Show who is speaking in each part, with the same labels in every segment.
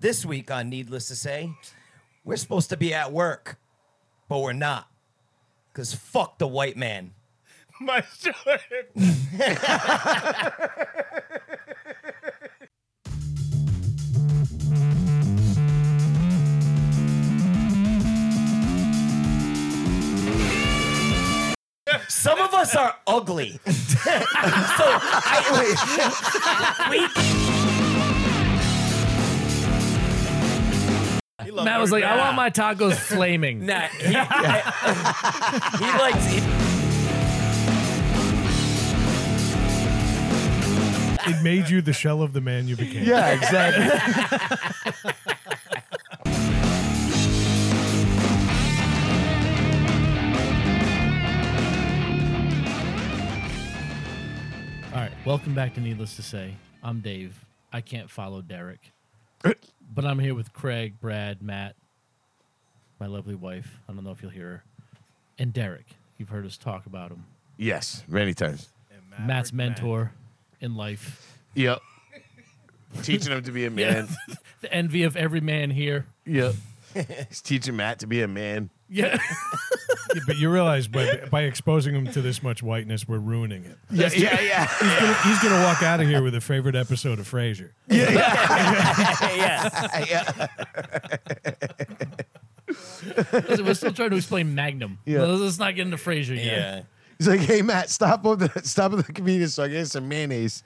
Speaker 1: This week on Needless to Say, we're supposed to be at work, but we're not. Because fuck the white man.
Speaker 2: My short.
Speaker 1: Some of us are ugly. so, I, we,
Speaker 2: He loved
Speaker 3: Matt was like, I
Speaker 1: nah.
Speaker 3: want my tacos flaming.
Speaker 1: Nah, he, he likes.
Speaker 4: It made you the shell of the man you became.
Speaker 5: Yeah, exactly.
Speaker 3: All right, welcome back to Needless to Say. I'm Dave. I can't follow Derek, but I'm here with Craig, Brad, Matt, my lovely wife. I don't know if you'll hear her, and Derek. You've heard us talk about him.
Speaker 5: yes, many times.
Speaker 2: And
Speaker 3: Matt's
Speaker 2: Maverick Matt.
Speaker 3: mentor in life,
Speaker 5: Yep. teaching him to be a man.
Speaker 3: the envy of every man here.
Speaker 5: Yep. He's teaching Matt to be a man.
Speaker 3: Yeah,
Speaker 4: Yeah, But you realize by, by exposing him to this much whiteness, we're ruining it.
Speaker 5: Yeah, yeah, yeah.
Speaker 4: He's gonna, he's gonna walk out of here with a favorite episode of Frasier.
Speaker 1: yeah.
Speaker 5: yeah.
Speaker 3: Listen, we're still trying to explain Magnum.
Speaker 5: Yeah.
Speaker 3: Let's not get into Frasier yet.
Speaker 1: Yeah.
Speaker 5: He's like, hey Matt, stop over the stop at the convenience store. I get some mayonnaise.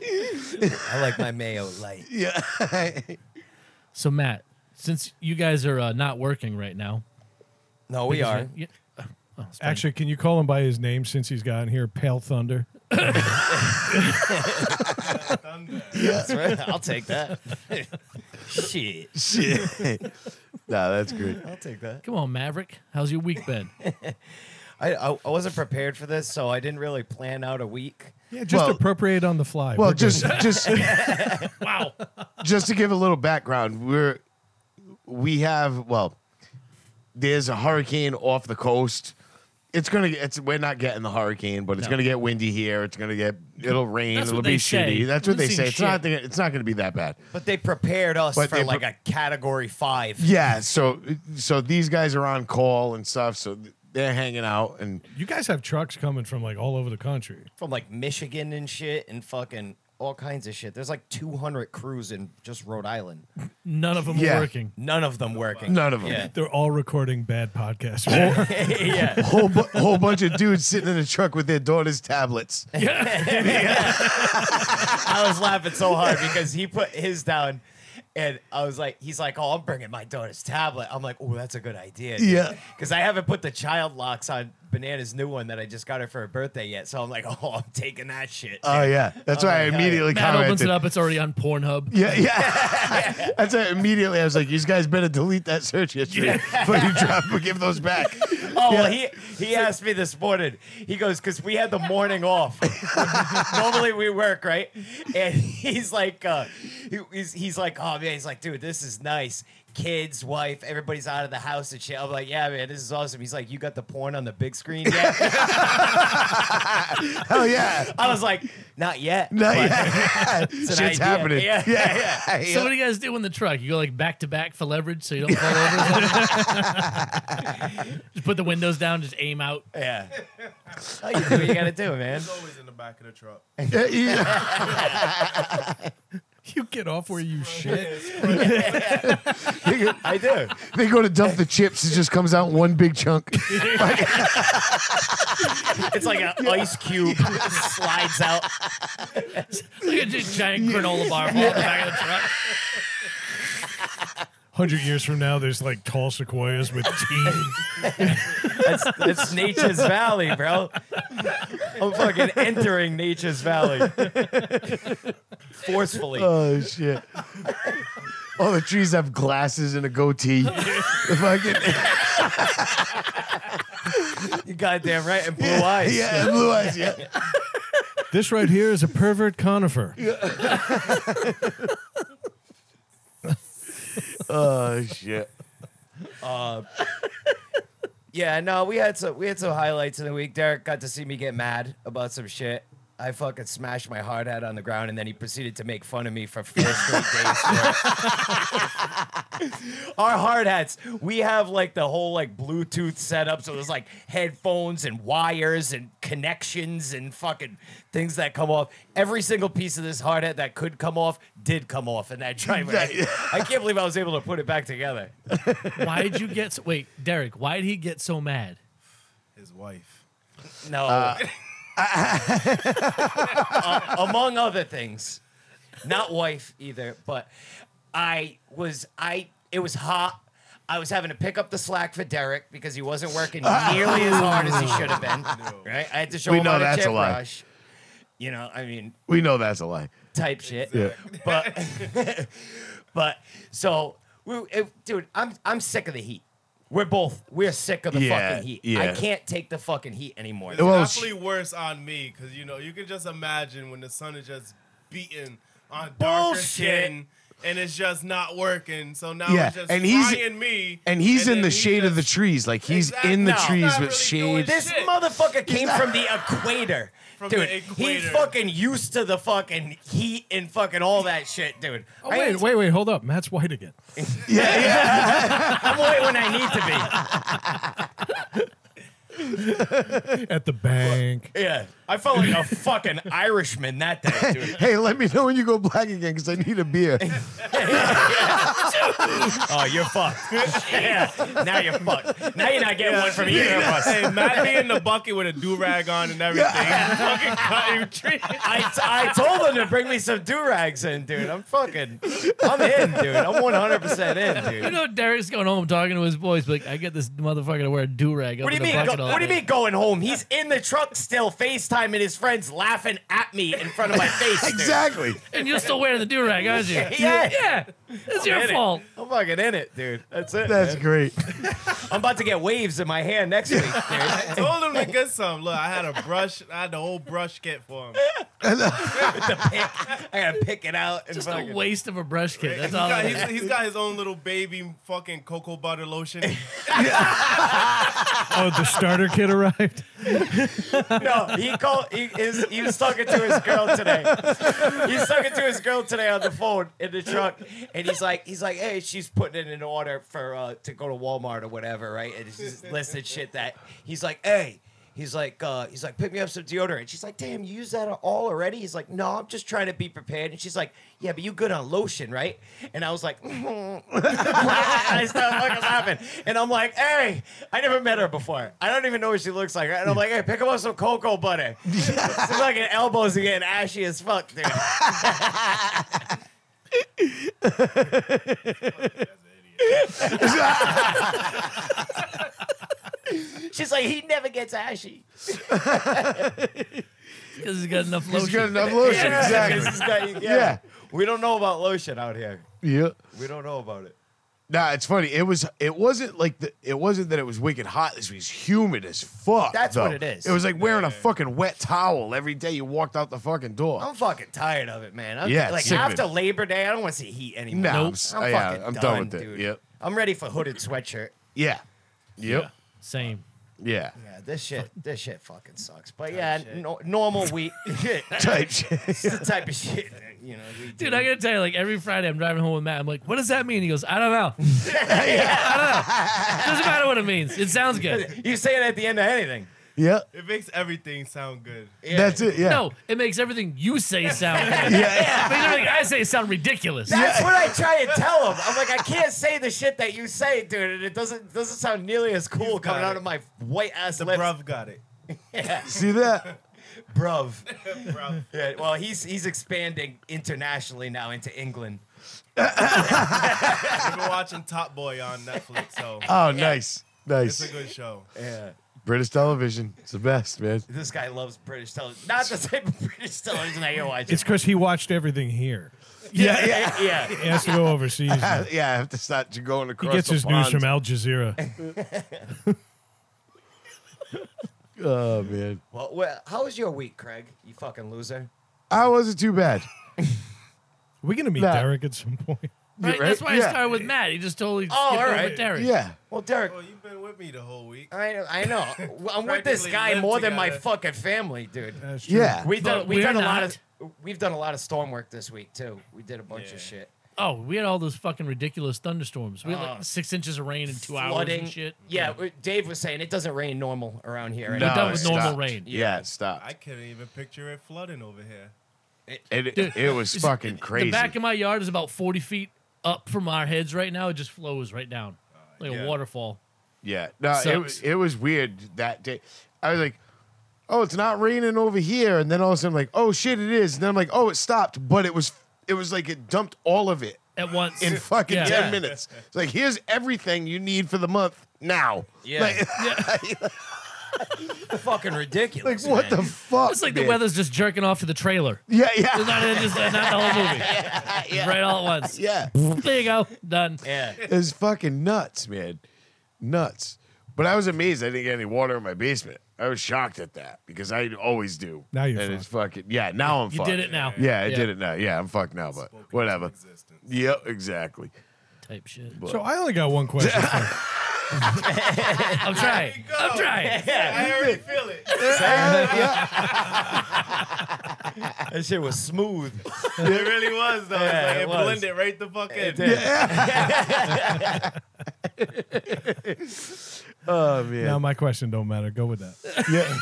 Speaker 1: I like my mayo light.
Speaker 5: Yeah.
Speaker 3: So Matt, since you guys are uh, not working right now,
Speaker 1: No, we are.
Speaker 3: because you- you- oh, it's fine.
Speaker 4: Actually, can you call him by his name since he's gotten here? Pale Thunder.
Speaker 1: That's right. I'll take that. Shit.
Speaker 5: Shit. nah, that's good.
Speaker 1: I'll take that.
Speaker 3: come on, Maverick, how's your week been?
Speaker 1: I, I, I wasn't prepared for this, so I didn't really plan out a week.
Speaker 4: Yeah, just
Speaker 5: Well-
Speaker 4: appropriate on the fly.
Speaker 5: Well,
Speaker 4: We're good.
Speaker 5: just just
Speaker 3: wow.
Speaker 5: just to give a little background, we're we have well, there's a hurricane off the coast. It's gonna get. It's we're not getting the hurricane, but it's
Speaker 3: No.
Speaker 5: gonna get windy here. It's gonna get. It'll rain.
Speaker 3: That's
Speaker 5: it'll
Speaker 3: what
Speaker 5: be
Speaker 3: they say.
Speaker 5: shitty. That's what they
Speaker 3: Doesn't seem
Speaker 5: say. It's
Speaker 3: shit.
Speaker 5: not. the- It's not gonna be that bad.
Speaker 1: But they prepared us
Speaker 5: But
Speaker 1: for
Speaker 5: they
Speaker 1: like
Speaker 5: pre-
Speaker 1: a category five.
Speaker 5: Yeah. So so these guys are on call and stuff. So they're hanging out and
Speaker 4: you guys have trucks coming from like all over the country.
Speaker 1: from like Michigan and shit and fucking all kinds of shit. There's like 200 crews in just Rhode Island.
Speaker 3: None of them
Speaker 5: Yeah.
Speaker 3: are working.
Speaker 1: None of them working.
Speaker 5: none of them.
Speaker 1: Yeah.
Speaker 4: They're all recording bad podcasts.
Speaker 1: yeah.
Speaker 5: Whole bu- whole bunch of dudes sitting in a truck with their daughter's tablets.
Speaker 1: I was laughing so hard because he put his down and I was like, he's like, oh, I'm bringing my daughter's tablet. I'm like, oh, that's a good idea.
Speaker 5: Yeah.
Speaker 1: Because I haven't put the child locks on Banana's new one that I just got her for her birthday yet. So I'm like, oh, I'm taking that shit.
Speaker 5: Oh yeah. That's why I
Speaker 1: my God.
Speaker 5: immediately
Speaker 3: Matt
Speaker 5: commented.
Speaker 3: opens it up. It's already on Pornhub.
Speaker 5: Yeah, yeah. That's it. Immediately, I was like, "You guys better delete that search history before you drop or give those back."
Speaker 1: Oh, well, he he asked me this morning. He goes, because we had the morning off. Normally we work, right? And he's like, uh, he- he's, he's like, oh man, he's like, dude, this is nice. Kids, wife, everybody's out of the house and shit. I'm like, yeah, man, this is awesome. He's like, you got the porn on the big screen yet?
Speaker 5: Hell yeah!
Speaker 1: I was like, not yet.
Speaker 5: No,
Speaker 1: but
Speaker 5: yeah.
Speaker 1: it's an
Speaker 5: Shit's
Speaker 1: idea."
Speaker 5: happening.
Speaker 1: Yeah, yeah, yeah.
Speaker 5: yeah.
Speaker 3: So what do you guys do in the truck? You go like back to back for leverage so you don't fall over. or something? just put the windows down. Just aim out.
Speaker 1: yeah. Oh, you do what you gotta do, man.
Speaker 2: He's always in the back of the truck.
Speaker 5: Yeah, yeah.
Speaker 4: you get off where you shit.
Speaker 5: They go-
Speaker 1: I do.
Speaker 5: They go to dump the chips. It just comes out in one big chunk.
Speaker 1: It's like an ice cube slides out.
Speaker 3: Look at this giant granola bar fall in the back of the truck.
Speaker 4: Hundred years from now, there's like tall sequoias with teeth.
Speaker 1: That's, that's Nature's Valley, bro. I'm fucking entering Nature's Valley forcefully.
Speaker 5: Oh shit! All the trees have glasses and a goatee. If I get,
Speaker 1: you goddamn right, and blue eyes.
Speaker 5: yeah, blue eyes. Yeah.
Speaker 4: This right here is a pervert conifer.
Speaker 5: Oh shit.
Speaker 1: Yeah, no, we had some we had some highlights in the week. Derek got to see me get mad about some shit. I fucking smashed my hard hat on the ground, and then he proceeded to make fun of me for four straight days. straight. Our hard hats, we have like the whole like Bluetooth setup, so there's like headphones and wires and connections and fucking things that come off. Every single piece of this hard hat that could come off did come off in that driveway. I, I can't believe I was able to put it back together.
Speaker 3: Why did you get so, wait, Derek? Why did he get so mad?
Speaker 2: His wife.
Speaker 1: No. Uh, among other things, not wife either, but I was I it was hot. I was having to pick up the slack for Derek because he wasn't working nearly as hard as he should have been. Right? I had to show
Speaker 5: We
Speaker 1: him
Speaker 5: know
Speaker 1: how to
Speaker 5: that's
Speaker 1: chip
Speaker 5: a lie.
Speaker 1: rush. You know, I mean,
Speaker 5: We know that's a lie.
Speaker 1: type shit. But but so we, it- dude, I'm I'm sick of the heat. We're both we're sick of the
Speaker 5: Yeah,
Speaker 1: fucking heat. I
Speaker 5: yeah.
Speaker 1: can't take the fucking heat anymore.
Speaker 2: It's
Speaker 5: Well,
Speaker 2: definitely worse on me because you know you can just imagine when the sun is just beating on darker
Speaker 1: Bullshit.
Speaker 2: skin and it's just not working. So now
Speaker 5: Yeah,
Speaker 2: it's just
Speaker 5: and he's-
Speaker 2: frying me.
Speaker 5: And he's in
Speaker 2: then
Speaker 5: the
Speaker 2: he
Speaker 5: shade of the
Speaker 2: just-
Speaker 5: trees. Like he's in the
Speaker 2: Exactly.
Speaker 5: trees with
Speaker 2: Not really doing
Speaker 5: shade.
Speaker 2: shit.
Speaker 1: This motherfucker came from the equator.
Speaker 2: From
Speaker 1: dude,
Speaker 2: the
Speaker 1: he
Speaker 2: equator.
Speaker 1: fucking used to the fucking heat and fucking all that shit, dude.
Speaker 4: Oh,
Speaker 1: I
Speaker 4: wait,
Speaker 1: ain't-
Speaker 4: wait, wait, hold up. Matt's white again.
Speaker 1: I'm white when I need to
Speaker 4: At the bank.
Speaker 1: be. Yeah. I felt like a fucking Irishman that day, dude.
Speaker 5: Hey, let me know when you go black again because I need a beer.
Speaker 1: Oh, you're fucked. yeah. Now you're fucked. Now you're not getting one from either of us.
Speaker 2: Hey, Matt be in the bucket with a do rag on and everything. fucking cutting trees.
Speaker 1: I, I told him to bring me some do rags in, dude. I'm fucking, I'm in, dude. I'm 100% in, dude.
Speaker 3: You know, Derek's going home talking to his boys, but like, I get this motherfucker to wear a do rag.
Speaker 1: What do you mean? go- what do you mean going home? He's in the truck still, FaceTiming his friends, laughing at me in front of my face. dude.
Speaker 5: exactly.
Speaker 3: And you're still wearing the do rag, aren't you?
Speaker 1: Yeah.
Speaker 3: yeah. It's
Speaker 1: I'm
Speaker 3: your
Speaker 1: in it.
Speaker 3: fault.
Speaker 1: I'm fucking in it, dude. That's it.
Speaker 5: That's
Speaker 1: man.
Speaker 5: great.
Speaker 1: I'm about to get waves in my hand next week. dude.
Speaker 2: Told him to get some. Look, I had a brush. I had the whole brush kit for him.
Speaker 1: I gotta pick it out and
Speaker 3: Just
Speaker 1: fucking.
Speaker 3: a waste of a brush kit.
Speaker 2: He's
Speaker 3: That's all.
Speaker 2: got,
Speaker 3: it
Speaker 2: he's-
Speaker 3: is.
Speaker 2: he's got his own little baby fucking cocoa butter lotion.
Speaker 4: Oh, the starter kid arrived.
Speaker 1: No, he called. He, his, he was talking to his girl today. He's talking to his girl today on the phone in the truck, and he's like, he's like, hey, she's putting in an order for uh, to go to Walmart or whatever, right? And she's listed shit that he's like, hey. He's like, uh, he's like, pick me up some deodorant. She's like, damn, you use that all already? He's like, no, I'm just trying to be prepared. And she's like, yeah, but you good on lotion, right? And I was like, hmm, I started fucking laughing. And I'm like, hey, I never met her before. I don't even know what she looks like. right? And I'm like, hey, pick up some cocoa butter. She's fucking elbows are getting ashy as fuck, dude. She's like, he never gets ashy.
Speaker 3: 'Cause he's got enough lotion.
Speaker 5: He's got enough lotion.
Speaker 1: Because
Speaker 5: Exactly.
Speaker 1: he's got- yeah.
Speaker 5: Yeah.
Speaker 1: We don't know about lotion out here.
Speaker 5: Yeah.
Speaker 1: We don't know about it.
Speaker 5: Nah, it's funny. It was. It wasn't like the. It wasn't that it was wicked hot. This was humid as fuck.
Speaker 1: That's what
Speaker 5: though.
Speaker 1: it is.
Speaker 5: It was like wearing a fucking wet towel every day you walked out the fucking door.
Speaker 1: I'm fucking tired of it, man. I'm
Speaker 5: Yeah,
Speaker 1: like
Speaker 5: sick of
Speaker 1: after
Speaker 5: it.
Speaker 1: Labor Day, I don't want to see heat anymore.
Speaker 5: Nah, I'm
Speaker 1: I'm,
Speaker 5: s-
Speaker 1: fucking
Speaker 5: yeah, I'm
Speaker 1: done,
Speaker 5: done with it.
Speaker 1: dude.
Speaker 5: Yep.
Speaker 1: I'm ready for hooded sweatshirt.
Speaker 5: yeah. Yep.
Speaker 3: Same.
Speaker 5: Yeah.
Speaker 1: Yeah, this shit, this shit fucking sucks. But yeah, no, normal week. it's
Speaker 5: Type shit.
Speaker 1: the type of shit, that, you know. We
Speaker 3: Dude,
Speaker 1: do.
Speaker 3: I gotta tell you, like every Friday I'm driving home with Matt. I'm like, what does that mean? He goes, I don't know. I don't know. Doesn't matter what it means. It sounds good.
Speaker 1: you say it at the end of anything.
Speaker 5: Yep.
Speaker 2: It makes everything sound good.
Speaker 1: Yeah.
Speaker 5: That's it. Yeah.
Speaker 3: No, it makes everything you say sound good. But everything I say sound ridiculous.
Speaker 1: That's what I try to tell him. I'm like, I can't say the shit that you say, dude, and it doesn't doesn't sound nearly as cool
Speaker 2: He's got
Speaker 1: coming out
Speaker 2: it.
Speaker 1: of my white ass
Speaker 2: The
Speaker 1: lips,
Speaker 2: bruv got it.
Speaker 5: See that?
Speaker 1: bruv.
Speaker 2: Bruv.
Speaker 1: Yeah, well, he's he's expanding internationally now into England.
Speaker 2: I've been watching Top Boy on Netflix, so
Speaker 5: Oh, nice.
Speaker 2: it's a
Speaker 5: Nice.
Speaker 2: good show.
Speaker 1: Yeah.
Speaker 5: British television. It's the best, man.
Speaker 1: This guy loves British television. Not the type of British television that you're watching.
Speaker 4: It's because he watched everything here.
Speaker 5: Yeah. Yeah.
Speaker 1: yeah, yeah.
Speaker 4: He has to go overseas. now.
Speaker 5: yeah, I have to start to going
Speaker 4: He
Speaker 5: across.
Speaker 4: gets
Speaker 5: the
Speaker 4: his news
Speaker 5: ponds.
Speaker 4: from Al Jazeera.
Speaker 5: Oh man,
Speaker 1: Well, well, how was your week, Craig? You fucking loser.
Speaker 5: I wasn't too bad.
Speaker 4: We're gonna meet
Speaker 5: Nah.
Speaker 4: Derek at some point.
Speaker 3: Right?
Speaker 5: right?
Speaker 3: That's why I
Speaker 5: Yeah.
Speaker 3: started with Matt. He just totally
Speaker 1: Oh,
Speaker 3: skipped
Speaker 1: all
Speaker 3: over
Speaker 1: right.
Speaker 3: Derek.
Speaker 5: Yeah.
Speaker 1: Well, Derek,
Speaker 2: Oh, you've been with me the whole week.
Speaker 1: I know, I know. I'm with this
Speaker 2: Practically
Speaker 1: guy
Speaker 2: live
Speaker 1: more than my
Speaker 2: together.
Speaker 1: fucking family, dude.
Speaker 4: That's true.
Speaker 5: Yeah.
Speaker 1: We've
Speaker 3: But
Speaker 1: done we've
Speaker 3: we're
Speaker 1: done a lot
Speaker 3: not.
Speaker 1: of we've done a lot of storm work this week too. We did a bunch
Speaker 2: Yeah.
Speaker 1: of shit.
Speaker 3: Oh, we had all those fucking ridiculous thunderstorms. We had like
Speaker 1: Oh.
Speaker 3: six inches of rain in two hours
Speaker 1: Flooding
Speaker 3: and shit.
Speaker 1: Yeah, we- Dave was saying it doesn't rain normal around here.
Speaker 3: We're
Speaker 1: anymore.
Speaker 3: done with
Speaker 5: it
Speaker 3: normal
Speaker 5: stopped.
Speaker 3: rain.
Speaker 5: Yeah, it stopped.
Speaker 2: I can't even picture it flooding over here.
Speaker 5: It, it was fucking crazy.
Speaker 3: The back of my yard is about 40 feet up from our heads right now. It just flows right down like
Speaker 2: yeah.
Speaker 3: a waterfall.
Speaker 5: Yeah, no, it
Speaker 3: Sucks.
Speaker 5: was it was weird that day. I was like, "Oh, it's not raining over here," and then all of a sudden, I'm like, "Oh shit, it is." And then I'm like, "Oh, it stopped," but it was it was like it dumped all of it
Speaker 3: At once.
Speaker 5: in fucking
Speaker 3: Yeah.
Speaker 5: ten
Speaker 1: Yeah.
Speaker 5: minutes. It's like here's everything you need for the month now.
Speaker 1: Yeah.
Speaker 5: like,
Speaker 1: fucking
Speaker 5: like,
Speaker 1: ridiculous.
Speaker 5: what the
Speaker 1: man.
Speaker 5: fuck?
Speaker 3: It's like the
Speaker 5: man?
Speaker 3: weather's just jerking off to the trailer.
Speaker 5: Yeah,
Speaker 3: It's
Speaker 5: yeah,
Speaker 3: not, it's just, not the whole movie. Right all at once.
Speaker 5: yeah.
Speaker 3: There you go. Done.
Speaker 1: Yeah.
Speaker 5: It's fucking nuts, man, nuts. But I was amazed. I didn't get any water in my basement. I was shocked at that because I always do.
Speaker 4: Now you're
Speaker 5: and it's fucking yeah. Now I'm
Speaker 3: You
Speaker 5: fucked.
Speaker 3: did it now.
Speaker 5: Yeah, I did it now. Yeah, I'm fucked now, but
Speaker 2: Spoken to
Speaker 5: whatever.
Speaker 2: existence.
Speaker 5: Yep, exactly.
Speaker 3: Type shit.
Speaker 4: So I only got one question. for you.
Speaker 3: I'm trying.
Speaker 2: go.
Speaker 3: I'm trying.
Speaker 2: I already feel it.
Speaker 1: That shit was smooth.
Speaker 2: It really was though.
Speaker 1: Yeah,
Speaker 2: it's like
Speaker 1: it
Speaker 2: it,
Speaker 1: was.
Speaker 2: blended right the fuck in.
Speaker 1: did.
Speaker 5: Oh
Speaker 4: Now
Speaker 5: man.
Speaker 4: my question don't matter. Go with that. Yeah.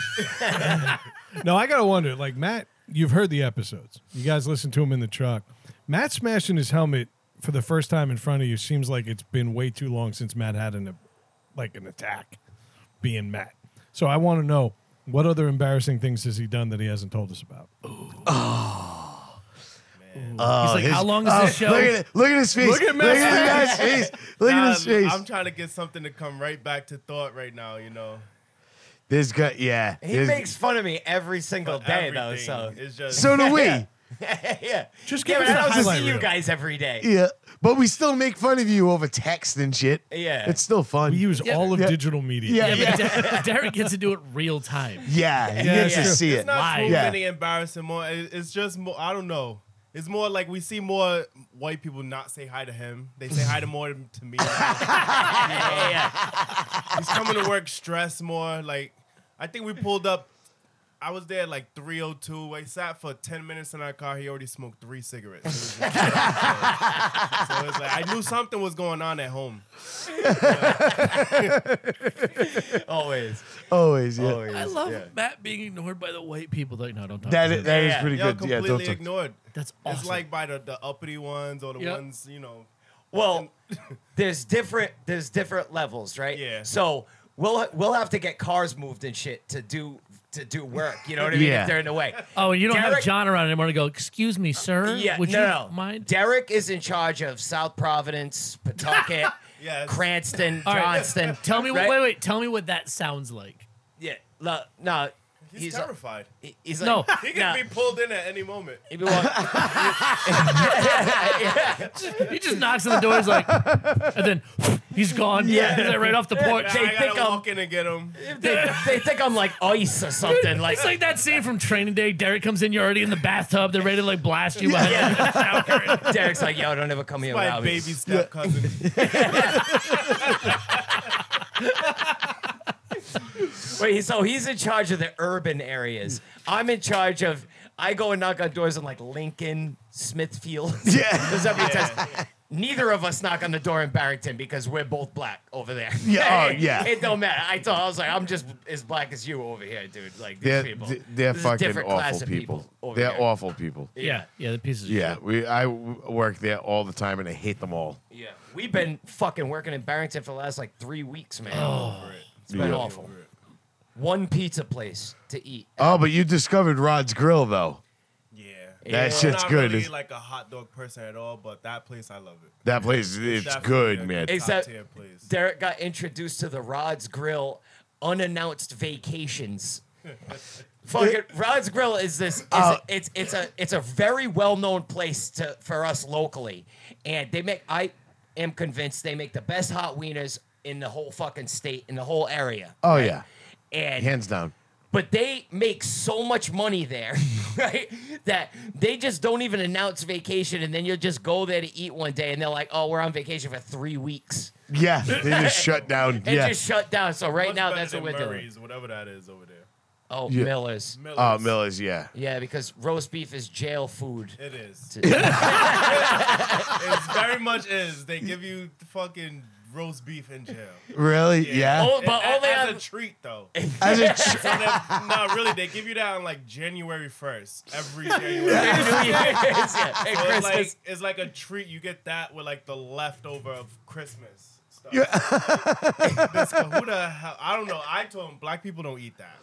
Speaker 4: no, I gotta wonder. Like Matt, you've heard the episodes. You guys listen to him in the truck. Matt smashing his helmet for the first time in front of you seems like it's been way too long since Matt had an like an attack, being Matt. So I want to know what other embarrassing things has he done that he hasn't told us about?
Speaker 3: He's like, how long is
Speaker 5: Oh,
Speaker 3: this show?
Speaker 5: Look at it. Look at his face. Look at Matt's face. Look
Speaker 2: Nah,
Speaker 5: at his face.
Speaker 2: I'm trying to get something to come right back to thought right now, you know.
Speaker 5: This guy. Yeah.
Speaker 1: He
Speaker 5: this-
Speaker 1: makes fun of me every single day though. So
Speaker 2: It's just
Speaker 5: So do we. Yeah.
Speaker 1: yeah.
Speaker 4: Just
Speaker 1: Yeah,
Speaker 4: give
Speaker 1: but
Speaker 4: us a
Speaker 1: I don't
Speaker 4: highlight
Speaker 1: see you
Speaker 4: reel.
Speaker 1: guys every day.
Speaker 5: But we still make fun of you over text and shit.
Speaker 1: Yeah.
Speaker 5: It's still fun.
Speaker 4: We use
Speaker 3: Yeah.
Speaker 4: all of
Speaker 5: Yeah.
Speaker 4: digital media.
Speaker 5: Yeah.
Speaker 3: yeah, but Der- Derek gets to do it real time.
Speaker 5: yeah. You
Speaker 4: Yeah,
Speaker 5: get
Speaker 4: yeah.
Speaker 5: to see it.
Speaker 2: it's not
Speaker 3: Why?
Speaker 2: too
Speaker 5: Yeah.
Speaker 2: many embarrassing more. it- It's just more I don't know. It's more like we see more white people not say hi to him. They say hi to more to me.
Speaker 1: Yeah, yeah.
Speaker 2: He's coming to work stressed more. Like I think we pulled up. I was there at like 302. I sat for 10 minutes in our car. He already smoked three cigarettes. It was just- so it's like I knew something was going on at home.
Speaker 1: Always.
Speaker 5: Always. Yeah.
Speaker 1: Always.
Speaker 3: I love
Speaker 1: yeah.
Speaker 3: Matt being ignored by the white people. Like, no, don't talk
Speaker 5: That
Speaker 3: to
Speaker 5: is,
Speaker 3: him.
Speaker 5: that is
Speaker 1: Yeah.
Speaker 5: pretty
Speaker 2: Y'all
Speaker 5: good. Yeah. Don't
Speaker 2: completely
Speaker 5: talk.
Speaker 2: ignored.
Speaker 3: That's awesome.
Speaker 2: It's like by the, the uppity ones or the
Speaker 3: Yeah.
Speaker 2: ones, you know.
Speaker 1: Well, there's different there's different levels, right?
Speaker 2: Yeah.
Speaker 1: So we'll we'll have to get cars moved and shit to do to do work. You know what I mean?
Speaker 5: Yeah.
Speaker 1: If they're in the way.
Speaker 3: oh, and you don't have
Speaker 1: Derek-
Speaker 3: John around anymore to go, excuse me, sir.
Speaker 1: Yeah.
Speaker 3: would
Speaker 1: no,
Speaker 3: you
Speaker 1: no.
Speaker 3: mind?
Speaker 1: Derek is in charge of South Providence, Pawtucket,
Speaker 2: Yes.
Speaker 1: Cranston,
Speaker 3: All right.
Speaker 1: Johnston.
Speaker 3: Tell me,
Speaker 1: right?
Speaker 3: wait, wait, tell me what that sounds like.
Speaker 1: Yeah. No. no
Speaker 2: He's, terrified.
Speaker 1: Like, he's
Speaker 3: No.
Speaker 1: like,
Speaker 2: He could
Speaker 1: nah,
Speaker 2: be pulled in at any moment.
Speaker 1: he'd be like,
Speaker 3: He just knocks on the door. He's like, and then he's gone.
Speaker 1: Yeah.
Speaker 3: He's like right off the porch.
Speaker 1: They
Speaker 2: I gotta
Speaker 1: think I'm-
Speaker 2: walk in and get him.
Speaker 1: they, they think I'm like ice or something. Like,
Speaker 3: It's like that scene from Training Day. Derek comes in, you're already in the bathtub. They're ready to like blast you behind the shower curtain.
Speaker 1: Derek's like, yo, don't ever come here
Speaker 2: My
Speaker 1: without me.
Speaker 2: baby step cousin.
Speaker 1: Wait, so he's in charge of the urban areas.
Speaker 5: Hmm.
Speaker 1: I'm in charge of. I go and knock on doors in like Lincoln, Smithfield.
Speaker 5: Yeah.
Speaker 1: Those are because Neither of us knock on the door in Barrington because we're both black over there.
Speaker 5: Yeah, oh, yeah.
Speaker 1: it don't matter. I thought I was like, I'm just as black as you over here, dude. Like these
Speaker 5: They're,
Speaker 1: people,
Speaker 5: they're
Speaker 1: This is a
Speaker 5: fucking
Speaker 1: different class
Speaker 5: awful
Speaker 1: of
Speaker 5: people.
Speaker 1: over
Speaker 5: They're
Speaker 1: here.
Speaker 5: awful people.
Speaker 3: Yeah, yeah, the pieces. Of
Speaker 5: Yeah,
Speaker 3: shit.
Speaker 5: we I w- work there all the time and I hate them all.
Speaker 1: Yeah, we've been fucking working in Barrington for the last like three weeks, man. it's been
Speaker 5: Yeah.
Speaker 1: awful. One pizza place to eat.
Speaker 5: Oh, but you discovered Rod's Grill though.
Speaker 2: Yeah.
Speaker 5: That
Speaker 1: Yeah.
Speaker 2: I'm
Speaker 5: shit's
Speaker 2: not
Speaker 5: good.
Speaker 2: really
Speaker 5: It's-
Speaker 2: like a hot dog person at all, but that place I love it.
Speaker 5: that place, it's
Speaker 2: Definitely
Speaker 5: good,
Speaker 2: a
Speaker 5: man.
Speaker 1: It's- Except-
Speaker 2: top tier place.
Speaker 1: Derek got introduced to the Rod's Grill unannounced vacations. Fucking Rod's Grill is this. Is
Speaker 5: Uh,
Speaker 1: it's it's a it's a very well known place to for us locally, and they make I am convinced they make the best hot wieners in the whole fucking state in the whole area.
Speaker 5: oh yeah,
Speaker 1: And
Speaker 5: hands down.
Speaker 1: But they make so much money there, right? That they just don't even announce vacation, and then you'll just go there to eat one day, and they're like, "Oh, we're on vacation for three weeks."
Speaker 5: Yeah, they just shut down.
Speaker 1: It
Speaker 5: Yeah.
Speaker 1: just shut down. So right
Speaker 2: Much
Speaker 1: now,
Speaker 2: better
Speaker 1: that's what
Speaker 2: than
Speaker 1: we're doing.
Speaker 2: Murray's, Whatever that is over there.
Speaker 1: Oh,
Speaker 5: Yeah.
Speaker 1: Miller's.
Speaker 2: Miller's.
Speaker 5: Oh, Miller's, yeah.
Speaker 1: Yeah, because roast beef is jail food.
Speaker 2: It is.
Speaker 1: To-
Speaker 2: It's very much is. They give you fucking roast beef in jail.
Speaker 5: Really? Yeah.
Speaker 1: Oh, but
Speaker 2: A-
Speaker 1: only
Speaker 2: as
Speaker 1: on-
Speaker 2: a treat though.
Speaker 5: As a ch-
Speaker 2: So that, no, really, they give you that on like January first every January.
Speaker 1: New Year's, yeah, and
Speaker 2: So it's, like,
Speaker 1: Christmas.
Speaker 2: it's like a treat. You get that with like the leftover of Christmas. stuff. This- who the hell? I don't know. I told him black people don't eat that.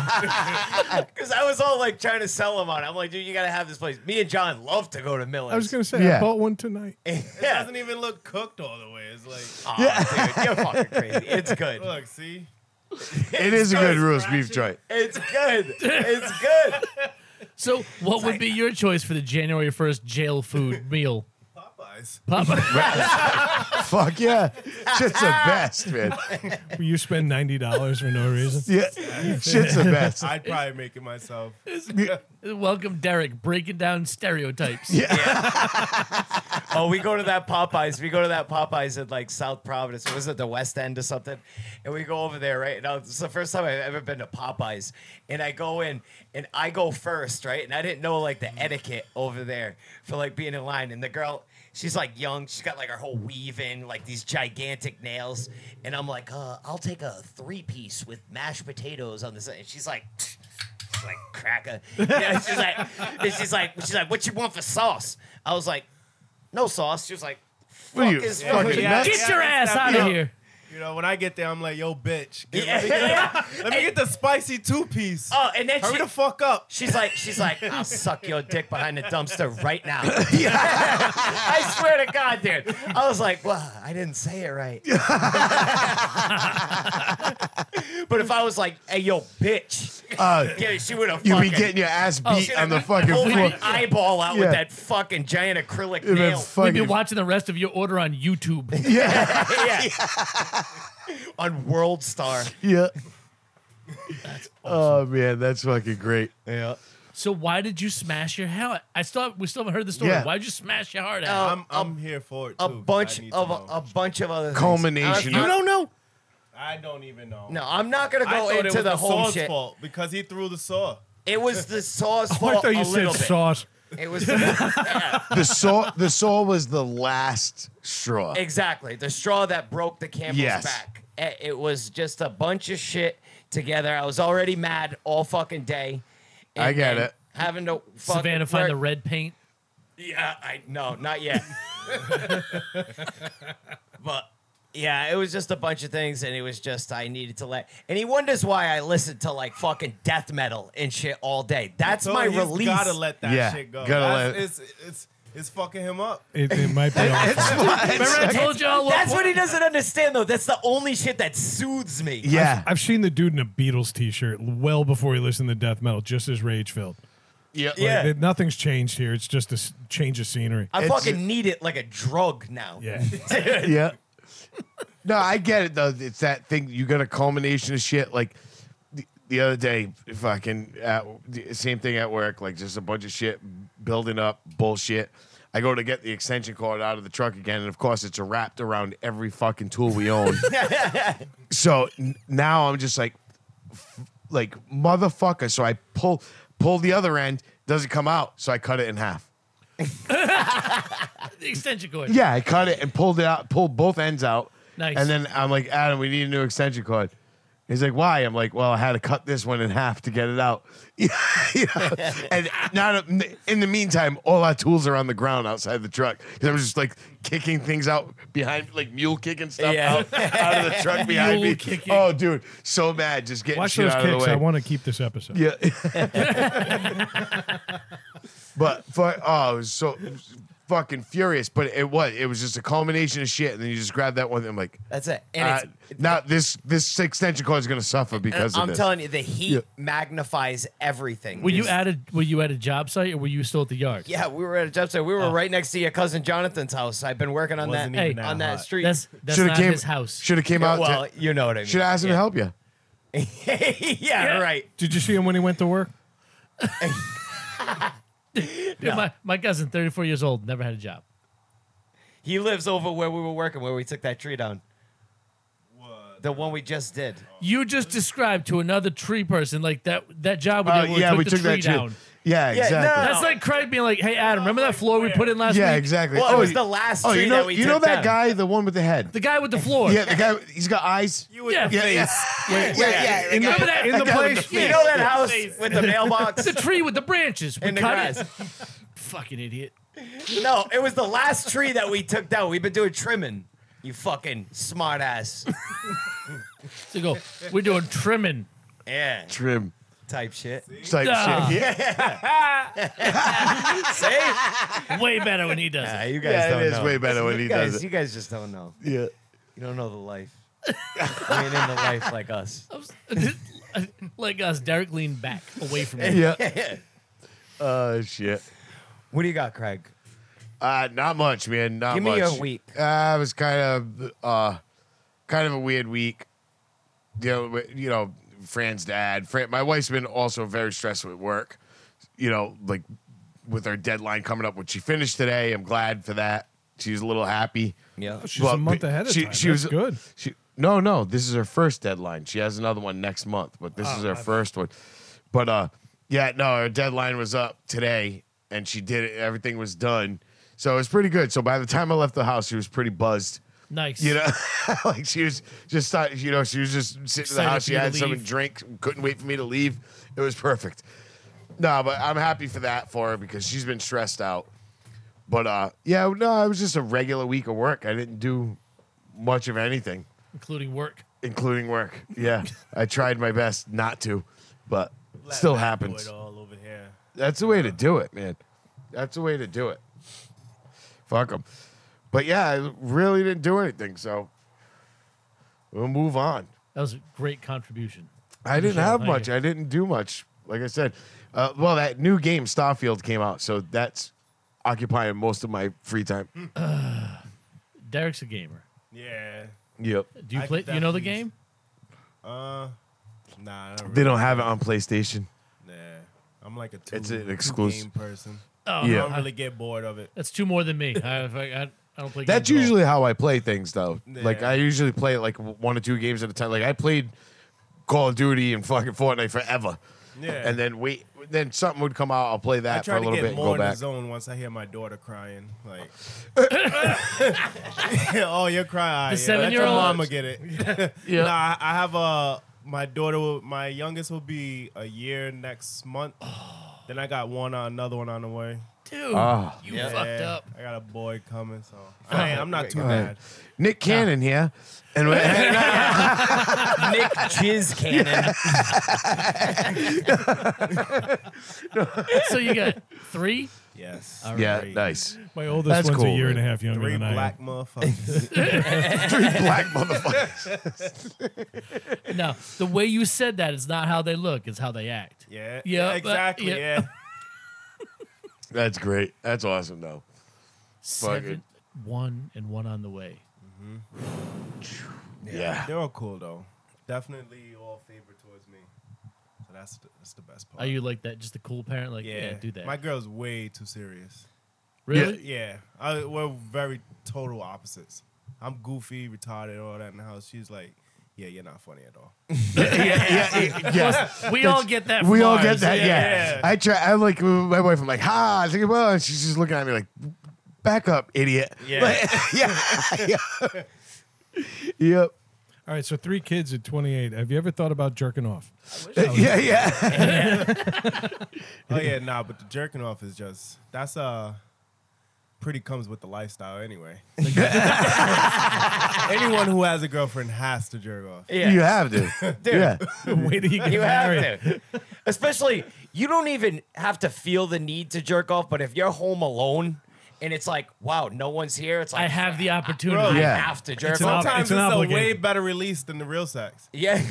Speaker 1: Because I was all like trying to sell them on. it. I'm like, dude, you gotta have this place. Me and John love to go to Miller's.
Speaker 4: I was gonna say
Speaker 5: Yeah.
Speaker 4: I bought one tonight.
Speaker 2: It
Speaker 1: yeah.
Speaker 2: doesn't even look cooked all the way. It's like,
Speaker 1: Aw, dude, you're fucking crazy. It's good.
Speaker 2: look, see,
Speaker 5: it is a good roast beef joint.
Speaker 1: It's good. It's good.
Speaker 3: So, what would be your choice for the January 1st jail food meal?
Speaker 2: Popeyes.
Speaker 3: Papa,
Speaker 5: Fuck yeah. Shit's the best, man.
Speaker 4: Will you spend ninety dollars for no reason?
Speaker 5: Yeah. Shit's the best.
Speaker 2: I'd probably make it myself.
Speaker 3: welcome Derek, breaking down stereotypes.
Speaker 1: Oh, we go to that Popeyes. We go to that Popeyes in like South Providence. Was it the West End or something? And we go over there, right? Now it's the first time I've ever been to Popeyes. And I go in and I go first, right? And I didn't know like the etiquette over there for like being in line. And the girl, she's like young. She's got like her whole weave in, like these gigantic nails. And I'm like, uh, I'll take a three piece with mashed potatoes on the side. And she's like. like cracker. Yeah, she's like, and she's like, she's like, what you want for sauce? I was like, no sauce. She was like,
Speaker 5: What are
Speaker 1: fuck
Speaker 5: you,
Speaker 1: is
Speaker 5: fucking
Speaker 1: fucking
Speaker 2: nuts?
Speaker 3: Get your ass out of here.
Speaker 2: You know, when I get there, I'm like, yo, bitch. get-
Speaker 1: Yeah.
Speaker 2: Let me get the spicy two piece.
Speaker 1: Oh, and then
Speaker 2: Hurry
Speaker 1: she,
Speaker 2: the fuck up.
Speaker 1: she's like, she's like, I'll suck your dick behind the dumpster right now. I swear to God, dude. I was like, wow, I didn't say it right. but if I was like, hey, yo, bitch,
Speaker 5: Uh,
Speaker 1: yeah, she would have.
Speaker 5: you be getting your ass
Speaker 1: Oh,
Speaker 5: beat on the fucking
Speaker 1: pulled
Speaker 5: floor.
Speaker 1: my eyeball out with
Speaker 5: Yeah.
Speaker 1: that fucking giant acrylic
Speaker 5: It'd been
Speaker 1: nail.
Speaker 3: We've been
Speaker 5: fucking-
Speaker 3: watching the rest of your order on YouTube.
Speaker 5: yeah,
Speaker 1: yeah. on World Star.
Speaker 5: yeah. Oh man, that's fucking great.
Speaker 1: Yeah.
Speaker 3: So why did you smash your heart? I still we still haven't heard the story.
Speaker 5: Yeah.
Speaker 3: Why did you smash your heart out?
Speaker 2: I'm, I'm here for it.
Speaker 1: A
Speaker 2: too, 'cause I
Speaker 1: bunch
Speaker 2: need to
Speaker 1: of
Speaker 2: know.
Speaker 1: a bunch of other things.
Speaker 5: Culmination.
Speaker 1: I-
Speaker 5: of-
Speaker 1: you don't know?
Speaker 2: I don't even know.
Speaker 1: No, I'm not gonna
Speaker 2: I
Speaker 1: go
Speaker 2: thought it
Speaker 1: into
Speaker 2: was
Speaker 1: the whole
Speaker 2: saw's
Speaker 1: shit.
Speaker 2: fault because he threw the saw.
Speaker 1: It was the saw's
Speaker 4: I
Speaker 1: fault
Speaker 4: thought
Speaker 1: Oh, a
Speaker 4: you said
Speaker 1: little bit.
Speaker 4: sauce.
Speaker 1: It was yeah,
Speaker 5: the saw. The saw was the last straw.
Speaker 1: exactly the straw that broke the camel's
Speaker 5: Yes.
Speaker 1: back. Eh, It was just a bunch of shit together. I was already mad all fucking day. And
Speaker 5: I get
Speaker 1: then
Speaker 5: it.
Speaker 1: Having to fuck
Speaker 3: Savannah find the
Speaker 1: work-
Speaker 3: red paint.
Speaker 1: Yeah, I no, not yet. but yeah, it was just a bunch of things, and it was just I needed to let. And he wonders why I listened to like fucking death metal and shit all day. That's
Speaker 2: So
Speaker 1: my
Speaker 2: he's
Speaker 1: release.
Speaker 2: Gotta let that
Speaker 5: Yeah,
Speaker 2: shit go.
Speaker 5: gotta
Speaker 2: That's-
Speaker 5: let it-
Speaker 2: It's, it's it's fucking him up.
Speaker 4: It, it might be. awful.
Speaker 3: Remember I told y'all.
Speaker 1: That's what he doesn't understand though. That's the only shit that soothes me.
Speaker 5: Yeah,
Speaker 4: I've seen the dude in a Beatles T-shirt well before he listened to death metal, just as rage filled.
Speaker 5: yeah,
Speaker 1: Yeah.
Speaker 4: Like, nothing's changed here. It's just a s- change of scenery.
Speaker 1: I
Speaker 5: It's-
Speaker 1: fucking need it like a drug now.
Speaker 4: yeah.
Speaker 5: yeah. No, I get it though. It's that thing. You got a culmination of shit. Like the, the other day, fucking at, the same thing at work. Like just a bunch of shit building up, bullshit. I go to get the extension cord out of the truck again, and of course, it's wrapped around every fucking tool we own. so n- now I'm just like, f- like motherfucker. So I pull pull the other end, doesn't come out, so I cut it in half.
Speaker 3: The extension cord.
Speaker 5: Yeah, I cut it and pulled it out, pulled both ends out.
Speaker 3: Nice.
Speaker 5: And then I'm like, Adam, we need a new extension cord. He's like, why? I'm like, well, I had to cut this one in half to get it out. You know? And not in the meantime, all our tools are on the ground outside the truck. 'Cause I'm just like kicking things out behind, like mule kicking stuff
Speaker 1: Yeah.
Speaker 5: out, out of the truck behind
Speaker 3: Mule
Speaker 5: me.
Speaker 3: kicking.
Speaker 5: Oh, dude, so mad, just getting
Speaker 4: Watch
Speaker 5: shit
Speaker 4: those
Speaker 5: out of
Speaker 4: kicks.
Speaker 5: the way.
Speaker 4: I want to keep this episode.
Speaker 5: yeah. but fuck, oh, it was so fucking furious. But it was it was just a culmination of shit, and then you just grab that one. And I'm like,
Speaker 1: That's it. And
Speaker 5: uh,
Speaker 1: it's,
Speaker 5: now this this extension cord is gonna suffer because of
Speaker 1: I'm
Speaker 5: this.
Speaker 1: telling you, the heat
Speaker 5: Yeah.
Speaker 1: magnifies everything.
Speaker 3: Were you
Speaker 1: It's-
Speaker 3: at a Were you at a job site or were you still at the yard?
Speaker 1: Yeah, we were at a job site. We were right next to your cousin Jonathan's house. I've been working on
Speaker 2: Wasn't
Speaker 1: that
Speaker 3: even
Speaker 1: on
Speaker 2: that
Speaker 1: that
Speaker 2: hot.
Speaker 1: street.
Speaker 3: That's that's
Speaker 5: Shoulda
Speaker 3: not
Speaker 5: came,
Speaker 3: his house.
Speaker 5: Should have came
Speaker 1: Yeah,
Speaker 5: out.
Speaker 1: well,
Speaker 5: to,
Speaker 1: you know what I mean.
Speaker 5: Uh, should have asked him
Speaker 1: Yeah.
Speaker 5: to help you.
Speaker 1: yeah, right.
Speaker 4: Did you see him when he went to work?
Speaker 3: Dude, my, my cousin, 34 years old, never had a job.
Speaker 1: He lives over where we were working, where we took that tree down.
Speaker 2: What?
Speaker 1: The one we just did.
Speaker 3: You just described to another tree person like that that job we did
Speaker 5: Uh,
Speaker 3: where we took the tree
Speaker 5: too.
Speaker 3: down.
Speaker 5: Yeah,
Speaker 1: Yeah,
Speaker 5: exactly.
Speaker 1: no.
Speaker 3: That's like Craig being like, "Hey Adam, remember that floor we put in last
Speaker 5: yeah,
Speaker 3: week?
Speaker 5: exactly.
Speaker 1: Well, it was
Speaker 5: you-
Speaker 1: the last
Speaker 5: oh,
Speaker 1: tree
Speaker 5: you know,
Speaker 1: that we
Speaker 5: you know
Speaker 1: took
Speaker 5: that
Speaker 1: down.
Speaker 5: guy, the one with the head.
Speaker 3: The guy with the floor.
Speaker 5: yeah, the guy. He's got eyes.
Speaker 2: You would
Speaker 3: Yeah.
Speaker 5: Yeah, yeah.
Speaker 4: Wait,
Speaker 5: Yeah, yeah,
Speaker 4: in
Speaker 5: the
Speaker 3: remember
Speaker 4: the,
Speaker 3: that?
Speaker 4: in the
Speaker 5: guy with
Speaker 4: place.
Speaker 5: the
Speaker 1: You
Speaker 5: face.
Speaker 1: know that house
Speaker 2: Please.
Speaker 1: with the mailbox
Speaker 3: The tree with the branches. We
Speaker 1: and the
Speaker 3: cut
Speaker 1: grass?
Speaker 3: it. Fucking idiot.
Speaker 1: No, it was the last tree that we took down. We've been doing trimming. You fucking smart ass.
Speaker 3: So go. We're doing trimming.
Speaker 1: Yeah.
Speaker 5: Trim
Speaker 1: Type shit. See?
Speaker 5: type
Speaker 3: Ah.
Speaker 5: shit. Yeah,
Speaker 3: Way better when he does it.
Speaker 1: Uh, you guys
Speaker 5: yeah
Speaker 1: don't
Speaker 5: it is
Speaker 1: know.
Speaker 5: way better when he
Speaker 1: you guys,
Speaker 5: does
Speaker 1: you
Speaker 5: it.
Speaker 1: guys just don't know.
Speaker 5: Yeah.
Speaker 1: You don't know the life. you ain't in the life like us.
Speaker 3: like us, Derek leaned back away from me.
Speaker 5: Yeah. Oh shit.
Speaker 1: What do you got, Craig?
Speaker 5: Uh, not much, man. Not
Speaker 1: Give me
Speaker 5: much.
Speaker 1: your week.
Speaker 5: Uh, it was kind of, uh, kind of a weird week. You know, wi- you know, Fran's dad. Fran, my wife's been also very stressed with work. You know, like with her deadline coming up, which she finished today. I'm glad for that. She's a little happy.
Speaker 1: Yeah.
Speaker 4: She's a month ahead of
Speaker 5: she,
Speaker 4: time.
Speaker 5: She
Speaker 4: That's
Speaker 5: was
Speaker 4: good.
Speaker 5: She no, no. This is her first deadline. She has another one next month, but
Speaker 4: Oh,
Speaker 5: this is her first one. But uh, yeah, no, her deadline was up today, and she did it. Everything was done, so it was pretty good. So by the time I left the house, she was pretty buzzed.
Speaker 3: Nice.
Speaker 5: You know, like she was just thought, you know, she was just sitting
Speaker 3: Excited
Speaker 5: in the house.
Speaker 3: for
Speaker 5: She
Speaker 3: you to
Speaker 5: had something to
Speaker 3: leave.
Speaker 5: drink, couldn't wait for me to leave. It was perfect. No, but I'm happy for that for her because she's been stressed out. But uh, yeah, no, it was just a regular week of work. I didn't do much of anything,
Speaker 3: including work.
Speaker 5: including work. Yeah, I tried my best not to, but still happens.
Speaker 2: Do it all over here.
Speaker 5: That's the way to do it, man. That's the way to do it. Fuck them. But yeah, I really didn't do anything, so we'll move on.
Speaker 3: That was a great contribution.
Speaker 5: I didn't
Speaker 3: Michelle,
Speaker 5: have
Speaker 3: thank
Speaker 5: much.
Speaker 3: you.
Speaker 5: I didn't do much. Like I said, uh, well, that new game Starfield came out, so that's occupying most of my free time.
Speaker 3: Derek's a gamer.
Speaker 2: Yeah.
Speaker 5: Yep.
Speaker 3: Do you
Speaker 2: I
Speaker 3: play?
Speaker 2: could
Speaker 3: You know the
Speaker 2: definitely-
Speaker 3: game?
Speaker 2: Uh, nah, not
Speaker 5: They
Speaker 2: really.
Speaker 5: don't have it on PlayStation.
Speaker 2: Nah. I'm like a two,
Speaker 5: It's an
Speaker 2: two
Speaker 5: exclusive.
Speaker 2: game person.
Speaker 3: Oh,
Speaker 5: Yeah.
Speaker 2: I don't really get bored of it.
Speaker 3: That's two more than me. I, if I, I, I don't play.
Speaker 5: That's
Speaker 3: games at all.
Speaker 5: usually how I play things, though. Like
Speaker 2: Yeah.
Speaker 5: I usually play like w- one or two games at a time. Like I played Call of Duty and fucking Fortnite forever.
Speaker 2: Yeah.
Speaker 5: And then wait, then something would come out. I'll play
Speaker 2: I
Speaker 5: that for
Speaker 2: try
Speaker 5: a
Speaker 2: to
Speaker 5: little
Speaker 2: get
Speaker 5: bit and
Speaker 2: more
Speaker 5: go
Speaker 2: in the
Speaker 5: back.
Speaker 2: zone once I hear my daughter crying. Like, oh, you're crying.
Speaker 3: The
Speaker 2: yeah, let your
Speaker 3: seven-year-old.
Speaker 2: mama get it. yeah. Nah, I- I have a my daughter. will- My youngest will be a year next month. then I got one, uh, another one on the way.
Speaker 3: Dude,
Speaker 5: Ah.
Speaker 3: you fucked up.
Speaker 2: I got a boy coming, so I, am not too bad.
Speaker 5: Nick Cannon here, and we're-
Speaker 1: Nick Jizz Cannon.
Speaker 3: So you got three.
Speaker 2: Yes.
Speaker 5: yeah,
Speaker 2: Three-
Speaker 5: nice.
Speaker 4: My oldest
Speaker 5: That's
Speaker 4: one's
Speaker 5: cool,
Speaker 4: a year and a
Speaker 5: man.
Speaker 4: half younger
Speaker 2: Three
Speaker 4: than
Speaker 2: black motherfuckers.
Speaker 5: Three black motherfuckers.
Speaker 3: Now the way you said that is not how they look; it's how they act.
Speaker 2: Yeah.
Speaker 3: Yeah, but-
Speaker 2: Exactly.
Speaker 3: uh, yeah.
Speaker 2: yeah.
Speaker 5: That's great. That's awesome, though.
Speaker 3: Seven, one, and one on the way.
Speaker 5: Yeah.
Speaker 2: They're all cool though. Definitely all favor towards me. So that's the, that's the best part.
Speaker 3: Are you like that? Just a cool parent? Like,
Speaker 2: Yeah.
Speaker 3: yeah, do that.
Speaker 2: My girl's way too serious. Uh,
Speaker 3: really?
Speaker 2: Yeah, I, we're very total opposites. I'm goofy, retarded, all that in the house. She's like, yeah, you're not funny at all.
Speaker 5: Yes.
Speaker 3: We all get that.
Speaker 5: We
Speaker 3: from
Speaker 5: all
Speaker 3: ours.
Speaker 5: get that. Yeah.
Speaker 2: Yeah.
Speaker 5: I try. I like my wife. I'm like, ha. I think well, and she's just looking at me like, back up, idiot.
Speaker 2: Yeah.
Speaker 5: Like, yeah. yeah. yep.
Speaker 4: I. All right, so three kids at 28. Have you ever thought about jerking off?
Speaker 5: Yeah, yeah.
Speaker 2: oh yeah, nah. But the jerking off is just that's uh pretty comes with the lifestyle anyway. Anyone who has a girlfriend has to jerk off.
Speaker 1: Yeah.
Speaker 5: You have to.
Speaker 1: Dude.
Speaker 5: Yeah.
Speaker 4: Wait till you get
Speaker 1: You
Speaker 4: married.
Speaker 1: have to. Especially, you don't even have to feel the need to jerk off, but if you're home alone and it's like, wow, no one's here. It's like
Speaker 3: I have the opportunity.
Speaker 2: Bro,
Speaker 1: I
Speaker 5: Yeah.
Speaker 1: have to jerk
Speaker 3: an
Speaker 1: off.
Speaker 3: op-
Speaker 2: Sometimes
Speaker 3: it's an
Speaker 2: it's, a
Speaker 3: obligation.
Speaker 2: way better release than the real sex.
Speaker 1: yeah,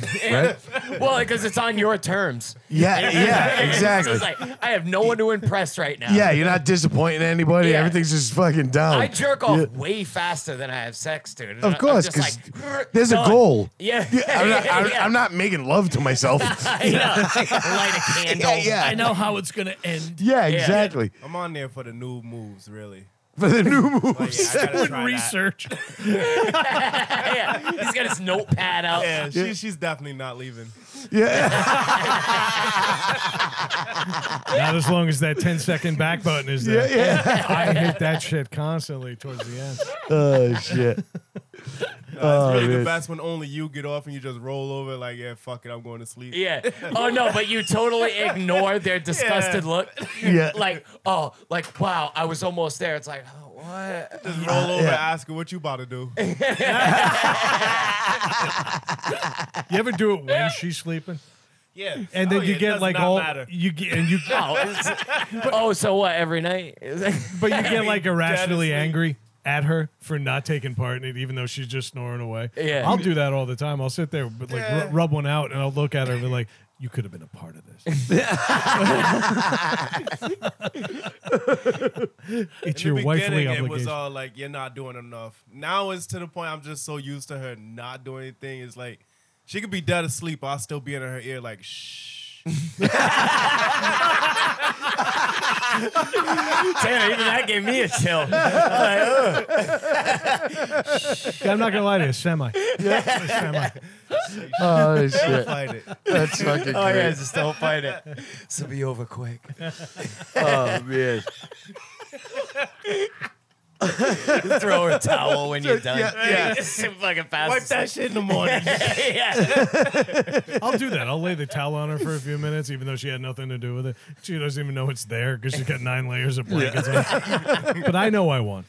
Speaker 1: well, because it's on your terms.
Speaker 5: Yeah, yeah,
Speaker 1: It's
Speaker 5: exactly.
Speaker 1: just like, I have no one to impress right now.
Speaker 5: Yeah, you're not disappointing anybody.
Speaker 1: Yeah.
Speaker 5: Everything's just fucking down.
Speaker 1: I jerk off way faster than I have sex, dude. And I-
Speaker 5: Of
Speaker 1: I'm
Speaker 5: course,
Speaker 1: just
Speaker 5: because
Speaker 1: like,
Speaker 5: there's
Speaker 1: done.
Speaker 5: a goal.
Speaker 1: Yeah,
Speaker 5: I'm not, I'm,
Speaker 1: Yeah.
Speaker 5: I'm not making love to myself.
Speaker 1: I know. Light a candle.
Speaker 5: yeah, yeah.
Speaker 3: I know how it's gonna end.
Speaker 5: Yeah, exactly.
Speaker 2: I'm on there for the new moves, really.
Speaker 5: For the new move.
Speaker 2: Like, yeah, I gotta
Speaker 3: Good
Speaker 2: try that.
Speaker 3: research.
Speaker 1: yeah. He's got his notepad out.
Speaker 2: Yeah, she, she's definitely not leaving.
Speaker 5: Yeah.
Speaker 4: Not as long as that 10 second back button is there.
Speaker 5: yeah.
Speaker 4: I hit that shit constantly towards the end.
Speaker 5: oh, shit.
Speaker 2: That's
Speaker 5: Oh,
Speaker 2: really
Speaker 5: man.
Speaker 2: the best when only you get off and you just roll over like, yeah, fuck it, I'm going to sleep.
Speaker 1: Yeah. Oh no, but you totally ignore their disgusted look.
Speaker 5: Yeah.
Speaker 1: Like, oh, like wow, I was almost there. It's like, oh, what?
Speaker 2: Just roll over and ask her what you about to do.
Speaker 4: You ever do it when she's sleeping?
Speaker 2: Yeah.
Speaker 4: And then
Speaker 2: Oh,
Speaker 4: you
Speaker 2: yeah, it
Speaker 4: get
Speaker 2: does
Speaker 4: like
Speaker 2: not
Speaker 4: all
Speaker 2: matter.
Speaker 4: you get and you
Speaker 1: Oh, it's- oh, so what? Every night?
Speaker 4: but you get like irrationally
Speaker 2: Dead asleep.
Speaker 4: angry at her for not taking part in it, even though she's just snoring away.
Speaker 1: Yeah.
Speaker 4: I'll do that all the time. I'll sit there but like
Speaker 2: Yeah.
Speaker 4: ru- rub one out and I'll look at her and be like, You could have been a part of this. it's your
Speaker 2: the
Speaker 4: wifely
Speaker 2: beginning,
Speaker 4: obligation.
Speaker 2: It was all like you're not doing enough. Now it's to the point I'm just so used to her not doing anything. It's like she could be dead asleep, I'll still be in her ear like shh.
Speaker 1: Damn, even that gave me a chill.
Speaker 4: I'm not gonna lie to you, semi. Yeah. semi.
Speaker 5: Oh, shit.
Speaker 2: Fight it.
Speaker 5: That's fucking
Speaker 1: Oh yeah,
Speaker 5: great.
Speaker 1: just don't fight it. This will be over quick.
Speaker 5: Oh, man.
Speaker 1: Throw a towel when you're done.
Speaker 5: Yeah,
Speaker 1: fucking fast.
Speaker 2: Wipe that shit in the morning.
Speaker 1: yeah.
Speaker 4: I'll do that. I'll lay the towel on her for a few minutes, even though she had nothing to do with it. She doesn't even know it's there because she's got nine layers of blankets on. But I know I won.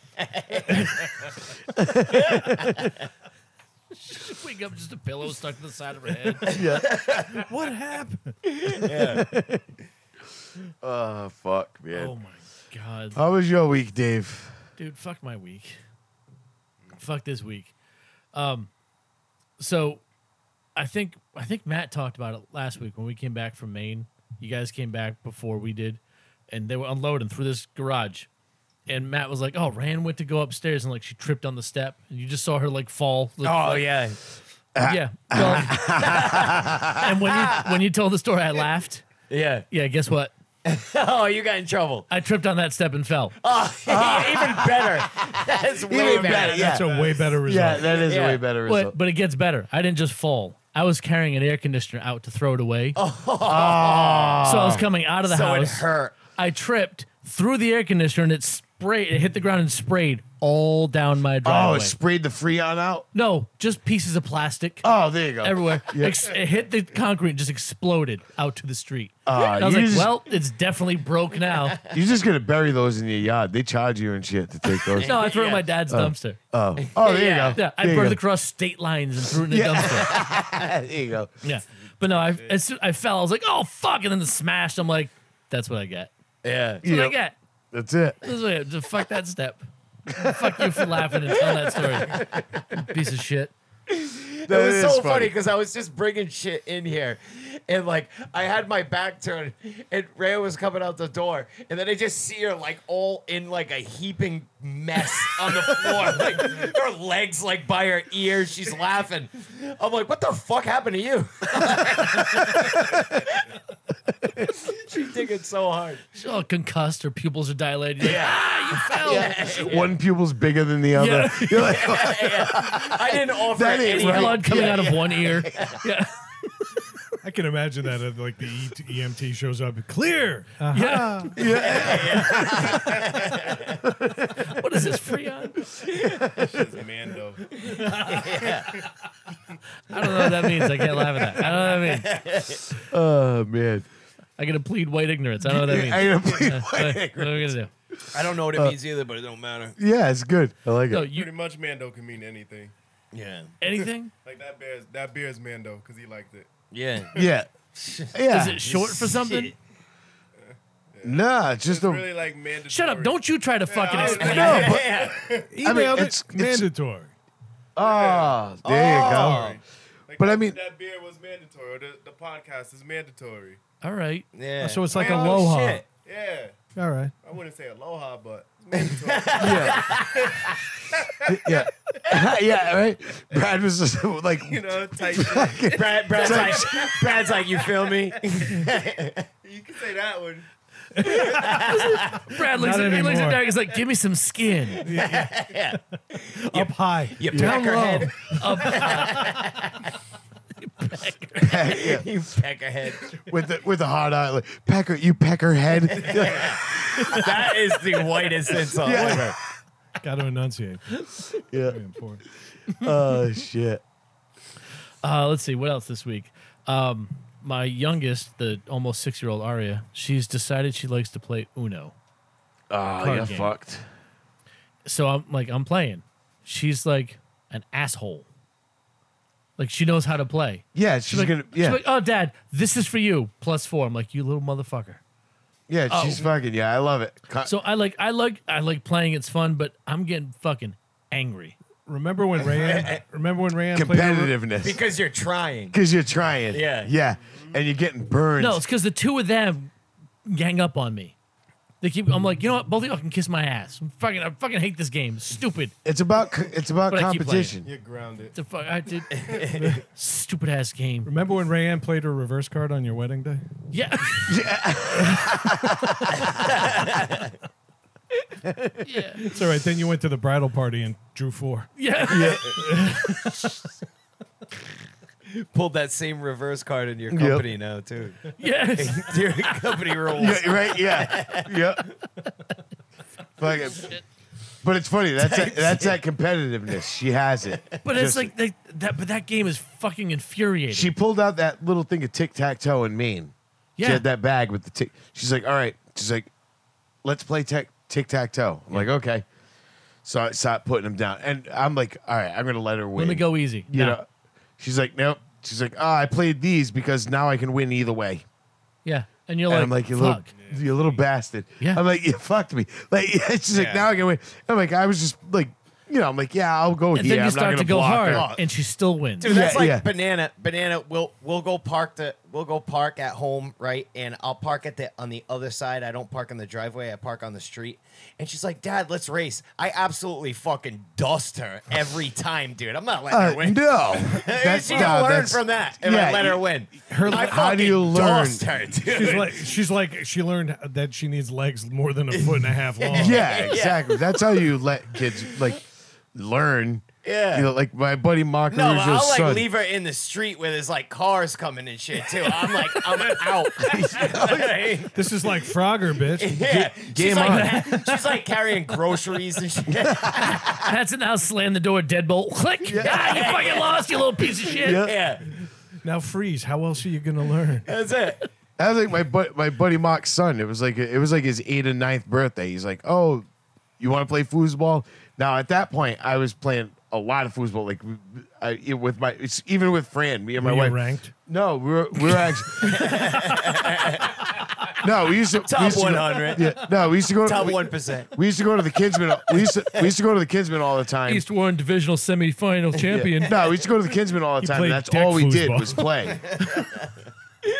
Speaker 3: Wake up, just a pillow stuck to the side of her head.
Speaker 4: What happened?
Speaker 5: Oh, fuck, man.
Speaker 3: Oh my god,
Speaker 5: How was your week, Dave?
Speaker 3: dude! Fuck my week. Fuck this week. Um, so I think I think Matt talked about it last week when we came back from Maine. You guys came back before we did, and they were unloading through this garage. And Matt was like, "Oh, Rand went to go upstairs, and like she tripped on the step, and you just saw her like fall." like,
Speaker 1: Oh
Speaker 3: like,
Speaker 1: yeah.
Speaker 3: yeah. Well, and when you when you told the story, I laughed.
Speaker 1: Yeah.
Speaker 3: Yeah, guess what?
Speaker 1: Oh, you got in trouble.
Speaker 3: I tripped on that step and fell.
Speaker 1: Even better. That's way
Speaker 5: Even better,
Speaker 1: better.
Speaker 5: yeah.
Speaker 4: That's a way better result.
Speaker 5: that is
Speaker 1: Yeah.
Speaker 5: better
Speaker 3: But, but it gets better. I didn't just fall. I was carrying an air conditioner out to throw it away. Oh. So I was coming out of the
Speaker 1: So it
Speaker 3: house.
Speaker 1: hurt.
Speaker 3: I tripped through the air conditioner and it sprayed. It hit the ground and sprayed all down my
Speaker 5: Oh,
Speaker 3: driveway.
Speaker 5: it sprayed the Freon out?
Speaker 3: no, just pieces of plastic
Speaker 5: Oh, there you go.
Speaker 3: everywhere. Ex- it hit the concrete and just exploded out to the street.
Speaker 5: Ah,
Speaker 3: And I was
Speaker 5: you
Speaker 3: like,
Speaker 5: just-
Speaker 3: well, it's definitely broke now.
Speaker 5: You're just going to bury those in your yard. They charge you and shit to take those.
Speaker 3: No, I threw it in my dad's dumpster.
Speaker 5: Oh, oh there
Speaker 1: Yeah.
Speaker 5: you go.
Speaker 3: Yeah, I
Speaker 5: there, you
Speaker 3: burned
Speaker 5: go.
Speaker 3: across state lines and threw it in the dumpster.
Speaker 5: there you go.
Speaker 3: Yeah. But no, I as soon, I fell. I was like, oh fuck, and then the smashed. I'm like, that's what I get.
Speaker 1: Yeah.
Speaker 3: That's what I
Speaker 5: Yep.
Speaker 3: get.
Speaker 5: That's it.
Speaker 3: That's what I get. Just fuck that step. fuck you for laughing and telling that story. Piece of shit.
Speaker 1: it
Speaker 5: That
Speaker 1: was
Speaker 5: is
Speaker 1: so funny because I was just bringing shit in here, and like I had my back turned, and Rhea was coming out the door, and then I just see her like all in like a heaping mess on the floor, like her legs like by her ears. She's laughing. I'm like, what the fuck happened to you? She's digging so hard.
Speaker 3: She's all concussed. Her pupils are dilated. You're like,
Speaker 1: Yeah.
Speaker 3: "Fell."
Speaker 5: One pupil's bigger than the other.
Speaker 3: Yeah.
Speaker 5: You're like,
Speaker 1: I didn't offer
Speaker 5: That ain't
Speaker 1: any
Speaker 5: right.
Speaker 3: Blood coming out of one ear. Yeah.
Speaker 4: I can imagine that if like the E- EMT shows up, clear. Uh,
Speaker 3: Yeah. what is this Freon?
Speaker 2: Mando.
Speaker 3: I don't know what that means. I can't laugh at that. I don't know what that means.
Speaker 5: oh, man.
Speaker 3: I gotta plead white ignorance. I don't know what that means.
Speaker 5: I gotta plead
Speaker 3: What-
Speaker 5: my-
Speaker 3: what are we gonna do?
Speaker 1: I don't know what it means either, but it don't matter.
Speaker 5: yeah, it's good. I like
Speaker 3: No,
Speaker 5: it.
Speaker 3: you
Speaker 2: Pretty much Mando can mean anything.
Speaker 1: Yeah.
Speaker 3: anything?
Speaker 2: Like that bear's that bear's Mando because he liked it.
Speaker 1: Yeah.
Speaker 5: Yeah. Yeah.
Speaker 3: Is it short for something?
Speaker 1: Shit.
Speaker 2: Yeah.
Speaker 5: Nah, it's just
Speaker 2: It's
Speaker 5: a.
Speaker 2: really like mandatory.
Speaker 3: Shut up! Don't you try to fucking
Speaker 2: I-
Speaker 3: explain.
Speaker 5: No,
Speaker 3: it.
Speaker 5: but-
Speaker 4: Email
Speaker 5: mean,
Speaker 4: it.
Speaker 5: it's- it's-
Speaker 4: mandatory.
Speaker 5: Ah, there you go.
Speaker 2: Like,
Speaker 5: But I mean-
Speaker 2: that beer was mandatory. Or the, the podcast is mandatory.
Speaker 3: All right.
Speaker 1: Yeah.
Speaker 4: So it's like
Speaker 1: Oh,
Speaker 4: Aloha.
Speaker 1: shit.
Speaker 2: Yeah,
Speaker 4: All right.
Speaker 2: I wouldn't say aloha, but it's mandatory.
Speaker 5: Yeah. yeah. yeah, right? Brad was just like,
Speaker 2: you know, type shit.
Speaker 1: Brad, Brad's like, Brad's like, you feel me?
Speaker 2: You can say that one.
Speaker 3: Brad looks
Speaker 4: Not
Speaker 3: at, he looks at
Speaker 4: anymore.
Speaker 3: Derek. He's like, "Give me some skin."
Speaker 1: yeah.
Speaker 4: Up high.
Speaker 1: You peck
Speaker 4: Down
Speaker 1: her
Speaker 4: low.
Speaker 1: head.
Speaker 5: yeah,
Speaker 1: You peck her head.
Speaker 5: with the with the hot eye, like, pecker, you pecker head.
Speaker 1: That is the whitest insult ever.
Speaker 4: Got to enunciate.
Speaker 5: yeah.
Speaker 4: Very important.
Speaker 5: Oh shit.
Speaker 3: Uh, let's see what else this week. Um, my youngest, the almost six-year-old Aria, she's decided she likes to play Uno.
Speaker 5: Oh,
Speaker 3: Card
Speaker 5: you're
Speaker 3: game.
Speaker 5: fucked.
Speaker 3: So I'm like, I'm playing. She's like an asshole. Like she knows how to play.
Speaker 5: Yeah, she's,
Speaker 3: like-
Speaker 5: gonna. Yeah,
Speaker 3: She's like, oh, dad, this is for you. Plus four. I'm like, you little motherfucker.
Speaker 5: yeah, she's fucking. Yeah, I love it. Co-
Speaker 3: So I like, I like, I like playing. It's fun, but I'm getting fucking angry.
Speaker 4: Remember when Rayanne? Remember when Rayanne played? over-
Speaker 5: competitiveness
Speaker 1: Because you're trying.
Speaker 5: because you're trying.
Speaker 1: Yeah.
Speaker 5: yeah, and you're getting burned.
Speaker 3: No, it's because the two of them gang up on me. They keep. I'm like, you know what? Both of y'all can kiss my ass. I'm fucking, I fucking hate this game. It's Stupid.
Speaker 5: it's about co- it's about
Speaker 3: But I keep
Speaker 5: competition.
Speaker 2: You're grounded.
Speaker 3: It's a fuck. I did. Stupid ass game.
Speaker 4: Remember when Rayanne played her reverse card on your wedding day?
Speaker 3: Yeah. yeah.
Speaker 4: It's all right. Then you went to the bridal party and drew four.
Speaker 3: Yeah.
Speaker 1: Pulled that same reverse card in your
Speaker 5: Yep.
Speaker 1: company now, too.
Speaker 3: Yes.
Speaker 1: Your company rules.
Speaker 5: Yeah, right. Yeah, yep. Fucking. But it's funny. That's that, that's that competitiveness. She has it.
Speaker 3: But it's
Speaker 5: Just-
Speaker 3: like they, that. But that game is fucking infuriating.
Speaker 5: she pulled out that little thing of tic tac toe in Maine. She
Speaker 3: Yeah.
Speaker 5: had that bag with the tic. She's like, all right. She's like, let's play tic tac toe. I'm like, okay. So I stopped putting them down, and I'm like, all right, I'm gonna let her win.
Speaker 3: Let me go easy.
Speaker 5: You
Speaker 3: No.
Speaker 5: know, she's like, nope. She's like, oh, I played these because now I can win either way.
Speaker 3: Yeah. And you're
Speaker 5: And
Speaker 3: like,
Speaker 5: I'm like, you
Speaker 3: fuck.
Speaker 5: little, you little bastard.
Speaker 3: Yeah.
Speaker 5: I'm like, you fucked me. Like, she's like,
Speaker 2: Yeah.
Speaker 5: now I can win. I'm like, I was just like, you know, I'm like, yeah, I'll go
Speaker 3: and
Speaker 5: here.
Speaker 3: then
Speaker 5: I'm
Speaker 3: you
Speaker 5: not
Speaker 3: start to
Speaker 5: gonna
Speaker 3: go
Speaker 5: block
Speaker 3: hard,
Speaker 5: her.
Speaker 3: and she still wins.
Speaker 1: Dude, that's
Speaker 5: Yeah,
Speaker 1: like
Speaker 5: yeah.
Speaker 1: banana. Banana. We'll we'll go park the we'll go park at home, right? And I'll park at the on the other side. I don't park in the driveway. I park on the street. And she's like, "Dad, let's race." I absolutely fucking dust her every time, dude. I'm not letting
Speaker 5: Uh,
Speaker 1: her win.
Speaker 5: no,
Speaker 1: That's, she
Speaker 5: no,
Speaker 1: can learn
Speaker 5: that's-
Speaker 1: from that if
Speaker 5: yeah,
Speaker 1: I let her
Speaker 5: you-
Speaker 1: win.
Speaker 4: her-
Speaker 1: I
Speaker 5: how do you
Speaker 1: fucking
Speaker 5: learn?
Speaker 1: Tossed her, dude.
Speaker 4: She's like, she's like, she learned that she needs legs more than a foot and a half long.
Speaker 5: Yeah, exactly. That's how you let kids like learn.
Speaker 1: Yeah.
Speaker 5: You know, like my buddy Mark
Speaker 1: no, but
Speaker 5: Rouge's
Speaker 1: I'll like
Speaker 5: son.
Speaker 1: leave her in the street where there's like cars coming and shit too. I'm like, I'm out.
Speaker 4: This is like Frogger, bitch.
Speaker 1: yeah, she's
Speaker 5: game
Speaker 1: like, she's like carrying groceries and shit.
Speaker 3: That's it. Now slam the door, deadbolt, click. Ah, you fucking lost, you little piece of shit.
Speaker 5: Yeah.
Speaker 1: Yeah,
Speaker 4: Now freeze. How else are you gonna learn?
Speaker 1: that's it.
Speaker 5: I was like my bu- my buddy Mark's son. It was like it was like his eight and ninth birthday. He's like, oh, you want to play foosball? Now at that point, I was playing a lot of foosball. Like I, it- with my it's even with Fran, me and my
Speaker 4: Were you
Speaker 5: wife.
Speaker 4: ranked?
Speaker 5: No, we were we were actually. no, we used to we
Speaker 1: Top
Speaker 5: used to go-
Speaker 1: 100.
Speaker 5: yeah, no, we used to go
Speaker 1: Top
Speaker 5: we-
Speaker 1: one percent.
Speaker 5: We used to go to the Kinsmen. We used to, we used to go to the Kinsmen all the time.
Speaker 3: East Warren Divisional Semifinal Champion.
Speaker 5: No, we used to go to the Kinsmen all the time,
Speaker 4: played
Speaker 5: and that's
Speaker 4: deck
Speaker 5: all we did
Speaker 4: foosball.
Speaker 5: was play.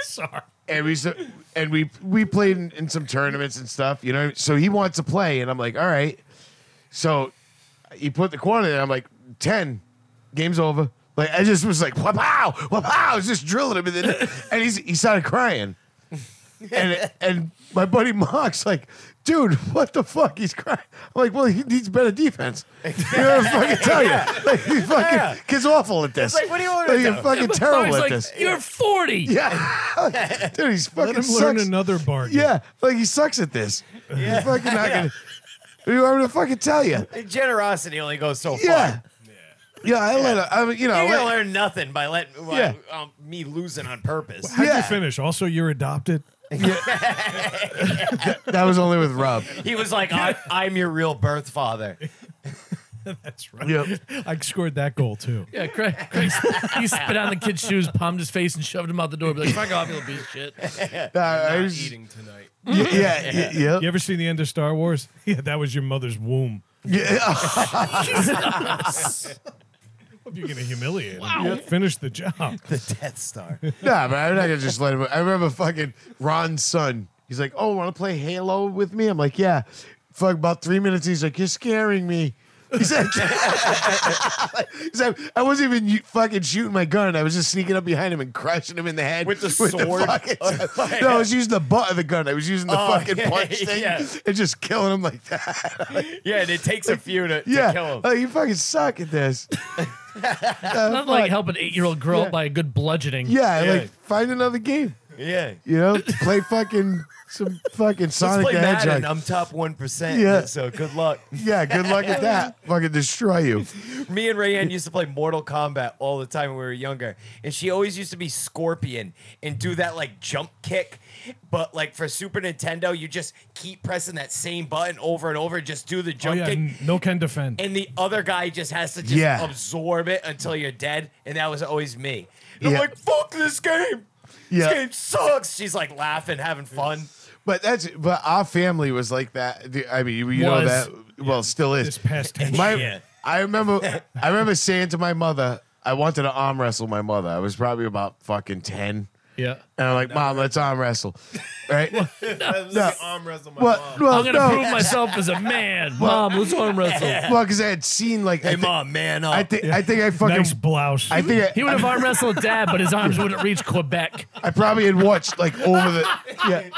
Speaker 3: Sorry.
Speaker 5: And we used to, and we we played in, in some tournaments and stuff, you know. So he wants to play, and I'm like, all right. So he put the quarter there. I'm like, ten, game's over. Like I just was like, wow, wow, I was just drilling him, in the, and he's, he started crying. And and my buddy Mock's like, dude, what the fuck? He's crying. I'm like, well, he needs better defense. You know what I'm fucking tell you? Like, he fucking
Speaker 1: Yeah.
Speaker 5: kid's awful at this.
Speaker 1: Like, what do you want
Speaker 5: Like,
Speaker 1: to
Speaker 5: you're
Speaker 1: do?
Speaker 5: fucking
Speaker 3: But
Speaker 5: terrible at
Speaker 3: Bobby's like,
Speaker 5: this.
Speaker 3: You're 40.
Speaker 5: Yeah, dude, he's fucking
Speaker 4: Let him learn
Speaker 5: sucks.
Speaker 4: another bargain.
Speaker 5: Yeah, like he sucks at this. He's fucking not gonna. What do you want me to fucking tell you?
Speaker 1: Generosity only goes so far.
Speaker 5: Yeah, yeah. I let him. I mean, you know,
Speaker 1: You're gonna
Speaker 5: like-
Speaker 1: learn nothing by letting well,
Speaker 5: Yeah.
Speaker 1: um, me losing on purpose.
Speaker 4: How'd
Speaker 5: Yeah.
Speaker 4: you finish? Also, you're adopted.
Speaker 5: that was only with Rob.
Speaker 1: He was like, I, "I'm your real birth father."
Speaker 4: That's right.
Speaker 5: Yep.
Speaker 4: I scored that goal too.
Speaker 3: Yeah, Craig, Craig sp- he spit on the
Speaker 5: Uh,
Speaker 3: kid's shoes, palmed his face, and shoved him out the door. Be like, fuck off, you little piece of shit.
Speaker 5: Nah, I
Speaker 2: Not
Speaker 5: was-
Speaker 2: eating tonight.
Speaker 5: yeah, yeah, yeah. yeah.
Speaker 4: You ever seen the end of Star Wars? Yeah, that was your mother's womb. Hope you're gonna humiliate him. Yeah, Finish the job. Oh,
Speaker 1: The Death Star.
Speaker 5: Nah, but I'm not gonna just let him. I remember fucking Ron's son. He's like, "Oh, want to play Halo with me?" I'm like, "Yeah." Fuck, about three minutes. He's like, "You're scaring me." He's like, he's like, "I wasn't even u- fucking shooting my gun. I was just sneaking up behind him and crushing him in the head
Speaker 1: With the sword?
Speaker 5: fucking- no, I was using the butt of the gun. I was using the
Speaker 1: Oh,
Speaker 5: fucking
Speaker 1: yeah,
Speaker 5: punch thing
Speaker 1: yeah.
Speaker 5: and just killing him like that.
Speaker 1: Yeah, and it takes a few to, to
Speaker 5: Yeah, Uh,
Speaker 1: kill him.
Speaker 5: like you fucking suck at this.
Speaker 3: Not like help an eight year old grow up by a good bludgeoning.
Speaker 5: Yeah,
Speaker 1: Yeah.
Speaker 5: like find another game.
Speaker 1: Yeah.
Speaker 5: You know, play fucking some fucking
Speaker 1: Let's
Speaker 5: Sonic
Speaker 1: play
Speaker 5: the Hedgehog.
Speaker 1: Madden. I'm top 1%.
Speaker 5: Yeah.
Speaker 1: So good luck.
Speaker 5: Yeah, good luck at that. Fucking destroy you.
Speaker 1: Me and Rayanne used to play Mortal Kombat all the time when we were younger, and she always used to be Scorpion and do that like jump kick. But like for Super Nintendo, you just keep pressing that same button over and over, just do the
Speaker 4: Oh
Speaker 1: jump
Speaker 4: yeah,
Speaker 1: kick,
Speaker 4: n- no can defend.
Speaker 1: and the other guy just has to just
Speaker 5: Yeah.
Speaker 1: absorb it until you're dead. And that was always me. And
Speaker 5: Yeah.
Speaker 1: I'm like, fuck this game.
Speaker 5: Yeah.
Speaker 1: This game sucks. She's like laughing, having fun.
Speaker 5: But that's but our family was like that. The- I mean, you, you know
Speaker 4: Was.
Speaker 5: that. Well, still is.
Speaker 4: This past tense.
Speaker 5: My,
Speaker 1: Yeah.
Speaker 5: I remember. I remember saying to my mother, I wanted to arm wrestle my mother. I was probably about fucking ten,
Speaker 3: Yeah.
Speaker 5: and I'm like, Mom, let's arm wrestle, right?
Speaker 2: Let me
Speaker 5: No.
Speaker 2: arm wrestle my
Speaker 5: well,
Speaker 2: mom.
Speaker 5: well,
Speaker 3: I'm gonna
Speaker 5: Oh, no.
Speaker 3: prove myself as a man. Mom, let's arm wrestle.
Speaker 5: Well, because I had seen like. I
Speaker 1: Hey,
Speaker 5: thi-
Speaker 1: mom, man up.
Speaker 5: I think I think I fucking
Speaker 4: nice blouse.
Speaker 5: I think I,
Speaker 3: He would have arm wrestled dad, but his arms wouldn't reach Quebec.
Speaker 5: I probably had watched like over the yeah.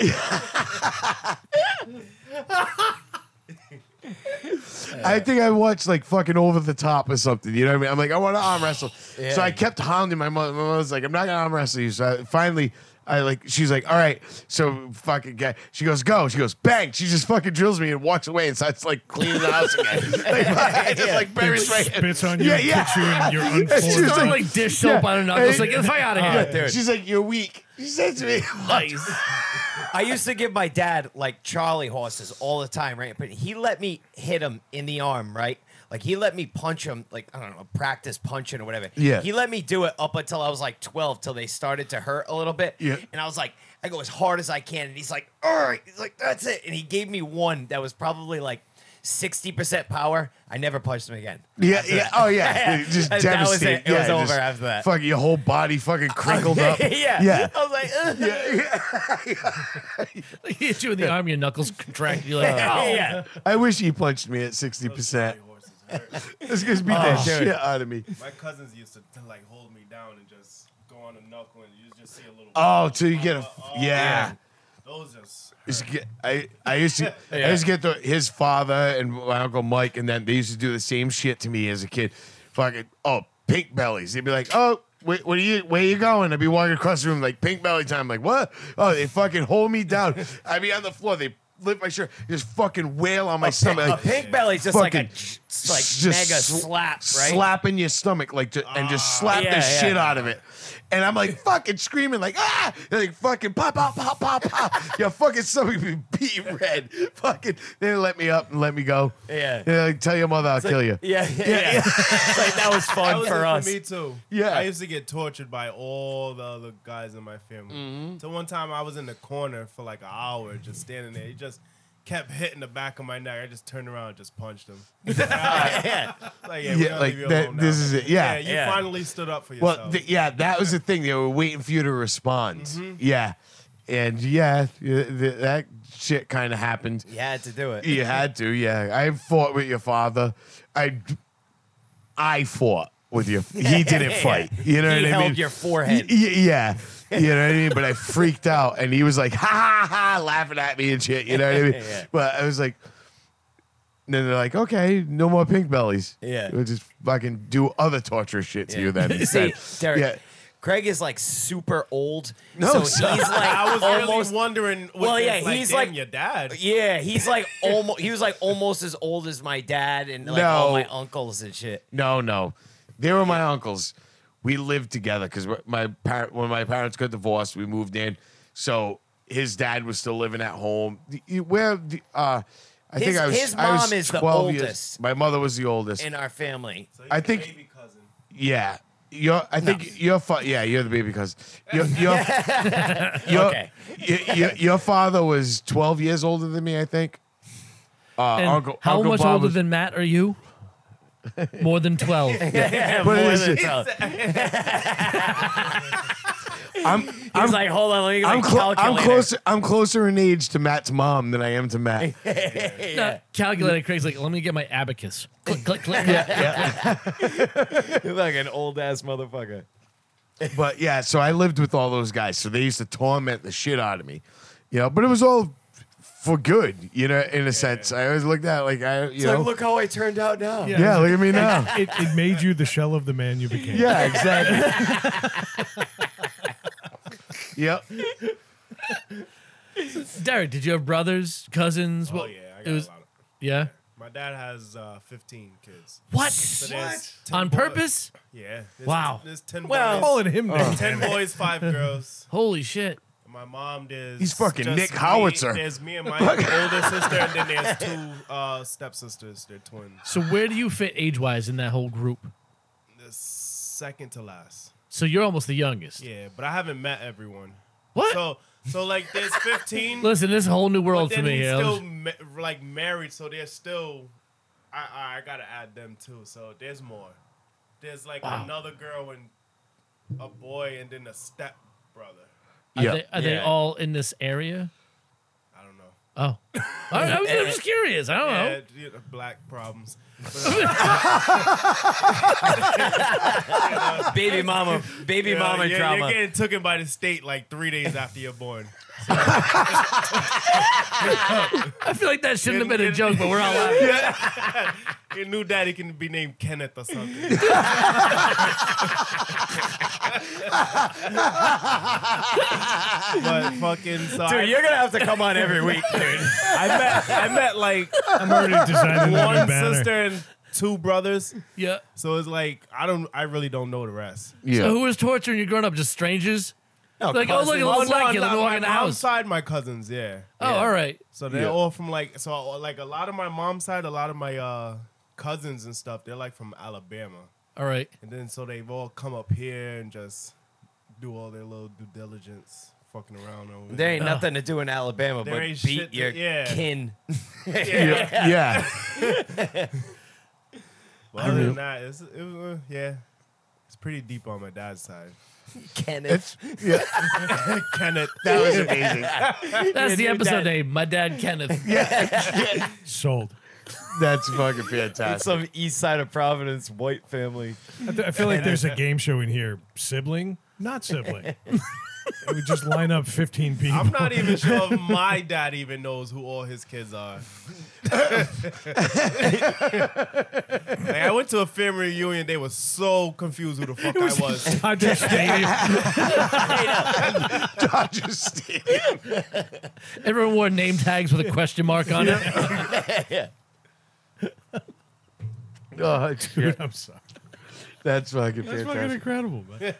Speaker 5: I think I watched like fucking over the top or something. You know what I mean? I'm like, I want to arm wrestle. So I kept hounding my mother. My mother's like, I'm not gonna arm wrestle you. So I, finally, I like, she's like, all right. So fucking guy, she goes, go. She goes, bang. She just fucking drills me and walks away and starts like cleaning the house again. like, I just like buries my head.
Speaker 4: spits on you.
Speaker 5: Yeah,
Speaker 4: and
Speaker 5: yeah.
Speaker 4: Puts you in your
Speaker 5: It's just
Speaker 4: unformed-
Speaker 5: like-
Speaker 3: Throwing like dish soap
Speaker 5: Yeah.
Speaker 3: on her knuckles.
Speaker 5: Hey.
Speaker 3: Like, get the fuck out of here.
Speaker 1: dude.
Speaker 5: She's like, you're weak. She said to me,
Speaker 3: Nice.
Speaker 1: I used to give my dad like Charlie horses all the time, right? But he let me hit him in the arm, right? Like he let me punch him, like I don't know, practice punching or whatever.
Speaker 5: Yeah.
Speaker 1: He let me do it up until I was like twelve, till they started to hurt a little bit.
Speaker 5: Yeah.
Speaker 1: And I was like, I go as hard as I can, and he's like, all right, he's like, that's it. And he gave me one that was probably like sixty percent power. I never punched him again.
Speaker 5: Yeah, yeah, oh yeah,
Speaker 1: Yeah.
Speaker 5: just
Speaker 1: That was it.
Speaker 5: devastated.
Speaker 1: It was
Speaker 5: yeah,
Speaker 1: over
Speaker 5: just
Speaker 1: after that.
Speaker 5: Fucking your whole body fucking crinkled up.
Speaker 1: yeah.
Speaker 5: yeah.
Speaker 1: I was like, Ugh.
Speaker 3: He hit you in the arm, your knuckles contract. You're like, ow.
Speaker 1: yeah.
Speaker 5: I wish he punched me at sixty percent.
Speaker 2: Horses hurt.
Speaker 5: This gonna beat that
Speaker 1: Oh, dude.
Speaker 5: shit out of me.
Speaker 2: My cousins used to like hold me down and just go on a knuckle and you just see a little.
Speaker 5: Oh, till you get a
Speaker 2: Oh,
Speaker 5: yeah.
Speaker 2: Those just.
Speaker 5: Used to get- I I used to I used to get the, his father and my uncle Mike, and then they used to do the same shit to me as a kid. Fucking oh, pink bellies. They'd be like, oh. Wait, what are you? Where you going? I'd be walking across the room like pink belly time. like what? Oh, they fucking hold me down. I'd be on the floor. They lift my shirt, just fucking wail on my stomach.
Speaker 1: a
Speaker 5: like,
Speaker 1: pink belly's just like a
Speaker 5: Fucking
Speaker 1: ch- like
Speaker 5: s-
Speaker 1: mega
Speaker 5: just sl-
Speaker 1: slap, right? Ah,
Speaker 5: slapping your stomach like to, and just slap
Speaker 1: yeah,
Speaker 5: the
Speaker 1: yeah.
Speaker 5: shit out of it. And I'm like fucking screaming like ah, They're like fucking pop pop pop pop pop. your fucking stomach be beat red. Fucking they didn't let me up and let me go.
Speaker 1: Yeah.
Speaker 5: They're like, tell your mother I'll kill you.
Speaker 1: Yeah, yeah, yeah. It's like, that was fun
Speaker 2: That was
Speaker 1: for
Speaker 2: it
Speaker 1: us.
Speaker 2: for me too.
Speaker 5: Yeah.
Speaker 2: I used to get tortured by all the other guys in my family.
Speaker 1: Mm-hmm.
Speaker 2: So one time I was in the corner for like an hour, just standing there. He just kept hitting the back of my neck. I just turned around and just punched him.
Speaker 1: yeah.
Speaker 2: Like yeah,
Speaker 5: Yeah, like that- this is it. Yeah.
Speaker 2: you
Speaker 1: Yeah.
Speaker 2: finally stood up for yourself.
Speaker 5: Well, th- yeah, that was the thing. They were waiting for you to respond.
Speaker 1: Mm-hmm.
Speaker 5: Yeah, and yeah, th- th- that shit kind of happened.
Speaker 1: You had to do it.
Speaker 5: You had to, yeah. I fought with your father. I, I fought with your. He didn't fight. You know
Speaker 1: he
Speaker 5: what I
Speaker 1: held
Speaker 5: mean?
Speaker 1: your
Speaker 5: Y-
Speaker 1: forehead.
Speaker 5: y- yeah. You know what I mean? But I freaked out, and he was like, ha ha ha, laughing at me and shit. You know what I mean?
Speaker 1: Yeah.
Speaker 5: But I was like, and then they're like, okay, no more pink bellies.
Speaker 1: Yeah.
Speaker 5: we'll just fucking do other torturous shit to
Speaker 1: Yeah.
Speaker 5: you then.
Speaker 1: See,
Speaker 5: instead.
Speaker 1: Derek,
Speaker 5: yeah.
Speaker 1: Craig is like super old.
Speaker 5: No,
Speaker 1: so he's
Speaker 5: son.
Speaker 1: like
Speaker 2: I was
Speaker 1: almost.
Speaker 2: really wondering. What,
Speaker 1: Well, yeah,
Speaker 2: like,
Speaker 1: he's
Speaker 2: damn,
Speaker 1: like-
Speaker 2: your dad.
Speaker 1: yeah, he's like almost. He was like almost as old as my dad and like
Speaker 5: No.
Speaker 1: all my uncles and shit.
Speaker 5: No, no. They were my uncles. We lived together because my par- when my parents got divorced, we moved in. So his dad was still living at home. The- you- Where the- uh, I think
Speaker 1: His-
Speaker 5: I was.
Speaker 1: his
Speaker 5: I was
Speaker 1: mom is the
Speaker 5: 12 years-
Speaker 1: oldest.
Speaker 5: My mother was the oldest.
Speaker 1: In our family,
Speaker 2: So
Speaker 5: I
Speaker 2: he's a
Speaker 5: think-
Speaker 2: baby cousin.
Speaker 5: yeah, you're. I think your fa- Yeah, you're the baby because your your your,
Speaker 1: Okay.
Speaker 5: your, your your father was 12 years older than me. I think. Uh,
Speaker 3: And
Speaker 5: Uncle,
Speaker 3: how
Speaker 5: Uncle
Speaker 3: much
Speaker 5: Bob
Speaker 3: older
Speaker 5: was-
Speaker 3: than Matt are you? More than twelve.
Speaker 1: More
Speaker 5: it is
Speaker 1: than
Speaker 5: it?
Speaker 1: twelve.
Speaker 5: I'm
Speaker 1: He's like, hold on, let me like,
Speaker 5: I'm, clo- I'm
Speaker 1: calculate it.
Speaker 5: closer. I'm closer in age to Matt's mom than I am to Matt.
Speaker 3: Calculated. Calculator Craig's like, let me get my abacus. Click, click, click.
Speaker 1: like an old ass motherfucker.
Speaker 5: But yeah, so I lived with all those guys. So they used to torment the shit out of me, you know. But it was all for good, you know, in a sense. I always looked at it like I, you
Speaker 1: It's
Speaker 5: know,
Speaker 1: like, look how I turned out now.
Speaker 4: Yeah.
Speaker 5: yeah, look at me now.
Speaker 4: It, it made you the shell of the man you became.
Speaker 5: yeah, exactly. yep.
Speaker 3: Derek, did you have brothers, cousins?
Speaker 2: Oh
Speaker 3: What-
Speaker 2: yeah, I
Speaker 3: it
Speaker 2: got
Speaker 3: was.
Speaker 2: a lot. Of,
Speaker 3: Yeah.
Speaker 2: my dad has uh, 15 kids.
Speaker 3: What?
Speaker 2: So there's 10
Speaker 3: On
Speaker 2: boys.
Speaker 3: purpose?
Speaker 2: Yeah. There's,
Speaker 3: Wow.
Speaker 2: There's 10
Speaker 1: Well,
Speaker 2: boys.
Speaker 4: Calling him
Speaker 5: Oh.
Speaker 4: names.
Speaker 2: 10 boys, 5 girls.
Speaker 3: Holy shit!
Speaker 2: My mom does.
Speaker 5: He's fucking
Speaker 2: just
Speaker 5: Nick
Speaker 2: me-
Speaker 5: Howitzer.
Speaker 2: There's me and my older sister, and then there's two uh, stepsisters. They're twins.
Speaker 3: So where do you fit age-wise in that whole group?
Speaker 2: The second to last.
Speaker 3: So you're almost the youngest.
Speaker 2: Yeah, but I haven't met everyone.
Speaker 3: What?
Speaker 2: So, so like there's 15.
Speaker 3: Listen, this is a whole new
Speaker 2: but
Speaker 3: world for
Speaker 2: then
Speaker 3: me.
Speaker 2: he's
Speaker 3: I'm
Speaker 2: still
Speaker 3: just-
Speaker 2: ma- like married, so they're still. I, I I gotta add them too. So there's more. There's like another girl and a boy, and then a step brother.
Speaker 3: Are,
Speaker 5: Yeah.
Speaker 3: they, are they
Speaker 1: Yeah.
Speaker 3: all in this area?
Speaker 2: I don't know.
Speaker 3: Oh, I, I was, I'm just curious. I don't
Speaker 2: Yeah,
Speaker 3: know.
Speaker 2: you know, black problems.
Speaker 1: Baby mama, baby
Speaker 2: Yeah,
Speaker 1: mama
Speaker 2: yeah,
Speaker 1: drama.
Speaker 2: You're getting taken by the state like three days after you're born.
Speaker 3: I feel like that shouldn't have been
Speaker 2: Yeah,
Speaker 3: a joke, but we're all laughing.
Speaker 2: Your new daddy can be named Kenneth or something. but fucking so I,
Speaker 1: Dude, you're gonna have to come on every week, dude.
Speaker 2: I met I met like
Speaker 4: I'm already designing the new
Speaker 2: one
Speaker 4: banner.
Speaker 2: sister and two brothers.
Speaker 3: Yeah.
Speaker 2: So it's like I don't I really don't know the rest.
Speaker 5: Yeah.
Speaker 3: So who was torturing you growing up? Just strangers? like, oh, look,
Speaker 1: cousins.
Speaker 3: it looks like you. Let me walk
Speaker 2: my
Speaker 3: in the
Speaker 2: mom's
Speaker 3: house.
Speaker 2: side, my cousins, yeah.
Speaker 3: Oh, all right.
Speaker 2: So they're
Speaker 5: Yeah.
Speaker 2: all from like so like a lot of my mom's side, a lot of my uh cousins and stuff, they're like from Alabama.
Speaker 3: All right.
Speaker 2: And then so they've all come up here and just do all their little due diligence, fucking around over
Speaker 1: There ain't nothing to do in Alabama
Speaker 2: There
Speaker 1: but
Speaker 2: ain't
Speaker 1: beat
Speaker 2: shit to-
Speaker 1: your
Speaker 2: yeah.
Speaker 1: kin.
Speaker 5: yeah. Yeah.
Speaker 2: But other than that, it's, it was, uh, yeah, it's pretty deep on my dad's side.
Speaker 1: Kenneth.
Speaker 5: It's, yeah.
Speaker 2: Kenneth,
Speaker 5: That was amazing.
Speaker 3: That's the
Speaker 1: your dad-
Speaker 3: episode name. My dad, Kenneth.
Speaker 4: Sold.
Speaker 5: That's fucking
Speaker 1: It's
Speaker 5: fantastic.
Speaker 1: some east side of Providence white family.
Speaker 4: I, th- I feel like there's a game show in here. Sibling, not sibling. we would just line up 15 people.
Speaker 2: I'm not even sure if my dad even knows who all his kids are. like, I went to a family reunion. They were so confused who the fuck I was.
Speaker 4: I just
Speaker 5: Dodgers Stadium.
Speaker 3: Everyone wore name tags with a question mark on it.
Speaker 5: Oh, dude,
Speaker 4: I'm sorry. That's
Speaker 5: that's fucking
Speaker 4: fucking
Speaker 5: fantastic.
Speaker 4: incredible, man.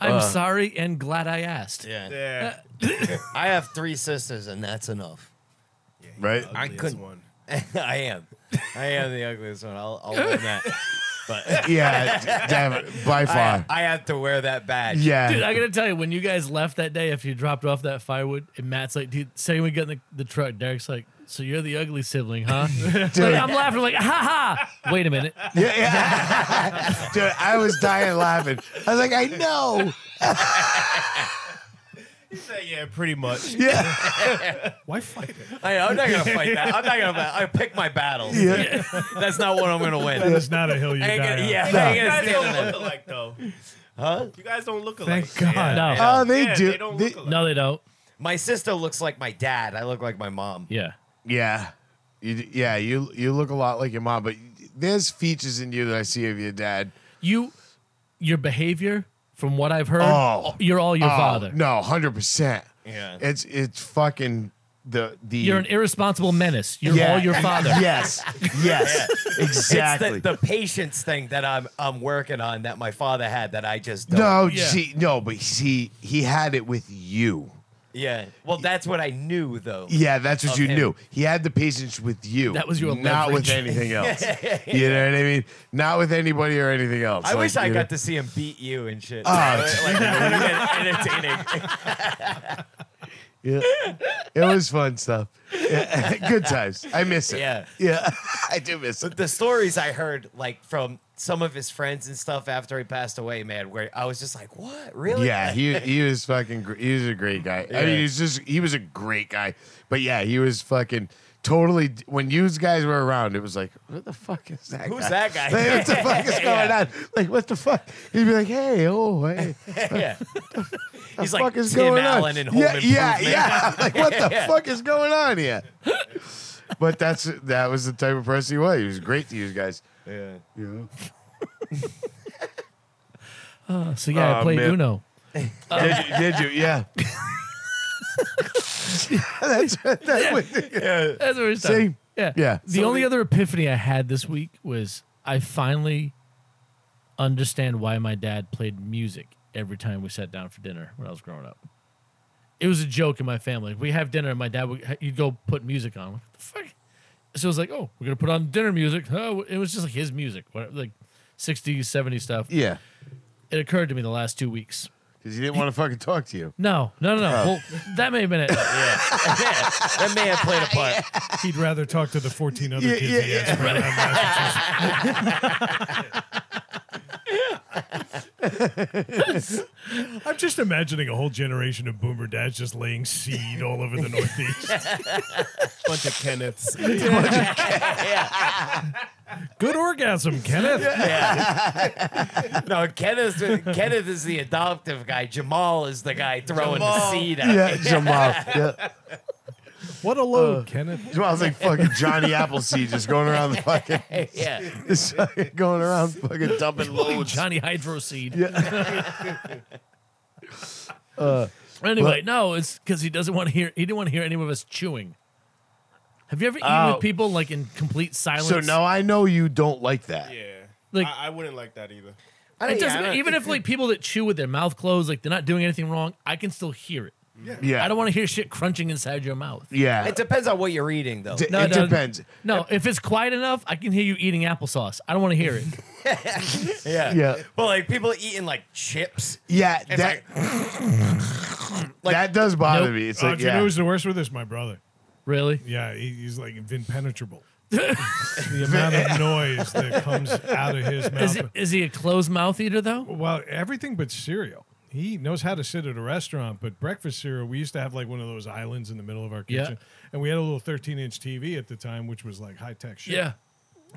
Speaker 3: I'm sorry and glad I asked.
Speaker 1: Yeah.
Speaker 2: Yeah,
Speaker 1: I have three sisters, and that's enough.
Speaker 5: Right?
Speaker 1: I
Speaker 2: Ugliest
Speaker 1: couldn't-
Speaker 2: One.
Speaker 1: I am. I am the ugliest one. I'll, I'll own that. But
Speaker 5: Yeah. d- Damn it. By
Speaker 1: I,
Speaker 5: far.
Speaker 1: I have to wear that badge.
Speaker 5: yeah.
Speaker 3: Dude, I gotta tell you, when you guys left that day after you dropped off that firewood, and Matt's like, dude, say we get in the, the truck, Derek's like, so you're the ugly sibling, huh? Like, I'm laughing, like, ha ha. Wait a minute.
Speaker 5: Yeah, yeah. Dude, I was dying laughing. I was like, I know.
Speaker 2: He said, yeah, pretty much.
Speaker 5: Yeah.
Speaker 4: Why fight it?
Speaker 1: I know, I'm not gonna fight that. I'm not gonna. Fight. I pick my battles.
Speaker 5: Yeah.
Speaker 1: That's not what I'm gonna win.
Speaker 4: That's not a hill you
Speaker 1: I ain't
Speaker 4: die
Speaker 1: gonna,
Speaker 4: on.
Speaker 1: yeah, I
Speaker 2: You
Speaker 1: ain't gonna
Speaker 2: guys
Speaker 1: stand
Speaker 2: don't
Speaker 1: on that.
Speaker 2: look alike though.
Speaker 1: Huh?
Speaker 2: You guys don't look alike.
Speaker 4: Thank God.
Speaker 1: Yeah.
Speaker 3: No.
Speaker 5: Oh, they
Speaker 2: Yeah,
Speaker 5: do.
Speaker 2: They don't
Speaker 5: They-
Speaker 2: look alike.
Speaker 3: No, they don't.
Speaker 1: My sister looks like my dad. I look like my mom.
Speaker 3: Yeah.
Speaker 5: yeah. You, d- yeah, you you look a lot like your mom, but there's features in you that I see of your dad.
Speaker 3: You, your behavior, from what I've heard,
Speaker 5: Oh.
Speaker 3: you're all your
Speaker 5: Oh,
Speaker 3: father.
Speaker 5: No, hundred percent.
Speaker 1: Yeah.
Speaker 5: It's it's fucking the the
Speaker 3: You're an irresponsible menace. You're
Speaker 5: E. Yeah.
Speaker 3: all your father.
Speaker 5: Yes. Yes. Exactly.
Speaker 1: It's the, the patience thing that I'm I'm working on that my father had that I just don't.
Speaker 5: no,
Speaker 3: Yeah.
Speaker 5: see, no, but see, he had it with you.
Speaker 1: Yeah. Well, that's what I knew though.
Speaker 5: Yeah, that's what
Speaker 1: Of
Speaker 5: you
Speaker 1: him.
Speaker 5: knew. He had the patience with you.
Speaker 3: That was your
Speaker 5: not with
Speaker 3: leverage.
Speaker 5: anything else. you know what I mean? Not with anybody or anything else.
Speaker 1: I
Speaker 5: Like,
Speaker 1: wish I
Speaker 5: you know-
Speaker 1: got to see him beat you and shit.
Speaker 5: Oh,
Speaker 1: like, it would have been entertaining.
Speaker 5: Yeah. It was fun stuff. Yeah. Good times. I miss it.
Speaker 1: Yeah.
Speaker 5: Yeah. I do miss it.
Speaker 1: the stories I heard, like from some of his friends and stuff after he passed away, man, where I was just like, "What, really?"
Speaker 5: Yeah, he he was fucking. gr- He was a great guy. I
Speaker 1: Yeah.
Speaker 5: mean, he's just he was a great guy. But yeah, he was fucking totally. When you guys were around, it was like, what the fuck is that?
Speaker 1: Who's
Speaker 5: guy?
Speaker 1: that guy?
Speaker 5: Like, what the fuck is going
Speaker 1: Yeah.
Speaker 5: on? Like, what the fuck? He'd be like, hey, oh, hey,
Speaker 1: yeah. He's
Speaker 5: the
Speaker 1: like
Speaker 5: fuck is
Speaker 1: Tim
Speaker 5: going
Speaker 1: Allen
Speaker 5: on?
Speaker 1: and Home
Speaker 5: yeah, yeah,
Speaker 1: Improvement.
Speaker 5: yeah. Like, what the
Speaker 1: Yeah.
Speaker 5: fuck is going on here? But that's that was the type of person he was. He was great to you guys.
Speaker 1: Yeah.
Speaker 5: You
Speaker 3: Uh, so yeah, I
Speaker 5: Oh,
Speaker 3: played
Speaker 5: man.
Speaker 3: Uno.
Speaker 5: know? did, you, did you? Yeah. that's that was-
Speaker 3: That's what it's
Speaker 5: See?
Speaker 3: Yeah.
Speaker 5: Yeah.
Speaker 3: The only other epiphany I had this week was I finally understand why my dad played music every time we sat down for dinner when I was growing up. It was a joke in my family. We have dinner, and my dad would you'd go put music on. I'm like, what the fuck? So it was like, oh, we're gonna put on dinner music. Oh, it was just like his music, whatever, like 60s, 70s stuff.
Speaker 5: Yeah.
Speaker 3: It occurred to me the last two weeks.
Speaker 5: Because he didn't want to fucking talk to you.
Speaker 3: No, no, no, no.
Speaker 5: Oh.
Speaker 3: Well, that may have been it.
Speaker 1: Yeah. That may have played a part.
Speaker 4: He'd rather talk to the 14 other
Speaker 5: Yeah,
Speaker 4: kids.
Speaker 5: yeah,
Speaker 4: he
Speaker 5: yeah.
Speaker 4: has around Massachusetts. I'm just imagining a whole generation of boomer dads just laying seed all over the Northeast.
Speaker 2: Bunch of Kenneths.
Speaker 1: Yeah.
Speaker 4: Good orgasm, Kenneth.
Speaker 1: No, Kenneth, Kenneth is the adoptive guy. Jamal is the guy throwing the
Speaker 2: Jamal.
Speaker 1: seed out.
Speaker 5: Yeah, Jamal. Yeah.
Speaker 4: What a load, Kenneth.
Speaker 5: Jamal's like fucking Johnny Appleseed just going around the fucking,
Speaker 1: Yeah.
Speaker 5: just fucking going around fucking dumping loads.
Speaker 3: Johnny Hydro Seed.
Speaker 5: Yeah.
Speaker 3: Uh, Anyway, no, it's because he doesn't want to hear. He didn't want to hear any of us chewing. Have you ever eaten
Speaker 5: Oh.
Speaker 3: with people like in complete silence?
Speaker 5: So now I know you don't like that.
Speaker 2: Yeah.
Speaker 3: Like-
Speaker 2: I, I wouldn't like that either.
Speaker 1: I
Speaker 3: it
Speaker 1: don't-
Speaker 3: doesn't.
Speaker 1: yeah, I don't-
Speaker 3: even if like people that chew with their mouth closed, like they're not doing anything wrong, I can still hear it.
Speaker 5: Yeah.
Speaker 3: I don't want to hear shit crunching inside your mouth.
Speaker 5: Yeah.
Speaker 1: It depends on what you're eating, though.
Speaker 5: D-
Speaker 3: No,
Speaker 5: it
Speaker 3: no,
Speaker 5: depends.
Speaker 3: No, if it's quiet enough, I can hear you eating applesauce. I don't want to hear it.
Speaker 1: Yeah.
Speaker 5: Yeah.
Speaker 1: But like people eating like chips.
Speaker 5: Yeah, that
Speaker 1: like-
Speaker 5: that does bother
Speaker 3: Nope.
Speaker 5: me. It's
Speaker 4: Uh,
Speaker 5: like
Speaker 4: do you know
Speaker 5: yeah.
Speaker 4: who's the worst with this? My brother.
Speaker 3: Really?
Speaker 4: Yeah, he, he's like impenetrable. the amount of noise that comes out of his mouth.
Speaker 3: Is, it, is he a closed mouth eater though?
Speaker 4: Well, everything but cereal. He knows how to sit at a restaurant, but breakfast cereal, we used to have like one of those islands in the middle of our
Speaker 3: Yeah.
Speaker 4: kitchen. And we had a little 13 inch TV at the time, which was like high tech shit.
Speaker 3: Yeah.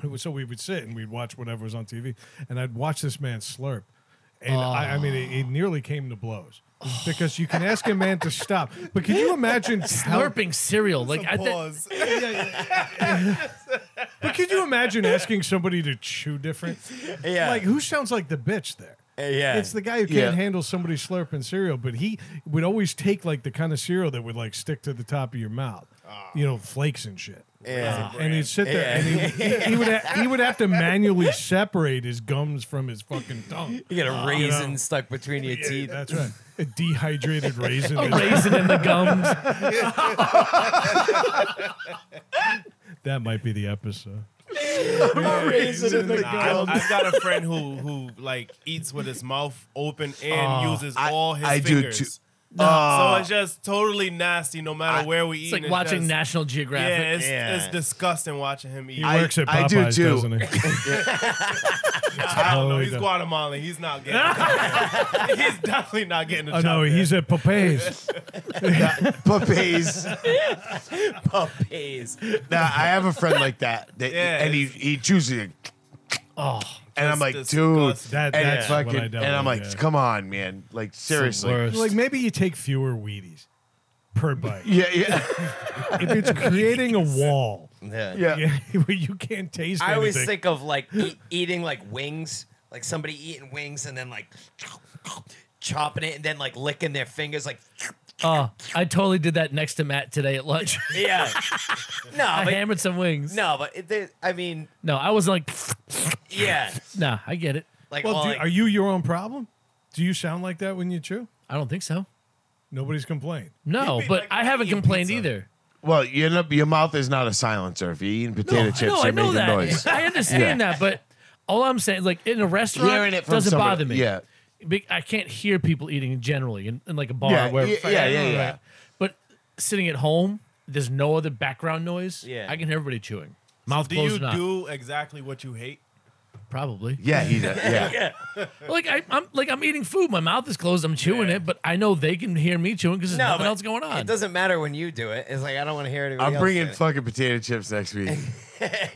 Speaker 4: It was- So we would sit and we'd watch whatever was on TV. And I'd watch this man slurp. And I, I mean, it, it nearly came to blows
Speaker 3: Oh.
Speaker 4: because you can ask a man to stop. But can you imagine how,
Speaker 3: Slurping cereal. Like I think.
Speaker 2: Pause.
Speaker 4: But could you imagine asking somebody to chew different?
Speaker 1: Yeah.
Speaker 4: Like, who sounds like the bitch there?
Speaker 1: yeah.
Speaker 4: It's the guy who
Speaker 5: Yeah.
Speaker 4: can't handle somebody slurping cereal, but he would always take like the kind of cereal that would like stick to the top of your mouth, you know, flakes and shit.
Speaker 1: Yeah.
Speaker 4: And he'd sit there,
Speaker 1: Yeah.
Speaker 4: and he, he, he would ha- he would have to manually separate his gums from his fucking tongue.
Speaker 1: You get
Speaker 5: Ah.
Speaker 1: a raisin
Speaker 4: know.
Speaker 1: stuck between your
Speaker 4: Yeah,
Speaker 1: teeth.
Speaker 4: That's right, a dehydrated raisin.
Speaker 3: Raisin in the gums.
Speaker 4: that might be the episode.
Speaker 2: I, I've got a friend who who like eats with his mouth open and
Speaker 3: Oh,
Speaker 2: uses
Speaker 5: I-
Speaker 2: all his
Speaker 5: I do
Speaker 2: fingers.
Speaker 5: too. Oh.
Speaker 2: so it's just totally nasty no matter where we eat.
Speaker 3: It's like watching
Speaker 2: just,
Speaker 3: National
Speaker 2: Yeah,
Speaker 3: Geographic.
Speaker 2: it's,
Speaker 1: Yeah.
Speaker 2: it's disgusting watching him eat.
Speaker 4: He
Speaker 2: I,
Speaker 4: works at Popeyes,
Speaker 5: I do too.
Speaker 4: doesn't he?
Speaker 2: don't know.
Speaker 4: totally
Speaker 2: He's
Speaker 4: does.
Speaker 2: Guatemalan. He's not getting. the job. he's definitely not getting the
Speaker 4: Oh
Speaker 2: job.
Speaker 4: no,
Speaker 2: there.
Speaker 4: he's at Popeyes.
Speaker 5: Puppies.
Speaker 1: Puppies.
Speaker 5: now I have a friend like that, that
Speaker 2: Yeah,
Speaker 5: and he
Speaker 2: it's-
Speaker 5: he chooses it.
Speaker 3: Oh,
Speaker 5: And I'm like,
Speaker 2: That's
Speaker 5: dude,
Speaker 2: disgusting.
Speaker 4: That,
Speaker 5: and
Speaker 4: that's
Speaker 5: fucking,
Speaker 4: what I
Speaker 5: and
Speaker 4: don't
Speaker 5: I'm like,
Speaker 4: yeah.
Speaker 5: come on, man, like seriously,
Speaker 3: worst.
Speaker 4: Like maybe you take fewer Wheaties per bite.
Speaker 5: yeah, yeah,
Speaker 4: if it's creating a wall
Speaker 1: Yeah.
Speaker 5: yeah.
Speaker 4: yeah, where you can't taste
Speaker 1: I always
Speaker 4: anything.
Speaker 1: think of like e- eating like wings, like somebody eating wings and then like chopping it and then like licking their fingers, like
Speaker 3: Oh, I totally did that next to Matt today at lunch.
Speaker 1: yeah. no,
Speaker 3: I
Speaker 1: but
Speaker 3: hammered some wings.
Speaker 1: no, but it, they- I mean,
Speaker 3: No, I was like,
Speaker 1: yeah,
Speaker 3: nah, I get it.
Speaker 1: like
Speaker 4: well,
Speaker 1: all
Speaker 4: do-
Speaker 1: like-
Speaker 4: are you your own problem? Do you sound like that when you chew?
Speaker 3: I don't think so.
Speaker 4: Nobody's complained.
Speaker 3: No,
Speaker 2: You'd be
Speaker 3: but
Speaker 2: like,
Speaker 3: I
Speaker 2: "I'm
Speaker 3: haven't
Speaker 2: eating
Speaker 3: complained
Speaker 2: pizza."
Speaker 3: either.
Speaker 5: Well, you're not, your mouth is not a silencer. If you're eating potato
Speaker 3: no,
Speaker 5: chips,
Speaker 3: no, I
Speaker 5: you're
Speaker 3: know
Speaker 5: making
Speaker 3: that.
Speaker 5: noise.
Speaker 3: I understand that, but all I'm saying, like in a restaurant,
Speaker 5: Hearing it from
Speaker 3: doesn't
Speaker 5: somebody-
Speaker 3: bother me.
Speaker 5: yeah.
Speaker 3: Be- I can't hear people eating generally in, in like a bar.
Speaker 4: Oh,
Speaker 5: Yeah,
Speaker 3: where,
Speaker 5: yeah, yeah, yeah, yeah.
Speaker 3: But sitting at home, there's no other background noise.
Speaker 1: Yeah.
Speaker 3: I can hear everybody chewing. Mouth
Speaker 2: Do
Speaker 3: closed,
Speaker 2: you
Speaker 3: or not.
Speaker 2: do exactly what you hate?
Speaker 3: probably.
Speaker 5: Yeah, he does. Yeah.
Speaker 3: Like I, I'm like I'm eating food. My mouth is closed. I'm chewing it, but I know they can hear me chewing because there's nothing
Speaker 1: but
Speaker 3: else going on.
Speaker 1: It doesn't matter when you do it. It's like I don't want to hear it.
Speaker 5: I'm bringing fucking potato chips next week.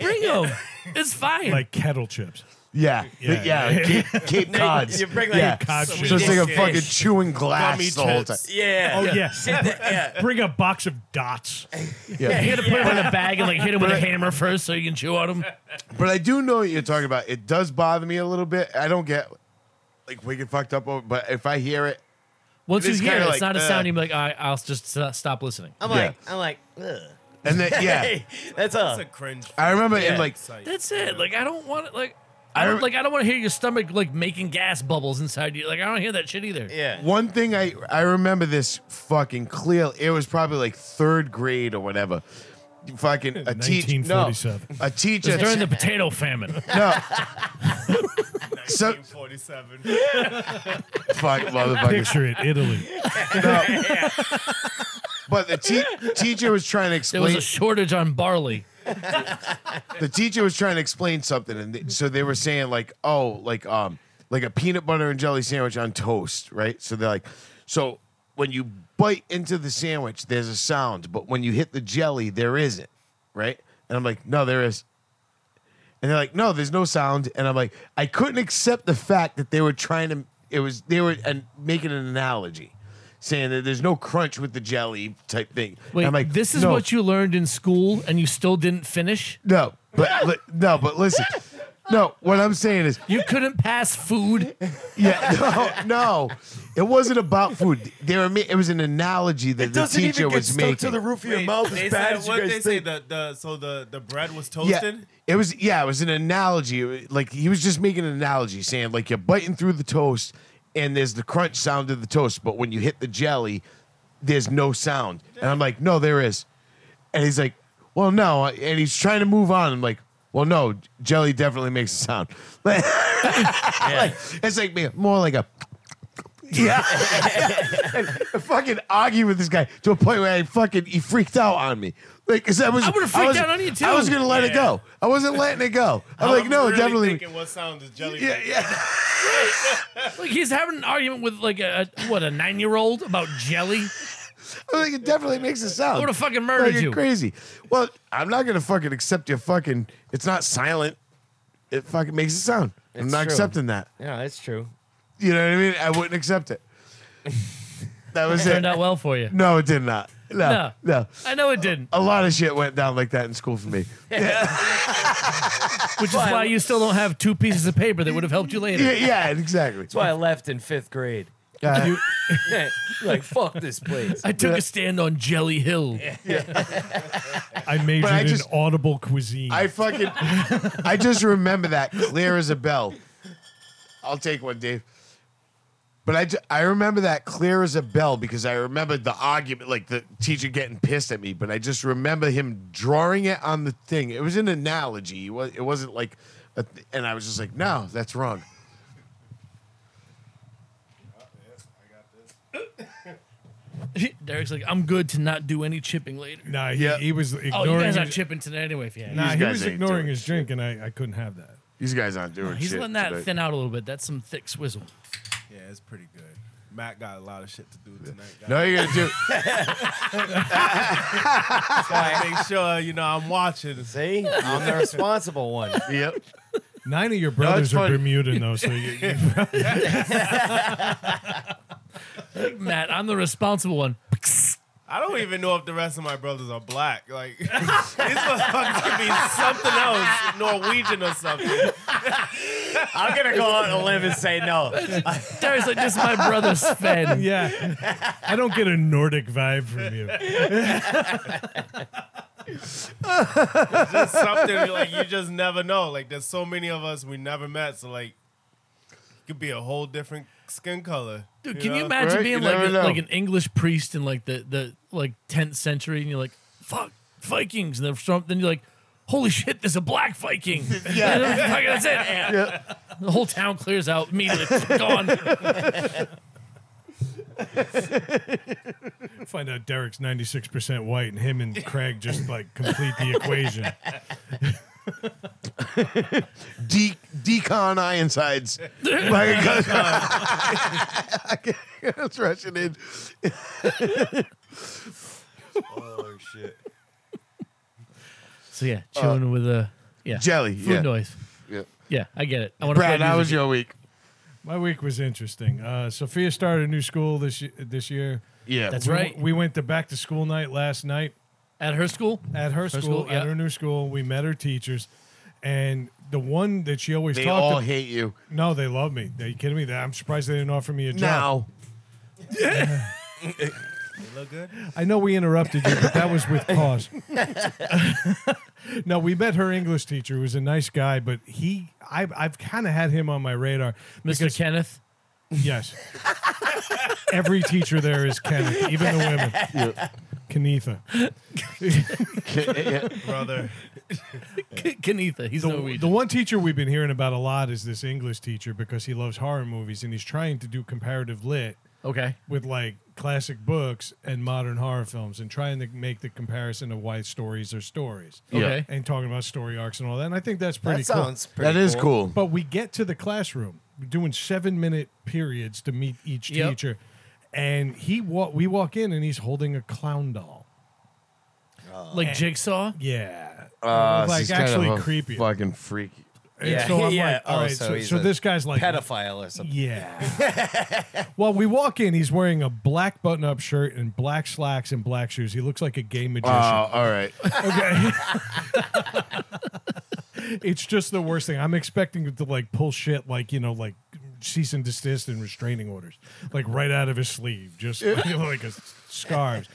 Speaker 3: Bring them. it's fine.
Speaker 4: Like kettle chips.
Speaker 5: Yeah. Yeah.
Speaker 4: Yeah.
Speaker 5: Cape, Cape Cod's.
Speaker 1: you bring, like,
Speaker 5: yeah.
Speaker 4: Cod
Speaker 5: So
Speaker 4: chips.
Speaker 5: it's like a
Speaker 1: Yeah.
Speaker 5: fucking chewing glass
Speaker 2: Gummy
Speaker 5: the whole time.
Speaker 2: chips.
Speaker 1: Yeah.
Speaker 4: Oh
Speaker 1: yeah.
Speaker 4: yes.
Speaker 1: yeah.
Speaker 4: Bring a box of dots.
Speaker 3: you
Speaker 5: Yeah.
Speaker 3: gotta put them in a bag and like hit them with a hammer first so you can chew on them.
Speaker 5: But I do know what you're talking about. It does bother me a little bit. I don't get like wicked fucked up over, but if I hear it,
Speaker 3: Once you
Speaker 5: It's
Speaker 3: hear it,
Speaker 5: kinda
Speaker 3: it's
Speaker 5: like,
Speaker 3: not a
Speaker 5: uh,
Speaker 3: sound. You're like, I, I'll just st- stop listening.
Speaker 1: I'm
Speaker 5: Yeah.
Speaker 1: like, I'm like, ugh.
Speaker 5: and then yeah,
Speaker 1: Hey, that's all.
Speaker 2: That's a cringe.
Speaker 5: I remember in like
Speaker 2: sight.
Speaker 3: That's it. Like I don't want it. Like I don't
Speaker 5: rem-
Speaker 3: like. I don't want to hear your stomach like making gas bubbles inside you. Like I don't hear that shit either.
Speaker 1: yeah.
Speaker 5: One thing I I remember this fucking clear. It was probably like third grade or whatever. Fucking a teacher. No,
Speaker 4: 1947.
Speaker 5: a
Speaker 3: It's
Speaker 5: teacher.
Speaker 3: during the potato famine.
Speaker 5: no, so
Speaker 2: 1947.
Speaker 5: fuck motherfuckers.
Speaker 4: Picture it, Italy.
Speaker 5: But the te- teacher was trying to
Speaker 3: There was
Speaker 5: explain.
Speaker 3: a shortage on barley.
Speaker 5: the teacher was trying to explain something, and they, so they were saying like, oh, like um, like a peanut butter and jelly sandwich on toast, right? So they're like, so when you bite into the sandwich, there's a sound, but when you hit the jelly, there isn't, right? And I'm like, no, there is. And they're like, no, there's no sound. And I'm like, I couldn't accept the fact that they were trying to, it was, they were and making an analogy, saying that there's no crunch with the jelly type thing. And
Speaker 3: Wait,
Speaker 5: I'm like,
Speaker 3: this is
Speaker 5: no,
Speaker 3: what you learned in school and you still didn't finish.
Speaker 5: no, but li- no, but listen. No, what I'm saying is,
Speaker 3: You couldn't pass food.
Speaker 5: yeah, no, no, it wasn't about food. They were, ma- it was an analogy that
Speaker 1: It
Speaker 5: the
Speaker 1: doesn't
Speaker 5: teacher
Speaker 1: even get
Speaker 5: was
Speaker 1: stuck
Speaker 5: making.
Speaker 1: to the roof of your
Speaker 2: Wait,
Speaker 1: mouth as
Speaker 2: they
Speaker 1: bad
Speaker 2: said-
Speaker 1: as you
Speaker 2: what
Speaker 1: guys
Speaker 2: they say
Speaker 1: think.
Speaker 2: the, the so the, the bread was
Speaker 5: yeah,
Speaker 2: toasted.
Speaker 5: it was. Yeah, it was an analogy. It was- Like he was just making an analogy, saying like you're biting through the toast, and there's the crunch sound of the toast, but when you hit the jelly, there's no sound. And I'm like, no, there is. And he's like, well, no. And he's trying to move on. I'm like, well, no, jelly definitely makes a sound. Like, it's like man, more like a. Yeah, And I fucking argue with this guy to a point where I fucking he freaked out on me. Like, 'cause I was,
Speaker 3: I would've
Speaker 5: I
Speaker 3: freaked
Speaker 5: was-
Speaker 3: out on you, too.
Speaker 5: I was gonna let it
Speaker 2: Yeah.
Speaker 5: go. I wasn't letting it go. I'm like,
Speaker 2: I'm
Speaker 5: no,
Speaker 2: really
Speaker 5: definitely.
Speaker 2: Thinking what sound is jelly?
Speaker 5: yeah,
Speaker 2: making.
Speaker 5: yeah.
Speaker 3: Like he's having an argument with like a, a- what a nine year old about jelly.
Speaker 5: I'm like, it definitely makes a
Speaker 3: I
Speaker 5: sound.
Speaker 3: would have fucking
Speaker 5: Like,
Speaker 3: murdered
Speaker 5: you're
Speaker 3: you.
Speaker 5: crazy. Well, I'm not gonna fucking accept your fucking. It's not silent. It fucking makes a sound. I'm
Speaker 1: It's
Speaker 5: not
Speaker 1: true.
Speaker 5: accepting that.
Speaker 1: Yeah, that's true.
Speaker 5: You know what I mean? I wouldn't accept it. That was it.
Speaker 3: Turned out well for you.
Speaker 5: No, it did not. No, no,
Speaker 3: I know it didn't,
Speaker 5: A lot of shit went down like that in school for me.
Speaker 3: which is why you still don't have two pieces of paper that would have helped you later.
Speaker 5: yeah, yeah, exactly.
Speaker 1: That's why I left in fifth grade.
Speaker 5: Uh,
Speaker 1: like, fuck this place.
Speaker 3: I took a stand on Jelly Hill.
Speaker 4: I majored
Speaker 5: I just-
Speaker 4: in audible cuisine.
Speaker 5: I fucking, I just remember that clear as a bell. I'll take one, Dave. But I, ju- I remember that clear as a bell because I remembered the argument, like the teacher getting pissed at me. But I just remember him drawing it on the thing. It was an analogy. It, was, it wasn't like, a th- and I was just like, no, that's wrong.
Speaker 3: Derek's like, I'm good to not do any chipping later.
Speaker 4: nah, he,
Speaker 5: Yeah.
Speaker 4: he was
Speaker 3: Oh,
Speaker 4: ignoring.
Speaker 3: you guys are
Speaker 4: his-
Speaker 3: chipping tonight anyway. If you had.
Speaker 4: Nah,
Speaker 5: These
Speaker 4: he
Speaker 5: guys
Speaker 4: was
Speaker 5: ain't
Speaker 4: ignoring
Speaker 5: doing
Speaker 4: his drink, and I, I couldn't have that.
Speaker 5: These guys aren't doing
Speaker 3: He's
Speaker 5: shit.
Speaker 3: letting that
Speaker 5: today.
Speaker 3: thin out a little bit. That's some thick swizzle.
Speaker 2: yeah, it's pretty good. Matt got a lot of shit to do tonight. Guys.
Speaker 5: No, you're gonna do.
Speaker 2: Gotta make sure you know I'm watching.
Speaker 1: See? I'm the responsible one.
Speaker 5: yep.
Speaker 4: Nine of your brothers are
Speaker 5: funny.
Speaker 4: Bermudan, though, so you, you-
Speaker 3: Matt, I'm the responsible one.
Speaker 2: I don't even know if the rest of my brothers are black. Like these motherfuckers could be something else, Norwegian or something.
Speaker 1: I'm going to go out on a limb and say no.
Speaker 3: Derek's like, this is my brother Sven.
Speaker 4: yeah. I don't get a Nordic vibe from you.
Speaker 2: Just something like you just never know. Like there's so many of us we never met, so like. could be a whole different skin color.
Speaker 3: Dude, can you
Speaker 2: know?
Speaker 3: imagine
Speaker 5: Right?
Speaker 3: being
Speaker 5: You
Speaker 3: like
Speaker 5: never
Speaker 3: a,
Speaker 5: know.
Speaker 3: like an English priest in like the, the like 10th century, and you're like, "Fuck Vikings," and they're from, then you're like, "Holy shit, there's a black Viking!" yeah, that's it. The whole town clears out immediately. Gone.
Speaker 4: Find out Derek's 96% white and him and Craig just like complete the equation.
Speaker 5: De- Decon Ironsides. Like, That's rushing in.
Speaker 1: Oh shit.
Speaker 3: So yeah, chilling with a yeah
Speaker 5: Uh, Jelly,
Speaker 3: food
Speaker 5: yeah.
Speaker 3: noise.
Speaker 5: Yeah.
Speaker 3: Yeah, I get it. I want to play
Speaker 5: Brad, how
Speaker 3: music.
Speaker 5: was your week?
Speaker 4: My week was interesting. Uh, Sophia started a new school this y- this year.
Speaker 5: Yeah.
Speaker 3: That's
Speaker 4: We-
Speaker 3: right.
Speaker 4: We went to back to school night last night.
Speaker 3: At her school,
Speaker 4: at her, school,
Speaker 3: school,
Speaker 4: at
Speaker 3: yeah.
Speaker 4: her new school. We met her teachers, and the one that she always
Speaker 5: They
Speaker 4: talked.
Speaker 5: all
Speaker 4: to,
Speaker 5: hate you.
Speaker 4: no, they love me. Are you kidding me? I'm surprised they didn't offer me a job.
Speaker 5: Now.
Speaker 2: You look good.
Speaker 4: I know we interrupted you, but that was with cause. no, we met her English teacher, who was a nice guy, but he, I, I've kind of had him on my radar.
Speaker 3: Mr.
Speaker 4: because-
Speaker 3: Kenneth.
Speaker 4: Yes. Every teacher there is Kenneth, even the women. Kenetha.
Speaker 2: brother.
Speaker 3: K- Kenetha, he's Norwegian.
Speaker 4: The one teacher we've been hearing about a lot is this English teacher because he loves horror movies and he's trying to do comparative lit
Speaker 3: okay,
Speaker 4: with like classic books and modern horror films and trying to make the comparison of why stories are stories.
Speaker 5: Yeah.
Speaker 3: okay.
Speaker 4: And talking about story arcs and all that. And I think that's pretty
Speaker 1: That
Speaker 4: cool.
Speaker 1: sounds pretty
Speaker 5: That is cool.
Speaker 4: But we get to the classroom. We're doing seven minute periods to meet each
Speaker 3: Yep.
Speaker 4: teacher. And he wa- we walk in and he's holding a clown doll.
Speaker 3: Like Jigsaw.
Speaker 4: Yeah.
Speaker 5: Uh,
Speaker 4: like
Speaker 5: she's kind of
Speaker 4: actually
Speaker 5: a
Speaker 4: creepy.
Speaker 5: Fucking freaky.
Speaker 4: And
Speaker 1: Yeah,
Speaker 4: so I'm
Speaker 1: yeah.
Speaker 4: like, all
Speaker 1: Oh,
Speaker 4: right,
Speaker 1: so
Speaker 4: so,
Speaker 1: he's
Speaker 4: so
Speaker 1: a
Speaker 4: this guy's like
Speaker 1: Pedophile or something.
Speaker 4: Yeah. well, we walk in. He's wearing a black button-up shirt and black slacks and black shoes. He looks like a gay
Speaker 5: Oh,
Speaker 4: magician.
Speaker 5: all right.
Speaker 4: Okay. it's just the worst thing. I'm expecting him to like pull shit like you know like cease and desist and restraining orders like right out of his sleeve, just like, like a scarves.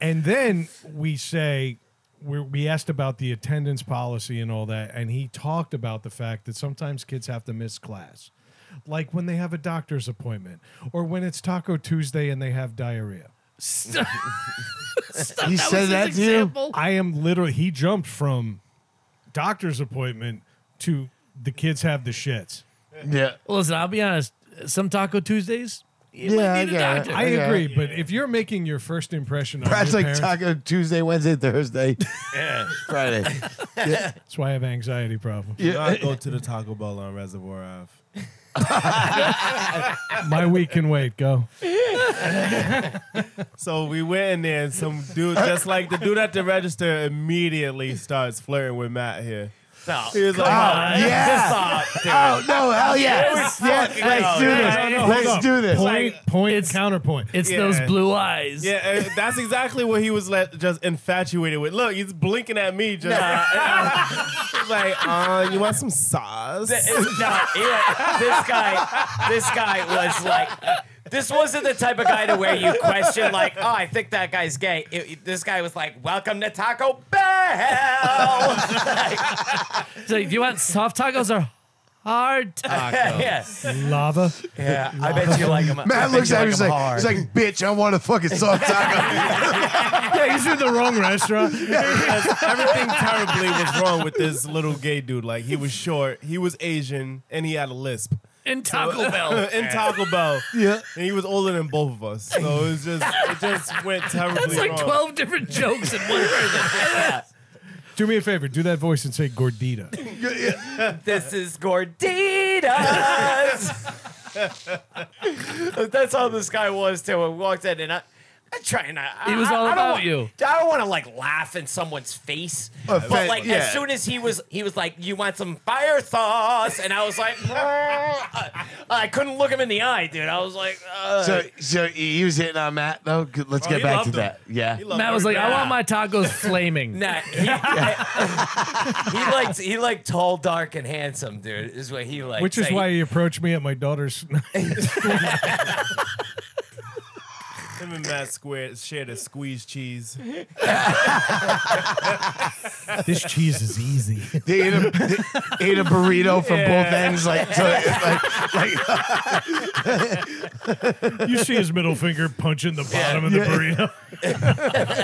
Speaker 4: And then we say. We're, we asked about the attendance policy and all that, and he talked about the fact that sometimes kids have to miss class, like when they have a doctor's appointment or when it's Taco Tuesday and they have diarrhea.
Speaker 3: Stop.
Speaker 5: He
Speaker 3: that
Speaker 5: said
Speaker 3: was
Speaker 5: that
Speaker 3: his
Speaker 5: to you?
Speaker 3: example.
Speaker 4: I am literally he jumped from doctor's appointment to the kids have the shits.
Speaker 5: Yeah.
Speaker 3: Well, listen, I'll be honest. Some Taco Tuesdays, you
Speaker 5: Yeah,
Speaker 3: might
Speaker 5: I
Speaker 3: need a
Speaker 5: get it.
Speaker 3: doctor.
Speaker 4: I
Speaker 5: Yeah.
Speaker 4: agree, but if you're making your first impression on
Speaker 5: Brad's
Speaker 4: your
Speaker 5: like
Speaker 4: parents,
Speaker 5: Taco Tuesday, Wednesday, Thursday, Friday.
Speaker 4: that's why I have anxiety problem.
Speaker 2: You know, I go to the Taco Bell on Reservoir Ave.
Speaker 4: My week can wait. Go.
Speaker 2: So we went in there, and some dude, just like the dude at the register, immediately starts flirting with Matt here.
Speaker 1: No.
Speaker 2: He was like,
Speaker 5: Oh, yeah.
Speaker 1: Stop, dude.
Speaker 5: Oh, no. Hell yeah.
Speaker 1: Yes.
Speaker 5: Yeah.
Speaker 1: Fucking
Speaker 5: Let's
Speaker 1: hell,
Speaker 5: do
Speaker 1: yeah.
Speaker 5: this. Let's do this.
Speaker 4: Point, point,
Speaker 3: it's-
Speaker 4: counterpoint.
Speaker 3: It's
Speaker 2: Yeah.
Speaker 3: those blue eyes.
Speaker 2: Yeah, uh, that's exactly what he was let, just infatuated with. Look, he's blinking at me. Just He's like, uh, you want some sauce?
Speaker 1: Th- it's not- yeah, this guy, this guy was like, this wasn't the type of guy to where you question like, oh, I think that guy's gay. It- it- this guy was like, welcome to Taco Bell.
Speaker 3: It's like, do you want soft tacos or hard tacos?
Speaker 1: yeah,
Speaker 4: Lava.
Speaker 1: yeah. I bet you like him. I bet
Speaker 5: Matt looks
Speaker 1: you
Speaker 5: at me.
Speaker 1: him
Speaker 5: He's like,
Speaker 1: hard.
Speaker 5: he's like, bitch, I want a fucking soft taco.
Speaker 4: yeah, he's in the wrong restaurant.
Speaker 2: Everything terribly was wrong with this little gay dude. Like, he was short, he was Asian, and he had a lisp.
Speaker 3: In Taco Bell.
Speaker 2: in Taco Bell.
Speaker 5: yeah.
Speaker 2: And he was older than both of us. So it was just it just went terribly
Speaker 3: It's like
Speaker 2: wrong.
Speaker 3: 12 different jokes in one person.
Speaker 4: Do me a favor. Do that voice and say gordita.
Speaker 1: this is gorditas. That's how this guy was too. I walked in and I. I try not. I-
Speaker 3: He was
Speaker 1: I-
Speaker 3: all
Speaker 1: I don't
Speaker 3: about
Speaker 1: want-
Speaker 3: you.
Speaker 1: I don't want to like laugh in someone's face, but
Speaker 5: thank-
Speaker 1: like
Speaker 5: yeah.
Speaker 1: as soon as he was, he was like, "You want some fire sauce?" And I was like, I, I couldn't look him in the eye, dude. I was like, uh,
Speaker 5: So, so he was hitting on Matt though. Good, Let's
Speaker 2: Oh,
Speaker 5: get
Speaker 2: he
Speaker 5: back to
Speaker 2: loved him.
Speaker 5: that. Yeah.
Speaker 2: He loved
Speaker 3: Matt was like, I
Speaker 1: Nah.
Speaker 3: want my tacos flaming.
Speaker 1: Nah, he, he liked he liked tall, dark, and handsome, dude. Is what he liked.
Speaker 4: Which is
Speaker 1: So he-
Speaker 4: why he approached me at my daughter's.
Speaker 2: everything. him and Matt Square shared a squeeze cheese.
Speaker 3: This cheese is easy.
Speaker 5: They ate a, they ate a burrito from both ends, like, to, like, like
Speaker 4: You see his middle finger punching the bottom of the burrito.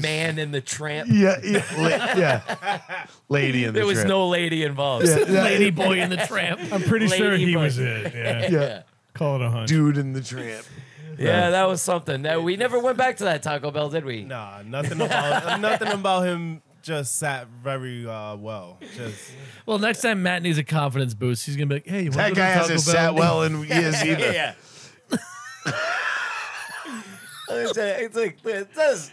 Speaker 1: man in the tramp.
Speaker 5: yeah, yeah, la- yeah. lady in the
Speaker 1: There was
Speaker 5: trip.
Speaker 1: no lady involved.
Speaker 5: Yeah, yeah,
Speaker 3: Lady boy in the tramp.
Speaker 4: I'm pretty sure
Speaker 1: Lady
Speaker 4: he
Speaker 1: bug.
Speaker 4: was it. Yeah.
Speaker 5: yeah.
Speaker 4: Call it a hunt.
Speaker 5: dude in the tramp.
Speaker 1: Yeah, that was something. That we never went back to that Taco Bell, did we?
Speaker 2: Nah, nothing about nothing about him. Just sat very uh, well. Just
Speaker 3: Well, next time Matt needs a confidence boost, he's gonna be like, "Hey, you want
Speaker 5: That
Speaker 3: to
Speaker 5: guy
Speaker 3: Taco Bell?
Speaker 5: hasn't sat well in years either.
Speaker 1: yeah. it's like, it's like it does-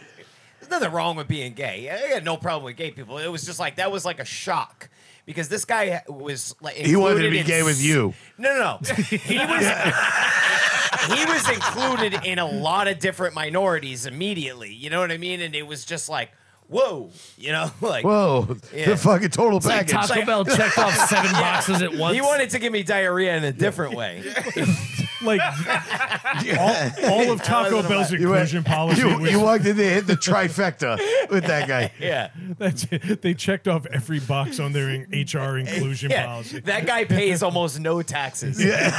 Speaker 1: there's nothing wrong with being gay. I got no problem with gay people. It was just like that was like a shock because this guy was like
Speaker 5: He wanted to
Speaker 1: included
Speaker 5: be
Speaker 1: in
Speaker 5: gay with
Speaker 1: s-
Speaker 5: you.
Speaker 1: No, no, no. He was he was included in a lot of different minorities immediately. You know what I mean? And it was just like, whoa, you know, like
Speaker 5: Whoa,
Speaker 1: Yeah.
Speaker 5: the fucking total
Speaker 3: Like
Speaker 5: package.
Speaker 3: Taco Bell checked off seven boxes at once.
Speaker 1: he wanted to give me diarrhea in a different way.
Speaker 4: Like all, all of Taco Bell's inclusion policy.
Speaker 5: you,
Speaker 4: was,
Speaker 5: you walked in there, hit the trifecta with that guy.
Speaker 1: Yeah.
Speaker 4: that's it. They checked off every box on their in- HR inclusion
Speaker 1: yeah.
Speaker 4: policy,
Speaker 1: That guy pays almost no taxes. Yeah.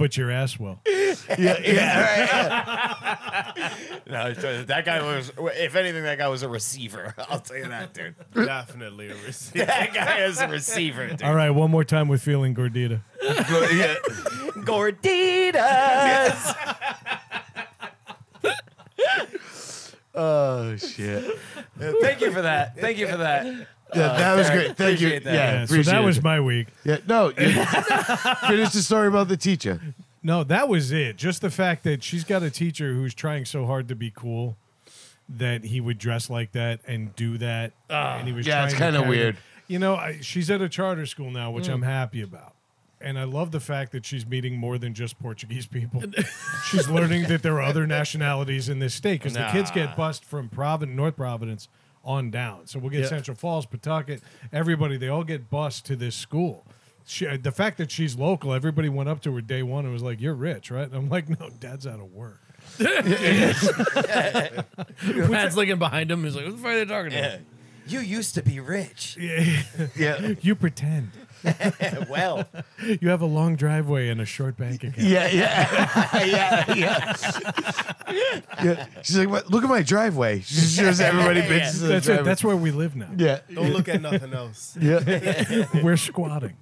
Speaker 4: but your ass will.
Speaker 5: Yeah, yeah.
Speaker 1: No, it's just- that guy was, if anything, that guy was a receiver. I'll tell you that, dude.
Speaker 2: definitely a receipt.
Speaker 1: That guy is a receiver, dude.
Speaker 4: All right, one more time with feeling gordita.
Speaker 5: yeah.
Speaker 1: Gorditas.
Speaker 5: Oh shit.
Speaker 1: Thank you for that. Thank you for that.
Speaker 5: Yeah, that was
Speaker 1: Uh, Derek,
Speaker 5: great. Thank you.
Speaker 1: appreciate that.
Speaker 5: Yeah,
Speaker 4: Yeah, so that
Speaker 5: appreciate
Speaker 4: was
Speaker 5: it.
Speaker 4: my week.
Speaker 5: Yeah, no. you- Finish the story about the teacher.
Speaker 4: No, that was it. Just the fact that she's got a teacher who's trying so hard to be cool that he would dress like that and do that. and he was
Speaker 5: Ah, yeah, it's
Speaker 4: trying to
Speaker 5: kinda
Speaker 4: carry-
Speaker 5: weird.
Speaker 4: You know, I, she's at a charter school now, which I'm happy about. And I love the fact that she's meeting more than just Portuguese people. she's learning that there are other nationalities in this state because the kids get bussed from Providence, North Providence on down. So we'll get
Speaker 3: Yeah.
Speaker 4: Central Falls, Pawtucket, everybody, they all get bussed to this school. She, uh, the fact that she's local, everybody went up to her day one and was like, You're rich, right? And I'm like, No, dad's out of work.
Speaker 3: Matt's looking behind him. He's like, "What the fuck are they talking about?"
Speaker 1: You used to be rich.
Speaker 5: Yeah,
Speaker 4: You pretend.
Speaker 1: Well,
Speaker 4: You have a long driveway and a short bank account.
Speaker 5: yeah, yeah, yeah, yeah. yeah. She's like, what? look at my driveway. She shows everybody bitches. in the
Speaker 4: That's it.
Speaker 5: driveway.
Speaker 4: That's where we live now.
Speaker 5: yeah,
Speaker 2: Don't look at nothing else.
Speaker 5: yeah.
Speaker 4: We're squatting.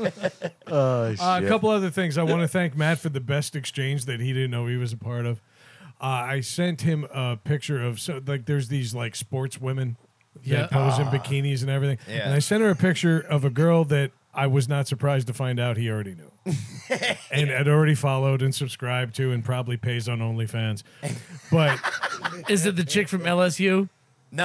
Speaker 5: Oh shit.
Speaker 4: Uh, a couple other things. I want to thank Matt for the best exchange that he didn't know he was a part of. Uh, I sent him a picture of so like there's these like sports women
Speaker 3: Yeah.
Speaker 4: that pose in bikinis and everything.
Speaker 1: Ah. Yeah.
Speaker 4: And I sent her a picture of a girl that I was not surprised to find out he already knew. and had already followed and subscribed to and probably pays on OnlyFans. But uh,
Speaker 3: Is it the chick from LSU?
Speaker 1: no,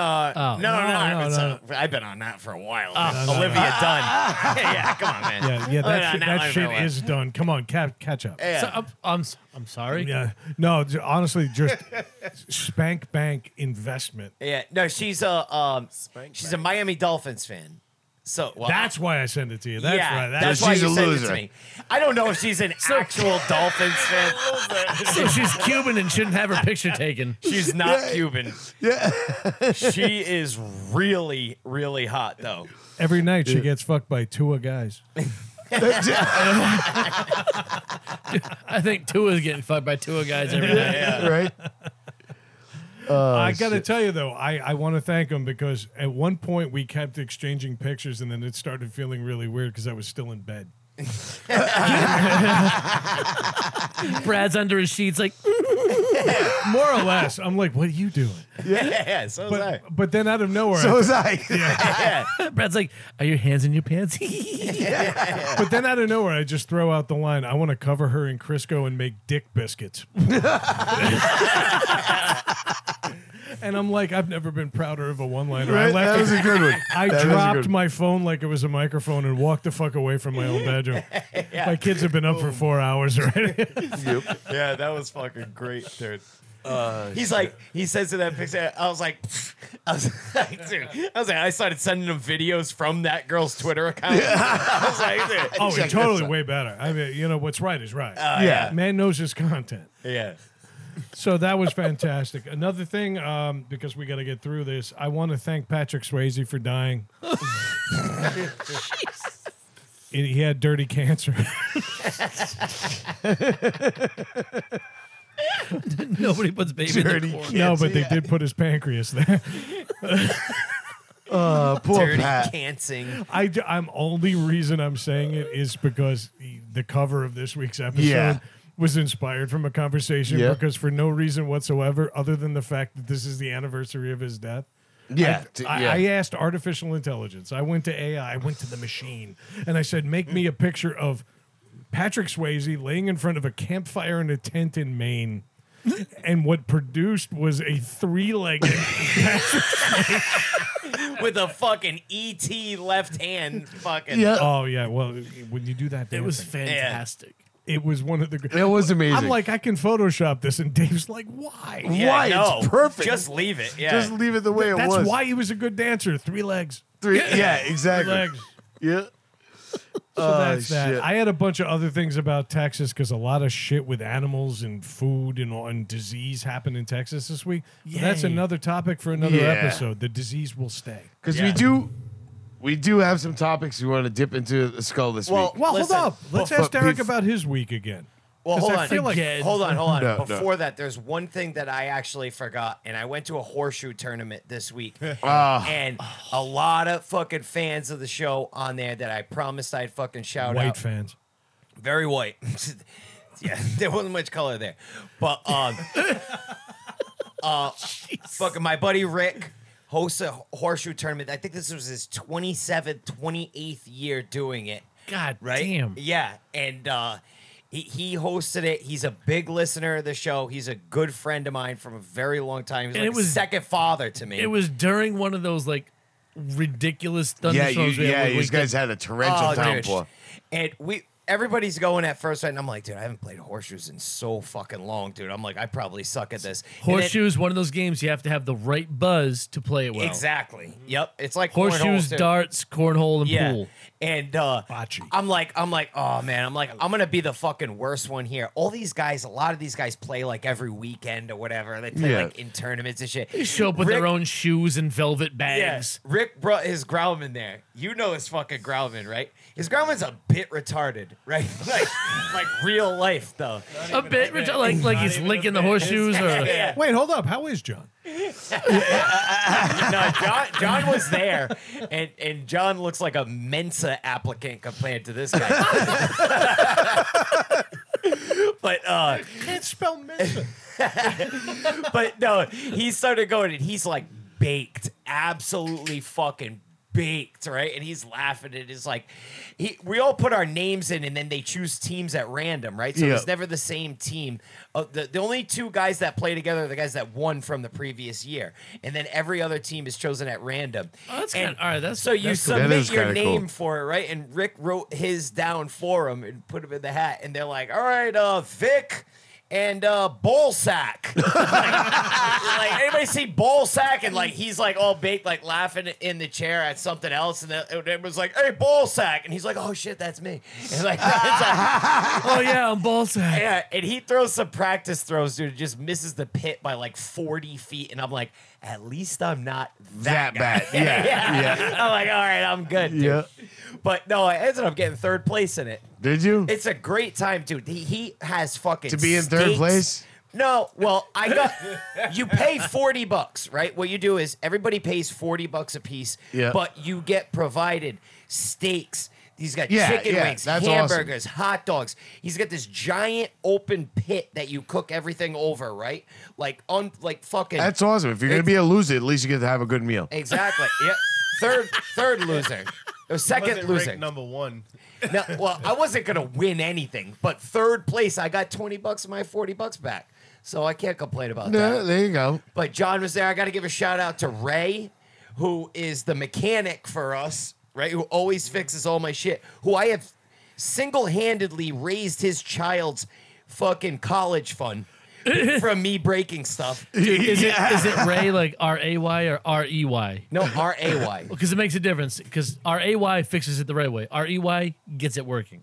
Speaker 1: no, no,
Speaker 2: Oh.
Speaker 3: No,
Speaker 1: no, I've, been
Speaker 3: no,
Speaker 1: so- I've been on that for a while. Olivia Dunn. yeah, come on, man.
Speaker 4: Oh. yeah, yeah,
Speaker 1: Oh, no,
Speaker 4: that, shit,
Speaker 1: no,
Speaker 4: that
Speaker 1: I
Speaker 4: shit
Speaker 1: realize.
Speaker 4: is done. Come on, cap, catch up.
Speaker 1: Yeah.
Speaker 3: So- I'm, I'm, I'm sorry.
Speaker 4: Yeah. No, j- honestly, just spank bank investment.
Speaker 1: Yeah, no, she's a um,
Speaker 2: Spank
Speaker 1: she's a
Speaker 2: bank.
Speaker 1: Miami Dolphins fan. So well,
Speaker 4: That's why I sent it to you. That's
Speaker 1: yeah,
Speaker 4: right.
Speaker 1: That's,
Speaker 4: That's,
Speaker 1: why
Speaker 5: She's
Speaker 1: you
Speaker 5: a
Speaker 1: sent it
Speaker 5: loser.
Speaker 1: to me. I don't know if she's an actual Dolphins fan.
Speaker 3: So she's Cuban and shouldn't have her picture taken.
Speaker 1: She's not Cuban.
Speaker 5: Yeah.
Speaker 1: She is really, really hot though.
Speaker 4: every night she gets fucked by two guys.
Speaker 3: I think Tua's getting fucked by Tua guys every night.
Speaker 5: Right. Oh,
Speaker 4: I got to tell you though, I, I want to thank him because at one point we kept exchanging pictures, and then it started feeling really weird because I was still in bed.
Speaker 3: Brad's under his sheets, like
Speaker 4: More or less, I'm like, "What are you doing?"
Speaker 1: Yeah, yeah so was I.
Speaker 4: But, but then out of nowhere,
Speaker 5: So was I.
Speaker 3: "Mm." Brad's like, "Are your hands in your pants?"
Speaker 4: but then out of nowhere, I just throw out the line, "I want to cover her in Crisco and make dick biscuits." and I'm like, I've never been prouder of a one-liner. I
Speaker 5: Right?
Speaker 4: left
Speaker 5: That
Speaker 4: it
Speaker 5: was a good one.
Speaker 4: I
Speaker 5: That was a
Speaker 4: dropped
Speaker 5: good
Speaker 4: my phone like it was a microphone and walked the fuck away from my own bedroom. My kids have been up for four hours already.
Speaker 5: one. Yep.
Speaker 1: Yeah, that was fucking great, dude.
Speaker 5: Oh,
Speaker 1: He's like, he says to that picture, I was like, I was like, dude, I was like, I started sending him videos from that girl's Twitter account. I was like, dude,
Speaker 4: Oh, you're
Speaker 5: Check this
Speaker 4: totally
Speaker 5: out.
Speaker 4: way better. I mean, you know what's right is right.
Speaker 1: oh,
Speaker 5: Yeah.
Speaker 1: yeah.
Speaker 4: Man knows his content.
Speaker 1: yeah.
Speaker 4: So that was fantastic. Another thing, um, because we got to get through this, I want to thank Patrick Swayze for dying. He- he had dirty cancer.
Speaker 3: Nobody puts baby in
Speaker 5: Dirty
Speaker 3: the corner.
Speaker 5: kid.
Speaker 4: no,
Speaker 5: Cancer,
Speaker 4: but they
Speaker 5: yeah.
Speaker 4: did put his pancreas there.
Speaker 5: Oh, poor
Speaker 1: Dirty
Speaker 5: Pat.
Speaker 1: cancing.
Speaker 4: I, d- I'm only reason I'm saying it is because the- the cover of this week's episode
Speaker 5: Yeah.
Speaker 4: was inspired from a conversation
Speaker 5: Yeah.
Speaker 4: because for no reason whatsoever, other than the fact that this is the anniversary of his death.
Speaker 5: Yeah, t-
Speaker 4: I,
Speaker 5: yeah.
Speaker 4: I asked artificial intelligence. I went to AI. I went to the machine, and I said, "Make me a picture of Patrick Swayze laying in front of a campfire in a tent in Maine." and what produced was a three-legged
Speaker 1: With a fucking ET left hand fucking.
Speaker 5: Yeah.
Speaker 4: oh yeah well when you do that
Speaker 3: It was
Speaker 4: dancing,
Speaker 3: fantastic.
Speaker 4: it was one of the gr-
Speaker 5: It was amazing.
Speaker 4: I'm like, I can Photoshop this, and Dave's like, why?
Speaker 1: Yeah,
Speaker 5: why?
Speaker 1: no,
Speaker 5: It's perfect.
Speaker 1: Just leave it. Yeah.
Speaker 5: Just leave it the way it
Speaker 4: That's
Speaker 5: was.
Speaker 4: why he was a good dancer. Three legs.
Speaker 5: Three- yeah, exactly.
Speaker 4: Legs.
Speaker 5: Yeah.
Speaker 4: So that's that.
Speaker 5: Oh, shit.
Speaker 4: I had a bunch of other things about Texas because a lot of shit with animals and food and, all- and disease happened in Texas this week. But that's
Speaker 3: Yay.
Speaker 4: another topic for another
Speaker 5: Yeah.
Speaker 4: episode. The disease will stay.
Speaker 5: Because
Speaker 1: Yeah.
Speaker 5: we do, we do have some topics we want to dip into the skull this
Speaker 1: Well,
Speaker 5: week.
Speaker 4: Well,
Speaker 1: Listen,
Speaker 4: hold up. Let's
Speaker 5: well,
Speaker 4: ask
Speaker 5: but
Speaker 4: Derek
Speaker 5: bef-
Speaker 4: about his week again.
Speaker 1: Well,
Speaker 4: 'Cause
Speaker 1: hold
Speaker 4: I
Speaker 1: on.
Speaker 4: feel like-
Speaker 3: Again.
Speaker 1: Hold on, hold on.
Speaker 5: No, no.
Speaker 1: Before that, there's one thing that I actually forgot, and I went to a horseshoe tournament this week,
Speaker 5: Ah.
Speaker 1: and a lot of fucking fans of the show on there that I promised I'd fucking shout
Speaker 4: White
Speaker 1: out.
Speaker 4: fans.
Speaker 1: Very white. yeah, there wasn't much color there, but um, uh, fucking my buddy Rick hosts a horseshoe tournament. I think this was his 27th, 28th year doing it
Speaker 3: God
Speaker 1: right?
Speaker 3: damn.
Speaker 1: Yeah, and uh, he he hosted it. He's a big listener of the show. He's a good friend of mine from a very long time. He's
Speaker 3: And
Speaker 1: like
Speaker 3: it was-
Speaker 1: a second father to me.
Speaker 3: It was during one of those like ridiculous thunder
Speaker 5: yeah, you,
Speaker 3: shows. we had
Speaker 5: yeah,
Speaker 3: one
Speaker 5: you
Speaker 3: weekend.
Speaker 5: guys had a torrential
Speaker 1: oh, dude.
Speaker 5: downpour.
Speaker 1: And we everybody's going at first, right? and I'm like, dude, I haven't played horseshoes in so fucking long, dude. I'm like, I probably suck at this. And then-
Speaker 3: Horseshoes, one of those games you have to have the right buzz to play it well.
Speaker 1: Exactly. Yep. It's like
Speaker 3: Horseshoes,
Speaker 1: cornhole, too.
Speaker 3: darts, cornhole, and
Speaker 1: Yeah.
Speaker 3: pool.
Speaker 1: And uh,
Speaker 4: Bocce.
Speaker 1: I'm like, I'm like, oh man, I'm like, I'm gonna be the fucking worst one here. All these guys, a lot of these guys play like every weekend or whatever. They play
Speaker 5: Yeah.
Speaker 1: like in tournaments and shit.
Speaker 3: They show up with
Speaker 1: Rick-
Speaker 3: their own shoes and velvet bags.
Speaker 1: Yeah, Rick brought his Grauman there. You know his fucking Grauman, right? His Grauman's a bit retarded, right? Like, like real life though.
Speaker 3: A bit, Rich, like like he's
Speaker 2: even a
Speaker 3: licking the
Speaker 2: bit.
Speaker 3: horseshoes or
Speaker 1: Yeah.
Speaker 4: Wait, hold up. How is John?
Speaker 1: No, John, John was there, and and John looks like a Mensa applicant compared to this guy. but uh,
Speaker 4: Can't spell Mensa.
Speaker 1: but no, he started going and he's like baked, absolutely fucking baked, right? And he's laughing and it's like he, we all put our names in and then they choose teams at random, right? So
Speaker 5: Yeah.
Speaker 1: it's never the same team. Uh, the, the only two guys that play together are the guys that won from the previous year. And then every other team is chosen at random.
Speaker 3: Oh, that's
Speaker 1: And
Speaker 3: kinda- all right, that's-
Speaker 1: so you
Speaker 3: that's cool.
Speaker 5: That
Speaker 1: submit
Speaker 5: is
Speaker 1: your
Speaker 5: kinda
Speaker 1: name
Speaker 5: cool.
Speaker 1: for it, right? And Rick wrote his down for him and put him in the hat. And they're like, all right, uh, Vic and uh, Ballsack. like anybody see Ballsack and like he's like all baked, like laughing in the chair at something else, and the- and it was like, "Hey, Ballsack," and he's like, "Oh shit, that's me." And like, it's like-
Speaker 3: oh yeah, on ball sack.
Speaker 1: yeah, and he throws some practice throws, dude, and just misses the pit by like forty feet, and I'm like, at least I'm not that,
Speaker 5: That bad.
Speaker 1: guy."
Speaker 5: Yeah.
Speaker 1: yeah.
Speaker 5: yeah.
Speaker 1: I'm like, all right, I'm good. Dude.
Speaker 5: Yeah.
Speaker 1: But no, I ended up getting third place in it.
Speaker 5: Did you?
Speaker 1: It's a great time, dude. He, he has fucking
Speaker 5: To be in third
Speaker 1: steaks.
Speaker 5: place?
Speaker 1: No, well, I got you pay forty bucks, right? What you do is everybody pays forty bucks a piece,
Speaker 5: Yeah.
Speaker 1: but you get provided steaks. He's got
Speaker 5: Yeah,
Speaker 1: chicken
Speaker 5: yeah,
Speaker 1: wings,
Speaker 5: that's
Speaker 1: hamburgers, hot dogs. He's got this giant open pit that you cook everything over, right? Like on like fucking
Speaker 5: That's awesome. If you're gonna be a loser, at least you get to have a good meal.
Speaker 1: exactly. yep. Third third loser. Or second
Speaker 2: Wasn't
Speaker 1: loser.
Speaker 2: ranked number one.
Speaker 1: No, well, I wasn't gonna win anything, but third place, I got twenty bucks of my forty bucks back, so I can't complain about
Speaker 5: Yeah,
Speaker 1: that.
Speaker 5: there you go.
Speaker 1: But John was there. I got to give a shout out to Ray, who is the mechanic for us, right? Who always fixes all my shit. Who I have single handedly raised his child's fucking college fund. from me breaking stuff.
Speaker 3: Is it is it Ray like R A Y or R E Y?
Speaker 1: No, R A Y.
Speaker 3: Because it makes a difference. Because R A Y fixes it the right way. R E Y gets it working.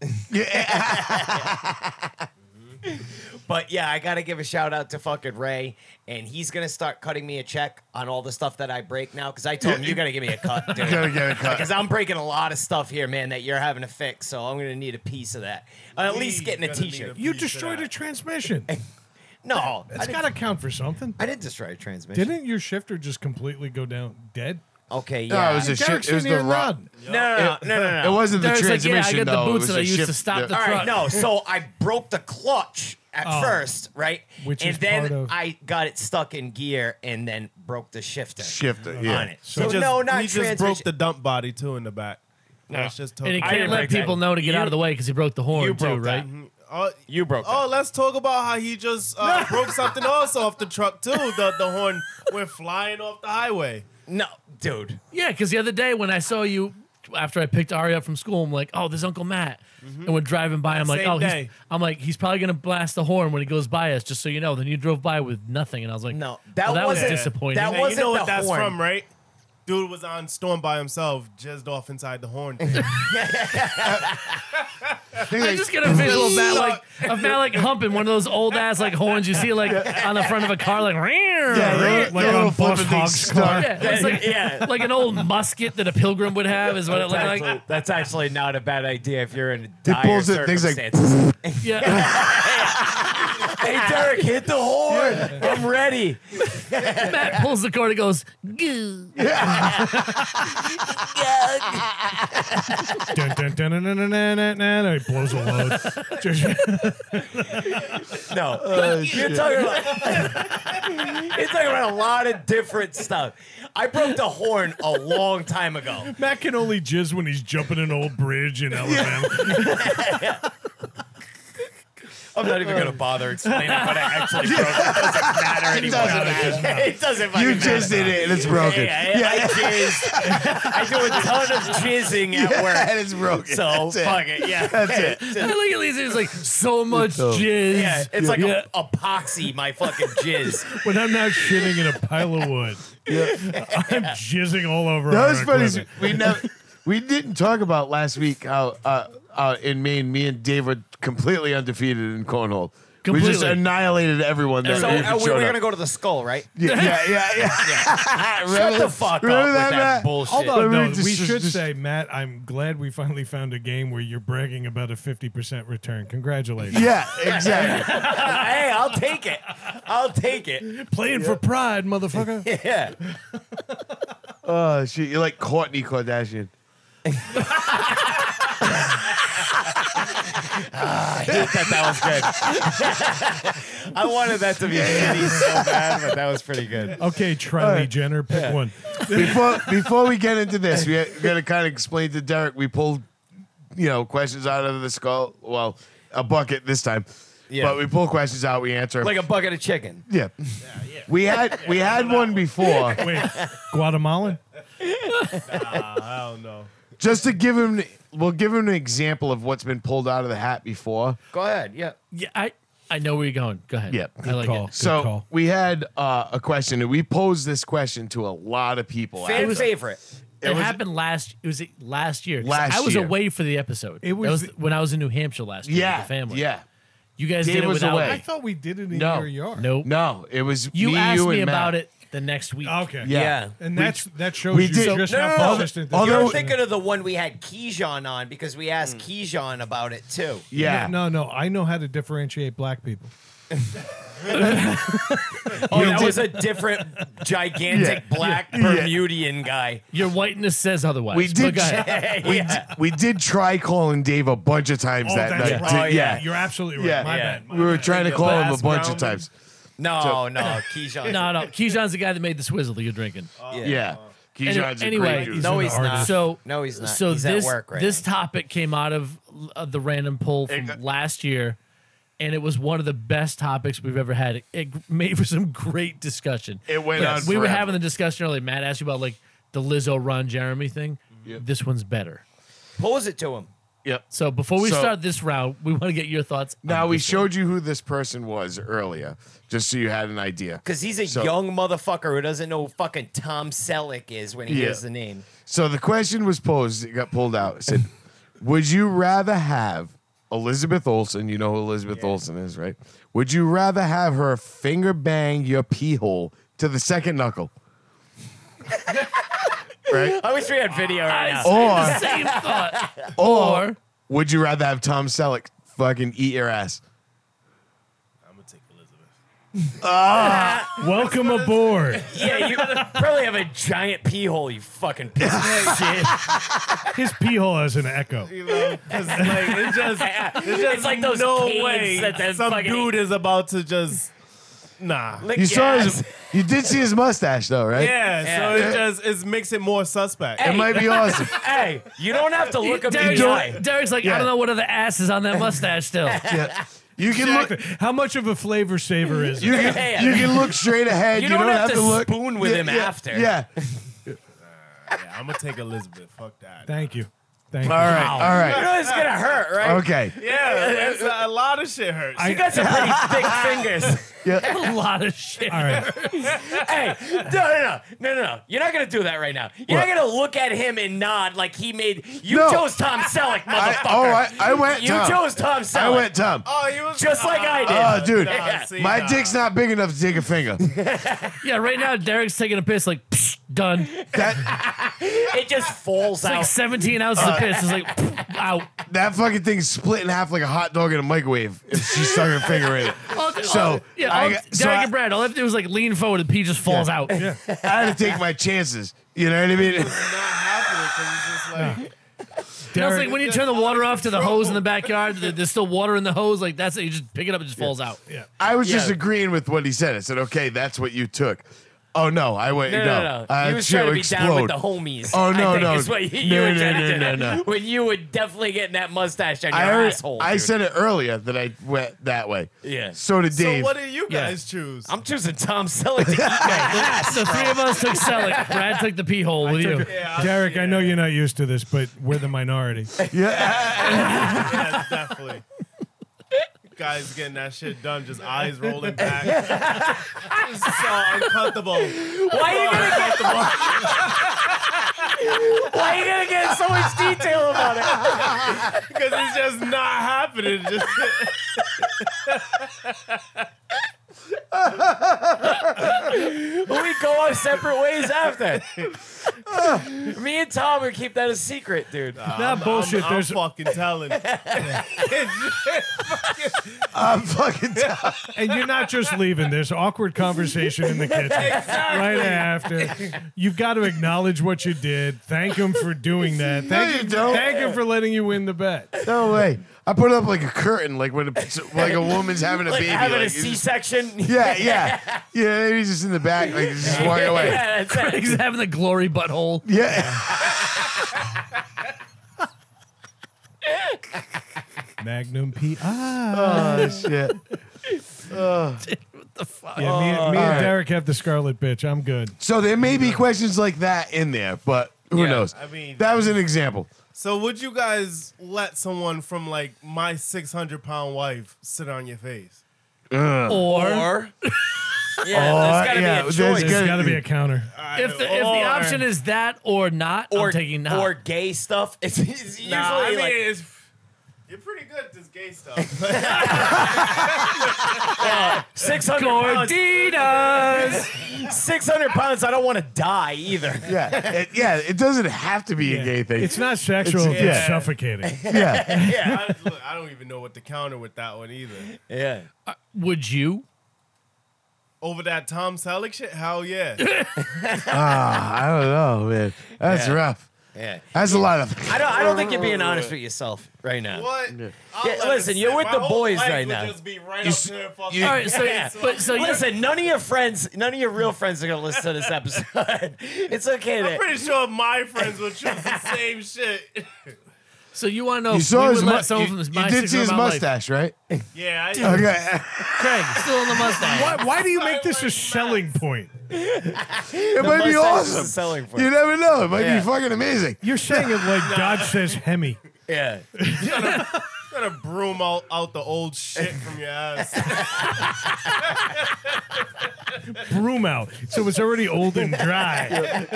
Speaker 1: But yeah, I gotta give a shout out to fucking Ray, and he's gonna start cutting me a check on all the stuff that I break now. Because I told him you gotta give me a cut, dude.
Speaker 5: Gotta get a cut.
Speaker 1: Because I'm breaking a lot of stuff here, man, that you're having to fix. So I'm gonna need a piece of that. I'm at least
Speaker 2: He's
Speaker 1: getting a
Speaker 2: gonna need
Speaker 1: T-shirt.
Speaker 2: a-
Speaker 4: You
Speaker 2: Piece of
Speaker 4: destroyed
Speaker 2: that.
Speaker 4: a transmission.
Speaker 1: No, I
Speaker 4: That's
Speaker 1: didn't-
Speaker 4: got to count for something.
Speaker 1: I did destroy a transmission.
Speaker 4: Didn't your shifter just completely go down dead?
Speaker 1: Okay, yeah.
Speaker 5: No, it was a
Speaker 4: Derek's
Speaker 5: shit. It was
Speaker 4: in here
Speaker 5: the rock.
Speaker 4: nodding.
Speaker 1: no, no, no, no, no, no.
Speaker 5: It wasn't the
Speaker 3: Derek's like,
Speaker 5: transmission
Speaker 3: yeah, I got the
Speaker 5: though. It
Speaker 3: boots
Speaker 5: was
Speaker 3: that
Speaker 5: the
Speaker 3: I used to
Speaker 5: shift-
Speaker 3: stop the-
Speaker 1: All right,
Speaker 3: truck.
Speaker 1: no. So I broke the clutch at
Speaker 4: Oh.
Speaker 1: first, right?
Speaker 4: Which
Speaker 1: and
Speaker 4: is
Speaker 1: then
Speaker 4: part of-
Speaker 1: I got it stuck in gear and then broke the shifter
Speaker 5: shifter.
Speaker 1: on
Speaker 5: Yeah.
Speaker 1: it.
Speaker 2: He
Speaker 1: So,
Speaker 2: just-
Speaker 1: no, not
Speaker 2: He just
Speaker 1: transmission.
Speaker 2: broke the dump body too in the back. That's just
Speaker 3: And he
Speaker 2: total-
Speaker 3: can't
Speaker 1: didn't
Speaker 3: let
Speaker 1: break that.
Speaker 3: people know to get out of the way because he broke the horn
Speaker 1: you
Speaker 3: too,
Speaker 1: broke
Speaker 3: right?
Speaker 1: that.
Speaker 4: Mm-hmm.
Speaker 2: Oh,
Speaker 1: You broke
Speaker 2: Oh, let's talk about how he just uh, broke something else off the truck too. The the horn went flying off the highway.
Speaker 1: No, dude.
Speaker 3: Yeah, because the other day when I saw you after I picked Ari up from school, I'm like, oh, there's Uncle Matt.
Speaker 1: Mm-hmm.
Speaker 3: And we're driving by, I'm like,
Speaker 2: Same
Speaker 3: oh, he's,
Speaker 2: day.
Speaker 3: I'm like, he's probably gonna blast the horn when he goes by us, just so you know. Then you drove by with nothing, and I was like,
Speaker 1: No, that
Speaker 3: well, that was
Speaker 1: wasn't-
Speaker 3: disappointing.
Speaker 1: that
Speaker 2: Now, you
Speaker 1: wasn't
Speaker 2: know
Speaker 1: the
Speaker 2: what that's
Speaker 1: horn.
Speaker 2: from, right? Dude was on storm by himself, jizzed off inside the horn. thing.
Speaker 3: I just get a visual of Matt like of Matt like humping one of those old ass like horns you see like on the front of a car like
Speaker 5: Yeah,
Speaker 3: yeah,
Speaker 5: the-
Speaker 4: Like
Speaker 5: the
Speaker 4: on
Speaker 5: little
Speaker 4: Bush
Speaker 5: flipping thing
Speaker 4: Hog's
Speaker 5: stuck.
Speaker 4: car.
Speaker 3: it's like,
Speaker 1: Yeah.
Speaker 3: like an old musket that a pilgrim would have is what it
Speaker 1: That's,
Speaker 3: looked like
Speaker 1: actually, that's actually not a bad idea if you're in dire
Speaker 5: It pulls it. Things like
Speaker 1: circumstances.
Speaker 3: yeah
Speaker 1: hey, Derek, hit the horn. I'm ready.
Speaker 3: Matt pulls the cord and goes goo
Speaker 4: Dun, dun, dun, dun, dun, dun, dun, dun, dun, and It blows a load. Just-
Speaker 1: No,
Speaker 5: Oh,
Speaker 1: you're talking about. you're talking about a lot of different stuff. I broke the horn a long time ago.
Speaker 4: Matt can only jizz when he's jumping an old bridge in Alabama.
Speaker 1: I'm not even gonna bother explaining what I actually broke. It doesn't matter anymore.
Speaker 5: doesn't matter.
Speaker 1: It doesn't fucking
Speaker 5: You
Speaker 1: matter.
Speaker 5: just did it and it's broken.
Speaker 1: Yeah, yeah, I jizz. I do a ton of jizzing at work.
Speaker 5: And it's broken.
Speaker 1: So
Speaker 5: That's it.
Speaker 1: fuck it. Yeah,
Speaker 5: That's it.
Speaker 3: I look at Lisa it's like so much jizz
Speaker 1: Yeah, it's like A, epoxy. My fucking jizz.
Speaker 4: when I'm not shitting in a pile of wood, I'm jizzing all over.
Speaker 5: That
Speaker 4: our
Speaker 5: was funny.
Speaker 4: equipment.
Speaker 5: We never, we didn't talk about last week how uh, uh, in Maine, me and Dave were completely undefeated in cornhole. We just
Speaker 3: Completely.
Speaker 5: annihilated everyone. That
Speaker 1: So
Speaker 5: even
Speaker 1: uh, we,
Speaker 5: showed
Speaker 1: we're
Speaker 5: up.
Speaker 1: gonna go to the skull, right?
Speaker 5: Yeah, yeah, yeah. yeah.
Speaker 1: Shut the fuck up with
Speaker 5: remember that,
Speaker 1: that,
Speaker 5: Matt?
Speaker 1: bullshit.
Speaker 4: Hold on,
Speaker 5: Let me
Speaker 4: no,
Speaker 5: just-
Speaker 4: we should
Speaker 5: just-
Speaker 4: say, Matt, I'm glad we finally found a game where you're bragging about a 50% return. Congratulations.
Speaker 5: Yeah, exactly.
Speaker 1: hey, I'll take it. I'll take it.
Speaker 4: Playing for pride, motherfucker.
Speaker 1: Yeah.
Speaker 5: oh shit, you're like Courtney Kardashian.
Speaker 1: hate that that was good. I wanted that to be shitty so bad, but that was pretty good.
Speaker 4: okay, Charlie Jenner, pick one.
Speaker 5: Before before we get into this, we we got to kind of explain to Derek. We pulled, you know, questions out of the skull. Well, a bucket this time.
Speaker 1: Yeah.
Speaker 5: But we pull questions out. We answer. 'em.
Speaker 1: Like a bucket of chicken.
Speaker 5: yeah. We had we had one before.
Speaker 4: Wait, Guatemalan?
Speaker 2: I don't know.
Speaker 5: Just to give him, we'll give him an example of what's been pulled out of the hat before.
Speaker 1: Go ahead. Yeah.
Speaker 3: yeah I I know where you're going go ahead
Speaker 5: Yeah.
Speaker 3: I like
Speaker 4: Call.
Speaker 3: it
Speaker 5: so
Speaker 4: call.
Speaker 5: we had uh, a question, and we posed this question to a lot of people.
Speaker 1: Fan
Speaker 5: after.
Speaker 1: favorite.
Speaker 3: It,
Speaker 5: was-
Speaker 3: happened last. It was last year. 'Cause
Speaker 5: Last
Speaker 3: I was
Speaker 5: year.
Speaker 3: away for the episode.
Speaker 4: It
Speaker 3: It
Speaker 4: was
Speaker 3: was,
Speaker 4: the-
Speaker 3: when I was in New Hampshire last year.
Speaker 5: yeah,
Speaker 3: with the family.
Speaker 5: yeah.
Speaker 3: you guys
Speaker 5: Dave
Speaker 3: did it
Speaker 5: was
Speaker 3: without
Speaker 5: away.
Speaker 4: I
Speaker 3: me.
Speaker 4: thought we did it in
Speaker 5: No.
Speaker 4: your yard.
Speaker 3: Nope.
Speaker 5: No, it was
Speaker 3: You
Speaker 5: me,
Speaker 3: asked me,
Speaker 5: and Matt.
Speaker 3: about it the next week.
Speaker 4: Okay.
Speaker 5: Yeah.
Speaker 4: And that's, that shows
Speaker 5: we
Speaker 4: you
Speaker 5: did-
Speaker 4: just
Speaker 1: No,
Speaker 4: how
Speaker 1: no, no.
Speaker 4: persistent this
Speaker 5: Although-
Speaker 1: You're
Speaker 4: person is.
Speaker 1: thinking of the one we had Keyshawn on because we asked Keyshawn about it too.
Speaker 5: Yeah,
Speaker 4: No, no, no, I know how to differentiate black people.
Speaker 1: Oh, that was a different gigantic black Bermudian guy.
Speaker 3: Your whiteness says otherwise.
Speaker 5: we
Speaker 3: but
Speaker 5: did.
Speaker 3: go ahead.
Speaker 1: Yeah.
Speaker 5: We, d- we did try calling Dave a bunch of times that
Speaker 4: that's
Speaker 5: night.
Speaker 4: right.
Speaker 5: too.
Speaker 1: Oh,
Speaker 5: yeah,
Speaker 4: You're absolutely right.
Speaker 5: yeah.
Speaker 4: My
Speaker 1: Yeah.
Speaker 4: bad. My
Speaker 5: we were trying to call him a
Speaker 2: Last
Speaker 5: bunch of
Speaker 2: round.
Speaker 5: times.
Speaker 1: No, no, Keyshawn.
Speaker 3: No, no. Keyshawn's the guy that made the swizzle that you're drinking.
Speaker 1: Yeah.
Speaker 5: Yeah, Keyshawn's a
Speaker 3: anyway,
Speaker 5: great dude.
Speaker 1: No,
Speaker 4: Uh-huh. he's an
Speaker 1: he's not.
Speaker 4: artist.
Speaker 3: So
Speaker 1: No, he's not.
Speaker 3: So
Speaker 1: He's at
Speaker 3: this
Speaker 1: work right
Speaker 3: this
Speaker 1: now.
Speaker 3: topic came out of uh, the random poll from last year, and it was one of the best topics we've ever had. It, it made for some great discussion.
Speaker 5: It went
Speaker 3: Like,
Speaker 5: on
Speaker 3: We were
Speaker 5: forever.
Speaker 3: having the discussion earlier. Matt asked you about like the Lizzo Ron Jeremy thing. This one's better.
Speaker 1: Pose it to him.
Speaker 5: Yep.
Speaker 3: So before we
Speaker 5: So-
Speaker 3: start this route, we want to get your thoughts. on
Speaker 5: Now we
Speaker 3: this
Speaker 5: showed you who this person was earlier, just so you had an idea.
Speaker 1: Because he's a
Speaker 5: So-
Speaker 1: young motherfucker who doesn't know who fucking Tom Selleck is when he
Speaker 5: Yeah.
Speaker 1: hears the name.
Speaker 5: So the question was posed, it got pulled out. It said, Would you rather have Elizabeth Olsen? You know who Elizabeth Olsen is, right? Would you rather have her finger bang your pee hole to the second knuckle? right?
Speaker 1: I wish we had video right now.
Speaker 5: Or,
Speaker 3: one. Same thought.
Speaker 5: or would you rather have Tom Selleck fucking eat your ass?
Speaker 2: I'm gonna take Elizabeth.
Speaker 4: Welcome aboard.
Speaker 1: Yeah, you probably have a giant pee hole, you fucking piece of shit.
Speaker 4: His pee hole has an echo.
Speaker 2: You know, 'cause, like it's just
Speaker 1: It's, like those
Speaker 2: no
Speaker 1: kids
Speaker 2: way
Speaker 1: that that
Speaker 2: some
Speaker 1: fucking e-
Speaker 2: dude is about to just nah.
Speaker 1: lick
Speaker 5: You saw
Speaker 1: your
Speaker 5: his,
Speaker 1: ass.
Speaker 5: you did see his mustache though, right?
Speaker 2: Yeah, so
Speaker 1: Yeah.
Speaker 2: it just it makes it more suspect.
Speaker 5: It might be awesome.
Speaker 1: Hey, you don't have to look up in
Speaker 3: Derek's,
Speaker 1: the eye.
Speaker 3: Derek's like, I
Speaker 5: Yeah.
Speaker 3: don't know what other ass is on that mustache still.
Speaker 5: Yeah. You can look
Speaker 4: Exactly. How much of a flavor saver is it?
Speaker 5: You can,
Speaker 1: Yeah.
Speaker 5: you can look straight ahead.
Speaker 1: You
Speaker 5: You,
Speaker 1: don't have to
Speaker 5: look.
Speaker 1: spoon with him after.
Speaker 5: Yeah.
Speaker 2: Yeah, I'm gonna take Elizabeth. Fuck that.
Speaker 4: Thank you. Thank
Speaker 5: All
Speaker 4: you.
Speaker 5: right.
Speaker 1: You know it's gonna hurt,
Speaker 5: All
Speaker 1: right?
Speaker 5: right. Okay.
Speaker 2: yeah, it's a, a lot of shit hurts.
Speaker 1: You got some pretty thick fingers.
Speaker 3: a lot of shit.
Speaker 4: All right.
Speaker 1: Hey, no, no, no, no, no, no. You're not gonna do that right now. You're not gonna look at him and nod like he made. You
Speaker 5: No.
Speaker 1: chose Tom Selleck,
Speaker 5: I,
Speaker 1: motherfucker.
Speaker 5: oh, I, I went.
Speaker 1: you
Speaker 5: Tom.
Speaker 1: chose Tom Selleck.
Speaker 5: I went Tom.
Speaker 2: oh, you was
Speaker 1: Just like I did.
Speaker 5: Oh, dude.
Speaker 1: Yeah.
Speaker 2: see,
Speaker 5: My
Speaker 2: nah.
Speaker 5: dick's not big enough to take a finger.
Speaker 3: Yeah, right now Derek's taking a piss like psh, done. It's
Speaker 5: That
Speaker 1: it just falls out.
Speaker 3: like 17 ounces of piss. It's like pff, out.
Speaker 5: that fucking thing's split in half like a hot dog in a microwave. If she stuck her finger in it.
Speaker 3: All- all-
Speaker 5: So
Speaker 3: yeah, all,
Speaker 5: I,
Speaker 3: Derek
Speaker 5: got- so I,
Speaker 3: and Brad, all I have to do is like lean forward and pee just falls out.
Speaker 5: I had to take my chances. You know what I mean?
Speaker 2: It's not happening 'cause it's just like.
Speaker 3: And also,
Speaker 4: Derek-
Speaker 3: like when you turn the water off to the hose in the backyard, there- there's still water in the hose. Like that's it. You just pick it up, it just falls out.
Speaker 4: Yeah.
Speaker 5: I was just agreeing with what he said. I said, okay, that's what you took. Oh no, I went.
Speaker 1: No, no,
Speaker 5: No,
Speaker 1: no.
Speaker 5: Uh,
Speaker 1: you was
Speaker 5: shit
Speaker 1: trying to be
Speaker 5: explode.
Speaker 1: down with the homies.
Speaker 5: Oh, no,
Speaker 1: I think
Speaker 5: no.
Speaker 1: Is what you,
Speaker 5: No,
Speaker 1: you were
Speaker 5: no,
Speaker 1: trying to
Speaker 5: no,
Speaker 1: do
Speaker 5: no,
Speaker 1: that.
Speaker 5: no.
Speaker 1: When you were definitely getting that mustache on your
Speaker 5: I, already-
Speaker 1: asshole.
Speaker 5: I
Speaker 1: dude.
Speaker 5: said it earlier that I went that way.
Speaker 1: Yeah.
Speaker 5: So did
Speaker 2: So
Speaker 5: Dave.
Speaker 2: what did you
Speaker 3: Yeah.
Speaker 2: guys choose?
Speaker 1: I'm choosing Tom Selleck to eat my ass.
Speaker 3: The three of us took Selleck. Brad took the pee hole with you.
Speaker 2: yeah, I-
Speaker 4: Derek, I know
Speaker 2: yeah,
Speaker 4: you're not used to this, but we're the minority.
Speaker 2: yeah, definitely. Guys getting that shit done, just eyes rolling back. This is so uncomfortable.
Speaker 1: Why are you gonna get? Why are you gonna get in so much detail about it?
Speaker 2: Because it's just not happening. Just
Speaker 1: We go our separate ways after. Me and Tom would keep that a secret, dude.
Speaker 5: Uh,
Speaker 4: Not bullshit.
Speaker 2: I'm
Speaker 4: There's
Speaker 2: fucking telling.
Speaker 5: I'm fucking. T-
Speaker 4: and you're not just leaving. There's awkward conversation in the kitchen right after. You've got to acknowledge what you did. Thank him for doing that. Thank
Speaker 5: you
Speaker 4: him-
Speaker 5: don't.
Speaker 4: Thank him for letting you win the bet.
Speaker 5: no way. I put up like a curtain, like when a, like a woman's having a
Speaker 1: like
Speaker 5: baby.
Speaker 1: having
Speaker 5: like,
Speaker 1: a
Speaker 5: it's just-
Speaker 1: C-section.
Speaker 5: yeah, yeah, yeah. Maybe he's just in the back, like he's just walking away.
Speaker 1: yeah, that's it.
Speaker 3: He's having the glory butthole.
Speaker 5: Yeah.
Speaker 4: Magnum PI.
Speaker 5: Oh shit.
Speaker 3: what the fuck?
Speaker 4: Yeah, me, and- me
Speaker 5: All
Speaker 4: and
Speaker 5: right.
Speaker 4: Derek have the scarlet bitch. I'm good.
Speaker 5: So there may be questions like that in there, but who
Speaker 2: Yeah,
Speaker 5: knows?
Speaker 2: I mean-
Speaker 5: that was an example.
Speaker 2: so would you guys let someone from like my 600 pound wife sit on your face?
Speaker 3: Or,
Speaker 1: Or yeah, there's gotta
Speaker 5: Oh, yeah,
Speaker 1: be a choice.
Speaker 5: there's gotta-
Speaker 4: There's got to be a counter.
Speaker 3: if the, if the option is that or not,
Speaker 1: or
Speaker 3: I'm taking not.
Speaker 1: or gay stuff. It's, it's usually
Speaker 2: nah, I mean,
Speaker 1: like
Speaker 2: it's, you're pretty good at this gay stuff. But
Speaker 1: six hundred pounds.
Speaker 3: Gorditas.
Speaker 1: Six hundred pounds. I don't want to die either.
Speaker 5: Yeah, it, yeah. It doesn't have to be a gay thing.
Speaker 4: It's not sexual. It's,
Speaker 5: It's-
Speaker 2: yeah.
Speaker 4: suffocating.
Speaker 5: yeah.
Speaker 1: Yeah,
Speaker 2: I, look, I don't even know what to counter with that one either.
Speaker 1: yeah.
Speaker 3: Would you?
Speaker 2: Over that Tom Selleck shit? Hell yeah.
Speaker 5: Ah, I don't know, man. That's
Speaker 1: Yeah.
Speaker 5: rough.
Speaker 1: Yeah.
Speaker 5: That's a lot of.
Speaker 1: I don't. I don't think you're being honest with yourself right now.
Speaker 2: What? I'll
Speaker 1: Yeah,
Speaker 2: let it
Speaker 1: listen, you're
Speaker 2: sit.
Speaker 1: with
Speaker 2: My
Speaker 1: the
Speaker 2: whole
Speaker 1: boys
Speaker 2: legs
Speaker 1: right
Speaker 2: would
Speaker 1: now.
Speaker 2: Just be right
Speaker 5: You
Speaker 2: up
Speaker 5: s-
Speaker 2: there,
Speaker 5: you-
Speaker 2: fucking-
Speaker 3: All right, so
Speaker 1: Yeah.
Speaker 3: but so you're-
Speaker 1: Listen, none of your friends, none of your real friends are gonna listen to this episode. it's okay.
Speaker 2: I'm
Speaker 1: That,
Speaker 2: pretty sure my friends would choose the same shit.
Speaker 3: so you want to know
Speaker 5: You
Speaker 3: if
Speaker 5: saw
Speaker 3: we
Speaker 5: his.
Speaker 3: would
Speaker 5: Mu-
Speaker 3: let someone
Speaker 5: you,
Speaker 3: from this
Speaker 5: you did see his mustache, right?
Speaker 2: Yeah, I,
Speaker 5: Okay.
Speaker 3: Craig, still on the mustache.
Speaker 4: Why, why do you make this a selling point?
Speaker 5: It might
Speaker 1: mustache
Speaker 5: be
Speaker 1: is a
Speaker 5: awesome.
Speaker 1: selling point.
Speaker 5: You never know. It might
Speaker 1: Yeah.
Speaker 5: be fucking amazing.
Speaker 4: You're saying it like God says Hemi.
Speaker 1: Yeah.
Speaker 2: Gotta broom out, out the old shit from your ass.
Speaker 4: Broom out. So it's already old and dry.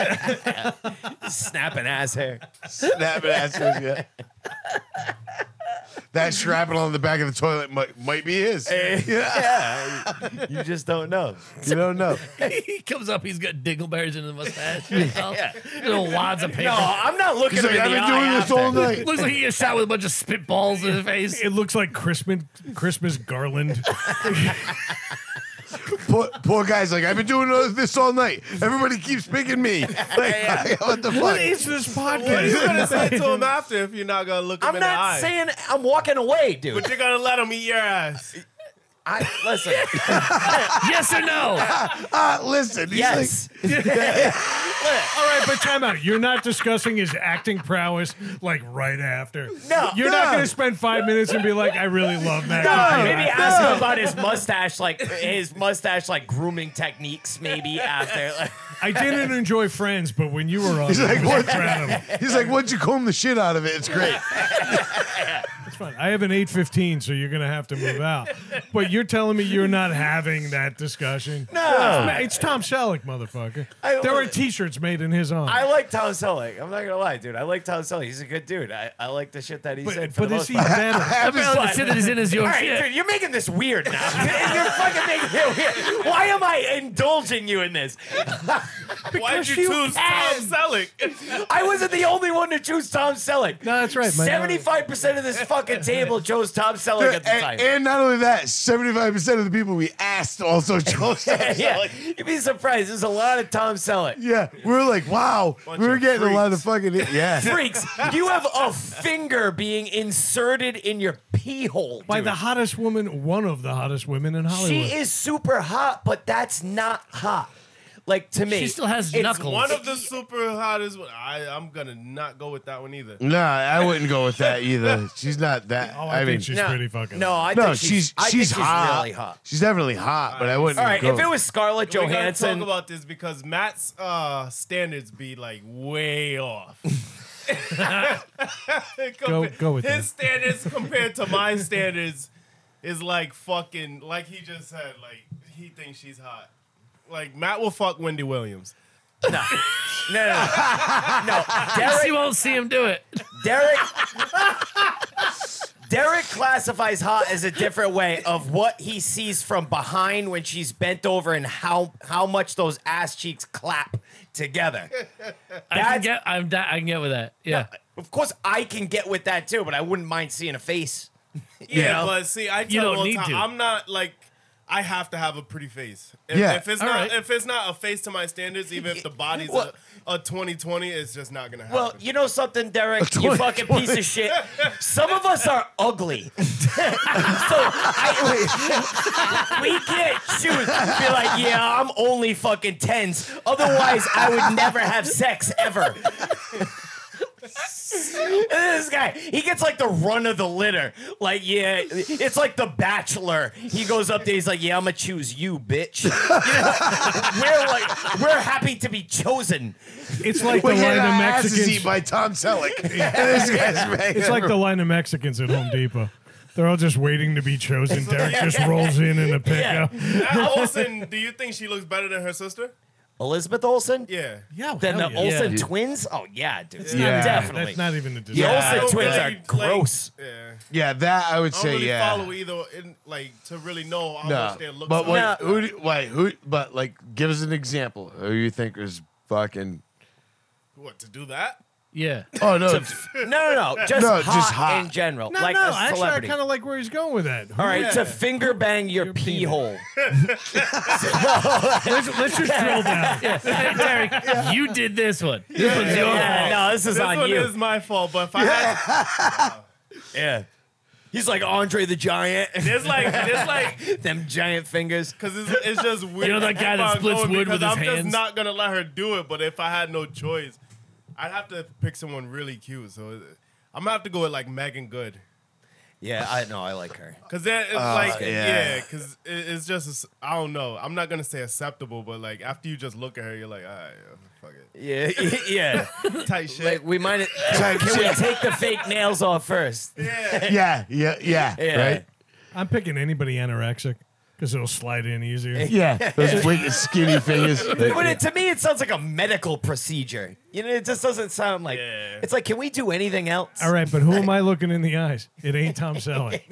Speaker 1: Snapping ass hair.
Speaker 5: Snapping asses, yeah. That shrapnel on the back of the toilet might, might be his.
Speaker 1: Yeah. You just don't know.
Speaker 5: You don't know.
Speaker 3: he comes up, he's got dingleberries in the mustache. yeah. Little wads of paper.
Speaker 1: No, I'm not looking
Speaker 5: He's
Speaker 1: at
Speaker 5: like, I've been doing this all night.
Speaker 3: Looks like he got shot with a bunch of spitballs in his face.
Speaker 4: It looks like Christmas Christmas garland.
Speaker 5: Poor, poor guy's like, I've been doing this all night. Everybody keeps picking me. Like, what the
Speaker 4: what
Speaker 5: fuck?
Speaker 4: is this
Speaker 2: What are you
Speaker 4: podcast?
Speaker 2: gonna say to him after if you're not gonna look him
Speaker 1: I'm
Speaker 2: in the eye?
Speaker 1: not saying I'm walking away, dude.
Speaker 2: but you're gonna let him eat your ass.
Speaker 1: I listen.
Speaker 3: yes or no?
Speaker 5: Ah, listen. He's
Speaker 1: yes.
Speaker 4: All right, but time out. You're not discussing his acting prowess like right after.
Speaker 1: No.
Speaker 4: You're not
Speaker 5: No.
Speaker 4: going to spend five minutes and be like, I really love that.
Speaker 1: No,
Speaker 4: guy."
Speaker 1: maybe ask him about his mustache, like his mustache, like grooming techniques, maybe after. Like,
Speaker 4: I didn't enjoy Friends, but when you were on,
Speaker 5: He's
Speaker 4: it
Speaker 5: like,
Speaker 4: was
Speaker 5: what?
Speaker 4: incredible.
Speaker 5: like, he's like, once you comb the shit out of it, it's great.
Speaker 4: It's fun. I have an 815, so you're going to have to move out. But you're telling me you're not having that discussion?
Speaker 1: no,
Speaker 4: Ma- It's Tom Selleck, motherfucker.
Speaker 1: I-
Speaker 4: there were T-shirts made in his honor.
Speaker 1: I like Tom Selleck. I'm not gonna lie, dude. I like Tom Selleck. He's a good dude. I, I like the shit that he said
Speaker 4: but
Speaker 1: for
Speaker 4: but
Speaker 1: the
Speaker 4: is
Speaker 1: most
Speaker 4: he
Speaker 1: part.
Speaker 4: better?
Speaker 5: I'm just
Speaker 3: Apparently,
Speaker 5: like-
Speaker 3: the shit that is in his your
Speaker 1: All right,
Speaker 3: shit.
Speaker 1: dude, you're making this weird now. you're fucking making it weird. Why am I indulging you in this?
Speaker 2: Why'd you
Speaker 1: you
Speaker 2: choose Tom
Speaker 1: can.
Speaker 2: Selleck?
Speaker 1: I wasn't the only one to choose Tom Selleck.
Speaker 4: No, that's right, man.
Speaker 1: Seventy-five percent of this fucking table chose Tom Selleck at
Speaker 5: And,
Speaker 1: the time.
Speaker 5: and not only that, 75% of the people we asked also chose Tom
Speaker 1: yeah,
Speaker 5: Selleck.
Speaker 1: you'd be surprised. There's a lot of Tom Selleck.
Speaker 5: Yeah, we are like, wow,
Speaker 2: Bunch
Speaker 5: we were
Speaker 2: of
Speaker 5: getting a lot of
Speaker 2: freaks.
Speaker 5: fucking yeah.
Speaker 1: Freaks, you have a finger being inserted in your pee hole.
Speaker 4: By
Speaker 1: dude.
Speaker 4: the hottest woman, one of the hottest women in Hollywood.
Speaker 1: She is super hot, but that's not hot. Like to me,
Speaker 3: She still has
Speaker 1: it's
Speaker 3: knuckles.
Speaker 2: One of the super hottest. One. I I'm gonna not go with that one either.
Speaker 5: Nah, I wouldn't go with that either. She's not that.
Speaker 4: Oh, I,
Speaker 5: I,
Speaker 4: think
Speaker 5: mean,
Speaker 4: she's
Speaker 1: No,
Speaker 4: pretty fucking.
Speaker 1: No, I
Speaker 5: no,
Speaker 1: think
Speaker 5: she's
Speaker 1: I think
Speaker 5: she's, hot.
Speaker 1: really hot.
Speaker 5: She's definitely hot, but I wouldn't.
Speaker 1: All right,
Speaker 5: go.
Speaker 1: if it was Scarlett
Speaker 2: We gotta
Speaker 1: Johansson,
Speaker 2: talk about this because Matt's uh, standards be like way off.
Speaker 4: Go- go with
Speaker 2: his
Speaker 4: that.
Speaker 2: standards compared to my standards is like fucking like he just said like he thinks she's hot. Like Matt will fuck Wendy Williams.
Speaker 1: no, no, no, no. Derek,
Speaker 3: She won't see him do it.
Speaker 1: Derek, Derek classifies hot as a different way of what he sees from behind when she's bent over and how how much those ass cheeks clap together.
Speaker 3: I can
Speaker 1: That's-
Speaker 3: get. I'm. da- I can get with that. Yeah.
Speaker 1: Of course, I can get with that too, but I wouldn't mind seeing a face.
Speaker 2: Yeah,
Speaker 1: know?
Speaker 2: but see, I tell
Speaker 3: You don't
Speaker 2: him all the
Speaker 3: need
Speaker 2: time,
Speaker 3: to.
Speaker 2: I'm not like I have to have a pretty face. If,
Speaker 5: Yeah,
Speaker 2: if it's
Speaker 3: all
Speaker 2: not
Speaker 3: right.
Speaker 2: if it's not a face to my standards, even if the body's
Speaker 1: Well-
Speaker 2: a, a 2020, it's just not gonna happen.
Speaker 1: Well, you know something, Derek? You fucking piece of shit. Some of us are ugly. so I, we can't choose to be like, yeah, I'm only fucking tens. Otherwise, I would never have sex ever. And this guy, he gets like the run of the litter. Like, yeah, it's like The Bachelor. He goes up there, he's like, yeah, I'm gonna choose you, bitch. You know, we're like, we're happy to be chosen.
Speaker 4: It's like the
Speaker 5: We're
Speaker 4: line
Speaker 5: getting our
Speaker 4: of
Speaker 5: asses
Speaker 4: Mexicans.
Speaker 5: eaten by Tom Selleck. And this guy's making-
Speaker 4: It's like the line of Mexicans at Home Depot. They're all just waiting to be chosen. Derek just rolls in in a pickup. Yeah,
Speaker 2: Matt Olson, do you think she looks better than her sister?
Speaker 1: Elizabeth Olsen?
Speaker 2: Yeah.
Speaker 1: Then the
Speaker 4: hell yeah.
Speaker 1: Olsen
Speaker 3: Yeah.
Speaker 1: twins? Oh yeah, dude.
Speaker 5: not even-
Speaker 1: definitely.
Speaker 4: That's not even a
Speaker 1: the
Speaker 4: discussion.
Speaker 5: Yeah.
Speaker 1: Olsen
Speaker 2: I don't
Speaker 1: twins
Speaker 2: really,
Speaker 1: are gross.
Speaker 2: Like, yeah.
Speaker 5: yeah, that I would
Speaker 2: I don't
Speaker 5: say
Speaker 2: really
Speaker 5: yeah.
Speaker 2: follow either in, like to really know how
Speaker 5: no,
Speaker 2: much they look
Speaker 5: but what,
Speaker 2: like.
Speaker 1: No.
Speaker 5: who? do- Wait, who? But like, give us an example. Who you think is fucking?
Speaker 2: What to do that?
Speaker 3: Yeah.
Speaker 5: Oh
Speaker 1: no,
Speaker 5: no,
Speaker 1: no, no. Just,
Speaker 5: No,
Speaker 1: hot,
Speaker 5: just hot.
Speaker 1: in general.
Speaker 4: No,
Speaker 1: like
Speaker 4: no.
Speaker 1: a
Speaker 4: Actually, I
Speaker 1: celebrity.
Speaker 4: kind of like where he's going with that.
Speaker 1: All right,
Speaker 2: Yeah.
Speaker 1: to finger bang your,
Speaker 4: Your
Speaker 1: pee
Speaker 4: penis.
Speaker 1: hole.
Speaker 4: let's, let's just drill down.
Speaker 3: Hey, Derek, you did this one. This one's your
Speaker 1: Yeah,
Speaker 3: fault.
Speaker 1: no, this is
Speaker 2: This
Speaker 1: on
Speaker 2: one
Speaker 1: you.
Speaker 2: is my fault. But if I had,
Speaker 1: yeah. He's like Andre the Giant.
Speaker 2: it's like it's like
Speaker 1: Them giant fingers.
Speaker 2: because it's, it's just weird.
Speaker 3: know that
Speaker 2: to keep
Speaker 3: guy that
Speaker 2: on
Speaker 3: splits
Speaker 2: going
Speaker 3: wood with
Speaker 2: because
Speaker 3: his
Speaker 2: I'm
Speaker 3: hands?
Speaker 2: just not gonna let her do it. But if I had no choice, I'd have to pick someone really cute. So I'm gonna have to go with like Megan Good.
Speaker 1: Yeah, I know. I like her.
Speaker 2: Cause that it's
Speaker 5: Uh,
Speaker 2: like
Speaker 5: yeah.
Speaker 2: Ah, yeah, cause it, it's just I don't know. I'm not gonna say acceptable, but like after you just look at her, you're like, all right, yeah, fuck
Speaker 1: Yeah, yeah.
Speaker 2: it, tight shit.
Speaker 1: like we might. Can we take the fake nails off first?
Speaker 2: yeah,
Speaker 5: Yeah, yeah, yeah.
Speaker 1: Yeah.
Speaker 5: Right?
Speaker 4: I'm picking anybody anorexic because it'll slide in easier.
Speaker 5: Yeah. Those wicked skinny fingers.
Speaker 1: But it, to me, it sounds like a medical procedure. You know, it just doesn't sound like.
Speaker 2: Yeah.
Speaker 1: It's like, can we do anything else?
Speaker 4: All right, but who am I looking in the eyes? It ain't Tom Selleck.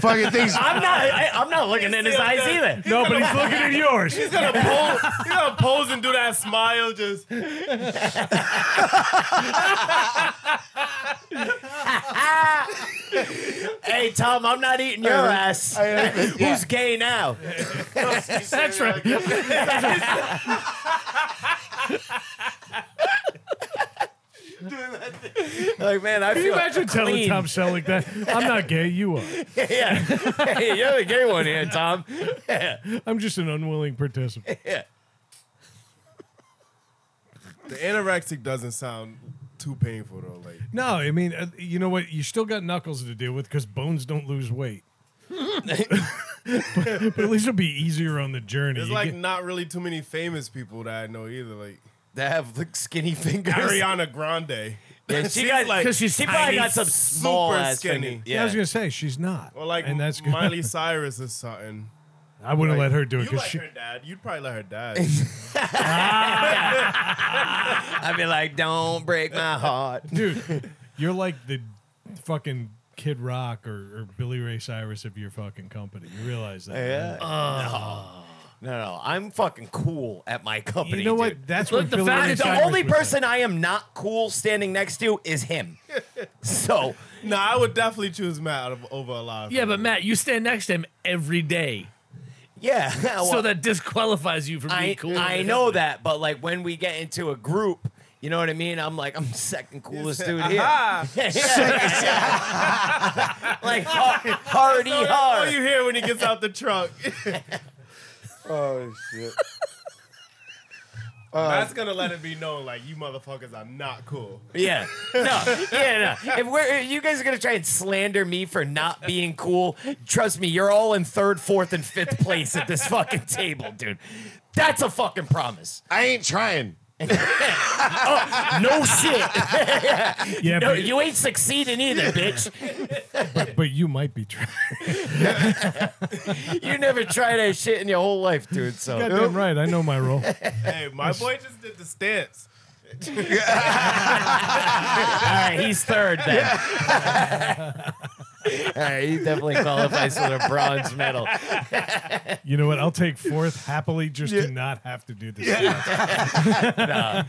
Speaker 5: fucking things.
Speaker 1: I'm not. I, I'm not looking in his eyes either.
Speaker 4: no, but he's looking at yours.
Speaker 2: he's gonna pose, he's gonna pose and do that smile. Just
Speaker 1: Hey, Tom, I'm not eating your ass. Who's gay now?
Speaker 2: that's right.
Speaker 1: Like, man, I
Speaker 4: Can
Speaker 1: feel
Speaker 4: you imagine telling
Speaker 1: clean.
Speaker 4: Tom Selleck that? I'm not gay, you are.
Speaker 1: yeah. Hey, you're the gay one here, Tom.
Speaker 4: I'm just an unwilling participant.
Speaker 2: The anorexic doesn't sound too painful though. Like
Speaker 4: No, I mean, uh, you know what? You still got knuckles to deal with because bones don't lose weight. but, but at least it'll be easier on the journey.
Speaker 2: there's
Speaker 4: You
Speaker 2: like
Speaker 4: get-
Speaker 2: not really too many famous people that I know either. Like
Speaker 1: They have like, skinny fingers.
Speaker 2: Ariana Grande.
Speaker 1: Yeah, she got like.
Speaker 3: 'Cause she's
Speaker 1: she probably
Speaker 3: tiny,
Speaker 1: got some small ass
Speaker 2: skinny.
Speaker 1: fingers.
Speaker 4: yeah. I was gonna say she's not.
Speaker 2: Or like
Speaker 4: and that's good.
Speaker 2: Miley Cyrus or something.
Speaker 4: I wouldn't
Speaker 2: Like,
Speaker 4: let her do it
Speaker 2: You
Speaker 4: because
Speaker 2: like
Speaker 4: she.
Speaker 2: her dad. You'd probably let her dad.
Speaker 1: I'd be like, don't break my heart.
Speaker 4: dude, you're like the fucking Kid Rock or, or Billy Ray Cyrus of your fucking company. You realize that?
Speaker 1: Yeah.
Speaker 4: right?
Speaker 1: No, no, I'm fucking cool at my company.
Speaker 4: You know what?
Speaker 1: dude.
Speaker 4: That's
Speaker 3: Look,
Speaker 4: what
Speaker 3: the
Speaker 4: Billy
Speaker 3: fact
Speaker 4: Ray
Speaker 3: is
Speaker 1: The
Speaker 4: Cyrus
Speaker 1: only
Speaker 4: was like.
Speaker 1: person I am not cool standing next to is him. so
Speaker 2: No, I would definitely choose Matt out of, over Alive.
Speaker 3: Yeah, but Matt, you stand next to him every day,
Speaker 1: yeah, well,
Speaker 3: so that disqualifies you from being
Speaker 1: I
Speaker 3: cool.
Speaker 1: I know that, but like when we get into a group, you know what I mean? I'm like I'm second coolest dude here. like har- hardy
Speaker 2: All
Speaker 1: hard.
Speaker 2: you hear when he gets out the trunk.
Speaker 5: Oh, shit.
Speaker 1: Uh,
Speaker 2: Matt's gonna let it be known, like you motherfuckers are not cool.
Speaker 1: Yeah. No. Yeah. No. If we're if you guys are gonna try and slander me for not being cool, trust me, you're all in third, fourth, and fifth place at this fucking table, dude. That's a fucking promise.
Speaker 5: I ain't trying.
Speaker 1: No shit.
Speaker 4: Yeah,
Speaker 1: No,
Speaker 4: but,
Speaker 1: you ain't succeeding either, bitch.
Speaker 4: but you might be trying.
Speaker 1: You never tried that shit in your whole life, dude. So
Speaker 4: Goddamn right. I know my role.
Speaker 2: Hey, my boy just did the stance.
Speaker 1: all right, he's third then. all right, he definitely qualifies for the bronze medal.
Speaker 4: You know what? I'll take fourth happily just to not have to do this.
Speaker 1: The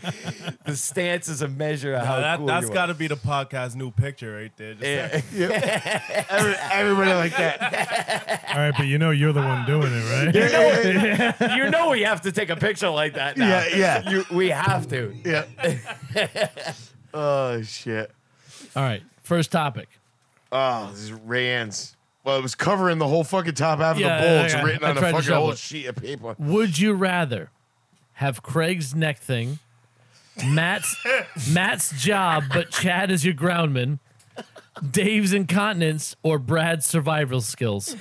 Speaker 1: stance is a measure of how
Speaker 2: that,
Speaker 1: cool
Speaker 2: has
Speaker 1: you
Speaker 2: gotta be the podcast new picture right there. Just
Speaker 1: are. Yeah.
Speaker 5: Every, everybody like that.
Speaker 4: All right, but you know you're the one doing it, right?
Speaker 1: you know we have to take a picture like that now.
Speaker 5: Yeah, yeah.
Speaker 1: You, we have to.
Speaker 5: Yeah. oh, shit.
Speaker 3: All right, first topic.
Speaker 5: Oh, this is Rayanne's. Well, it was covering the whole fucking top half
Speaker 3: Yeah,
Speaker 5: of the bowl.
Speaker 3: yeah,
Speaker 5: It's
Speaker 3: yeah.
Speaker 5: written
Speaker 3: I
Speaker 5: on a
Speaker 3: tried to
Speaker 5: fucking
Speaker 3: shovel
Speaker 5: whole
Speaker 3: it.
Speaker 5: sheet of paper.
Speaker 3: Would you rather have Craig's neck thing, Matt's Matt's job, but Chad is your groundman, Dave's incontinence, or Brad's survival skills?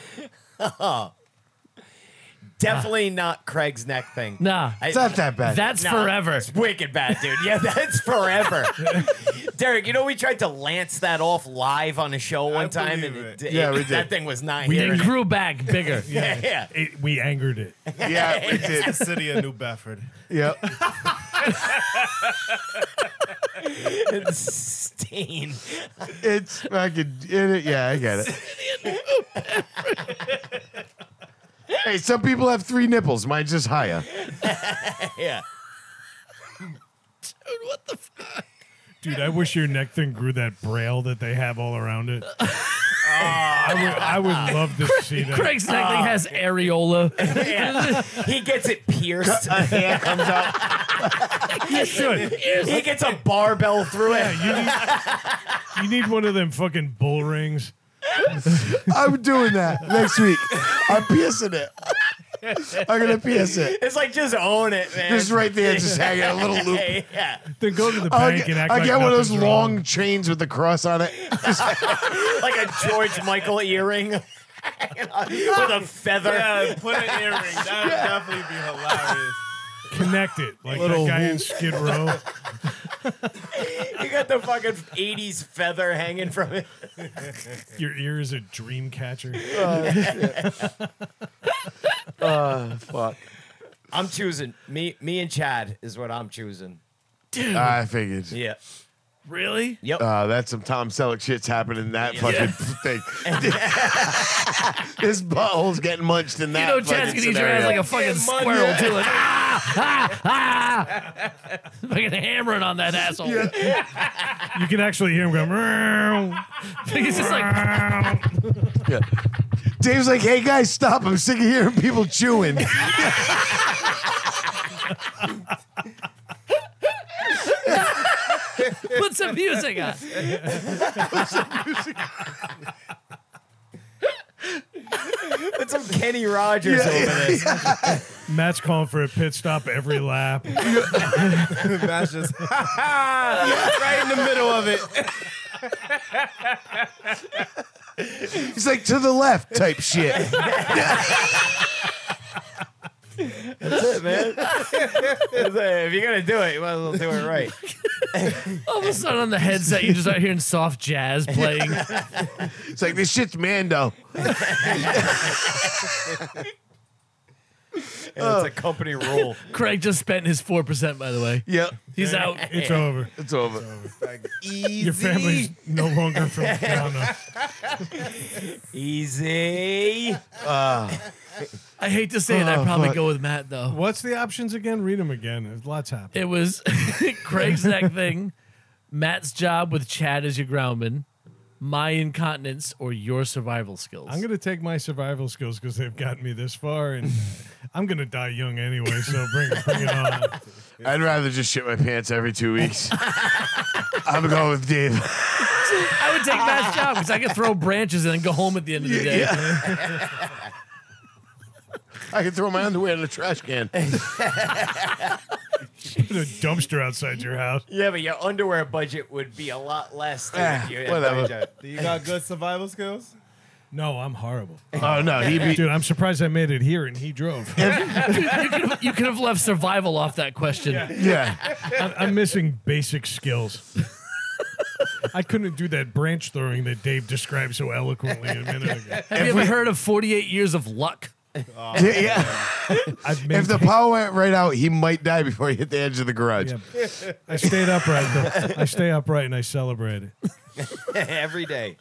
Speaker 1: Definitely not Craig's neck thing.
Speaker 3: Nah,
Speaker 1: I-
Speaker 5: It's not that bad.
Speaker 3: that's
Speaker 1: Nah,
Speaker 3: forever.
Speaker 1: It's wicked bad, dude. Yeah, that's forever. Derek, you know we tried to lance that off live on a show one time, and
Speaker 2: believe
Speaker 1: it,
Speaker 2: it.
Speaker 1: it-
Speaker 5: Yeah, we
Speaker 1: that
Speaker 5: did.
Speaker 1: thing was not here.
Speaker 3: It grew back bigger.
Speaker 1: yeah, yeah.
Speaker 4: It- we angered it.
Speaker 5: yeah, we did.
Speaker 2: the city of New Bedford.
Speaker 5: Yep.
Speaker 1: It's stain.
Speaker 5: It's fucking. It, yeah, I get it. hey, some people have three nipples. Mine's just higher.
Speaker 1: Yeah.
Speaker 4: Dude, I wish your neck thing grew that braille that they have all around it.
Speaker 5: Ah.
Speaker 4: I, would, I would love to see that.
Speaker 3: Craig's neck thing has areola.
Speaker 1: yeah. He gets it pierced.
Speaker 5: A hand comes out.
Speaker 4: You should.
Speaker 5: uh,
Speaker 1: he gets a barbell through it.
Speaker 4: You need one of them fucking bull rings.
Speaker 5: I'm doing that next week. I'm piercing it. I'm gonna piss it.
Speaker 1: It's like just own it, man.
Speaker 5: Just right there, just hanging a little loop.
Speaker 1: Hey, yeah.
Speaker 4: Then go to the
Speaker 5: I
Speaker 4: bank
Speaker 5: get,
Speaker 4: and act
Speaker 5: I'll
Speaker 4: like
Speaker 5: get one of those
Speaker 4: nothing's
Speaker 5: long
Speaker 4: wrong.
Speaker 5: chains with the cross on it.
Speaker 1: Like a George Michael earring with a feather.
Speaker 2: Yeah, put an earring. That would definitely be hilarious.
Speaker 4: Connect it like
Speaker 5: Little
Speaker 4: that guy in Skid Row.
Speaker 1: You got the fucking 80s feather hanging from it.
Speaker 4: Your ear is a dream catcher.
Speaker 5: Fuck.
Speaker 1: I'm choosing me me and Chad is what I'm choosing.
Speaker 5: I figured.
Speaker 1: Yeah.
Speaker 3: Really?
Speaker 1: Yep.
Speaker 5: Uh, that's some Tom Selleck shit's happening in that fucking thing. His butthole's getting munched in that.
Speaker 3: You know,
Speaker 5: fucking
Speaker 3: Chad's gonna eat your ass like
Speaker 5: scenario.
Speaker 3: a fucking
Speaker 2: Money.
Speaker 3: squirrel too. Like, ah, ah, ah. fucking hammering on that asshole.
Speaker 4: You can actually hear him going. "Meow."
Speaker 3: It's just like
Speaker 5: Dave's like, "Hey guys, stop! I'm sick of hearing people chewing."
Speaker 3: put some music on.
Speaker 1: Put some Kenny Rogers over this.
Speaker 4: Matt's calling for a pit stop every lap.
Speaker 2: That's just right in the middle of it.
Speaker 5: He's like, "To the left," type shit.
Speaker 1: That's it, man. That's it. If you're gonna do it, you might as well do it right.
Speaker 3: All of a sudden on the headset, you just start hearing soft jazz playing.
Speaker 5: It's like this shit's Mando.
Speaker 1: Yeah,
Speaker 5: Uh,
Speaker 1: it's a company rule.
Speaker 3: Craig just spent his four percent, by the way.
Speaker 5: Yep,
Speaker 3: He's out.
Speaker 4: It's over.
Speaker 5: it's over.
Speaker 2: Like, easy.
Speaker 4: Your family's no longer from Toronto.
Speaker 1: Easy.
Speaker 3: I hate to say it. I'd
Speaker 5: Oh,
Speaker 3: probably
Speaker 5: fuck.
Speaker 3: go with Matt though.
Speaker 4: What's the options again? Read them again. There's Lots happening.
Speaker 3: It was Craig's neck thing, Matt's job with Chad as your groundman, my incontinence, or your survival skills.
Speaker 4: I'm gonna take my survival skills because they've gotten me this far, and I'm gonna die young anyway. So bring, bring it on.
Speaker 5: I'd rather just shit my pants every two weeks. I'm going with Dave.
Speaker 3: I would take Matt's job because I could throw branches and then go home at the end of the day.
Speaker 5: I can throw my underwear in the trash can.
Speaker 4: Put a dumpster outside your house.
Speaker 1: Yeah, but your underwear budget would be a lot less than if you had
Speaker 5: Eh, Whatever.
Speaker 1: budget.
Speaker 2: Do you got good survival skills?
Speaker 4: No, I'm horrible,
Speaker 5: Oh no, he be
Speaker 4: dude. I'm surprised I made it here and he drove.
Speaker 3: You could have, you could have left survival off that question.
Speaker 5: yeah.
Speaker 4: I'm, I'm missing basic skills. I couldn't do that branch throwing that Dave described so eloquently a minute ago.
Speaker 3: Have you ever heard of 48 years of luck?
Speaker 5: yeah.
Speaker 4: I've
Speaker 5: If the
Speaker 4: maintained-
Speaker 5: power went right out, he might die before he hit the edge of the garage.
Speaker 4: Yeah. I stayed upright. Though. I stay upright and I celebrate it.
Speaker 1: Every day.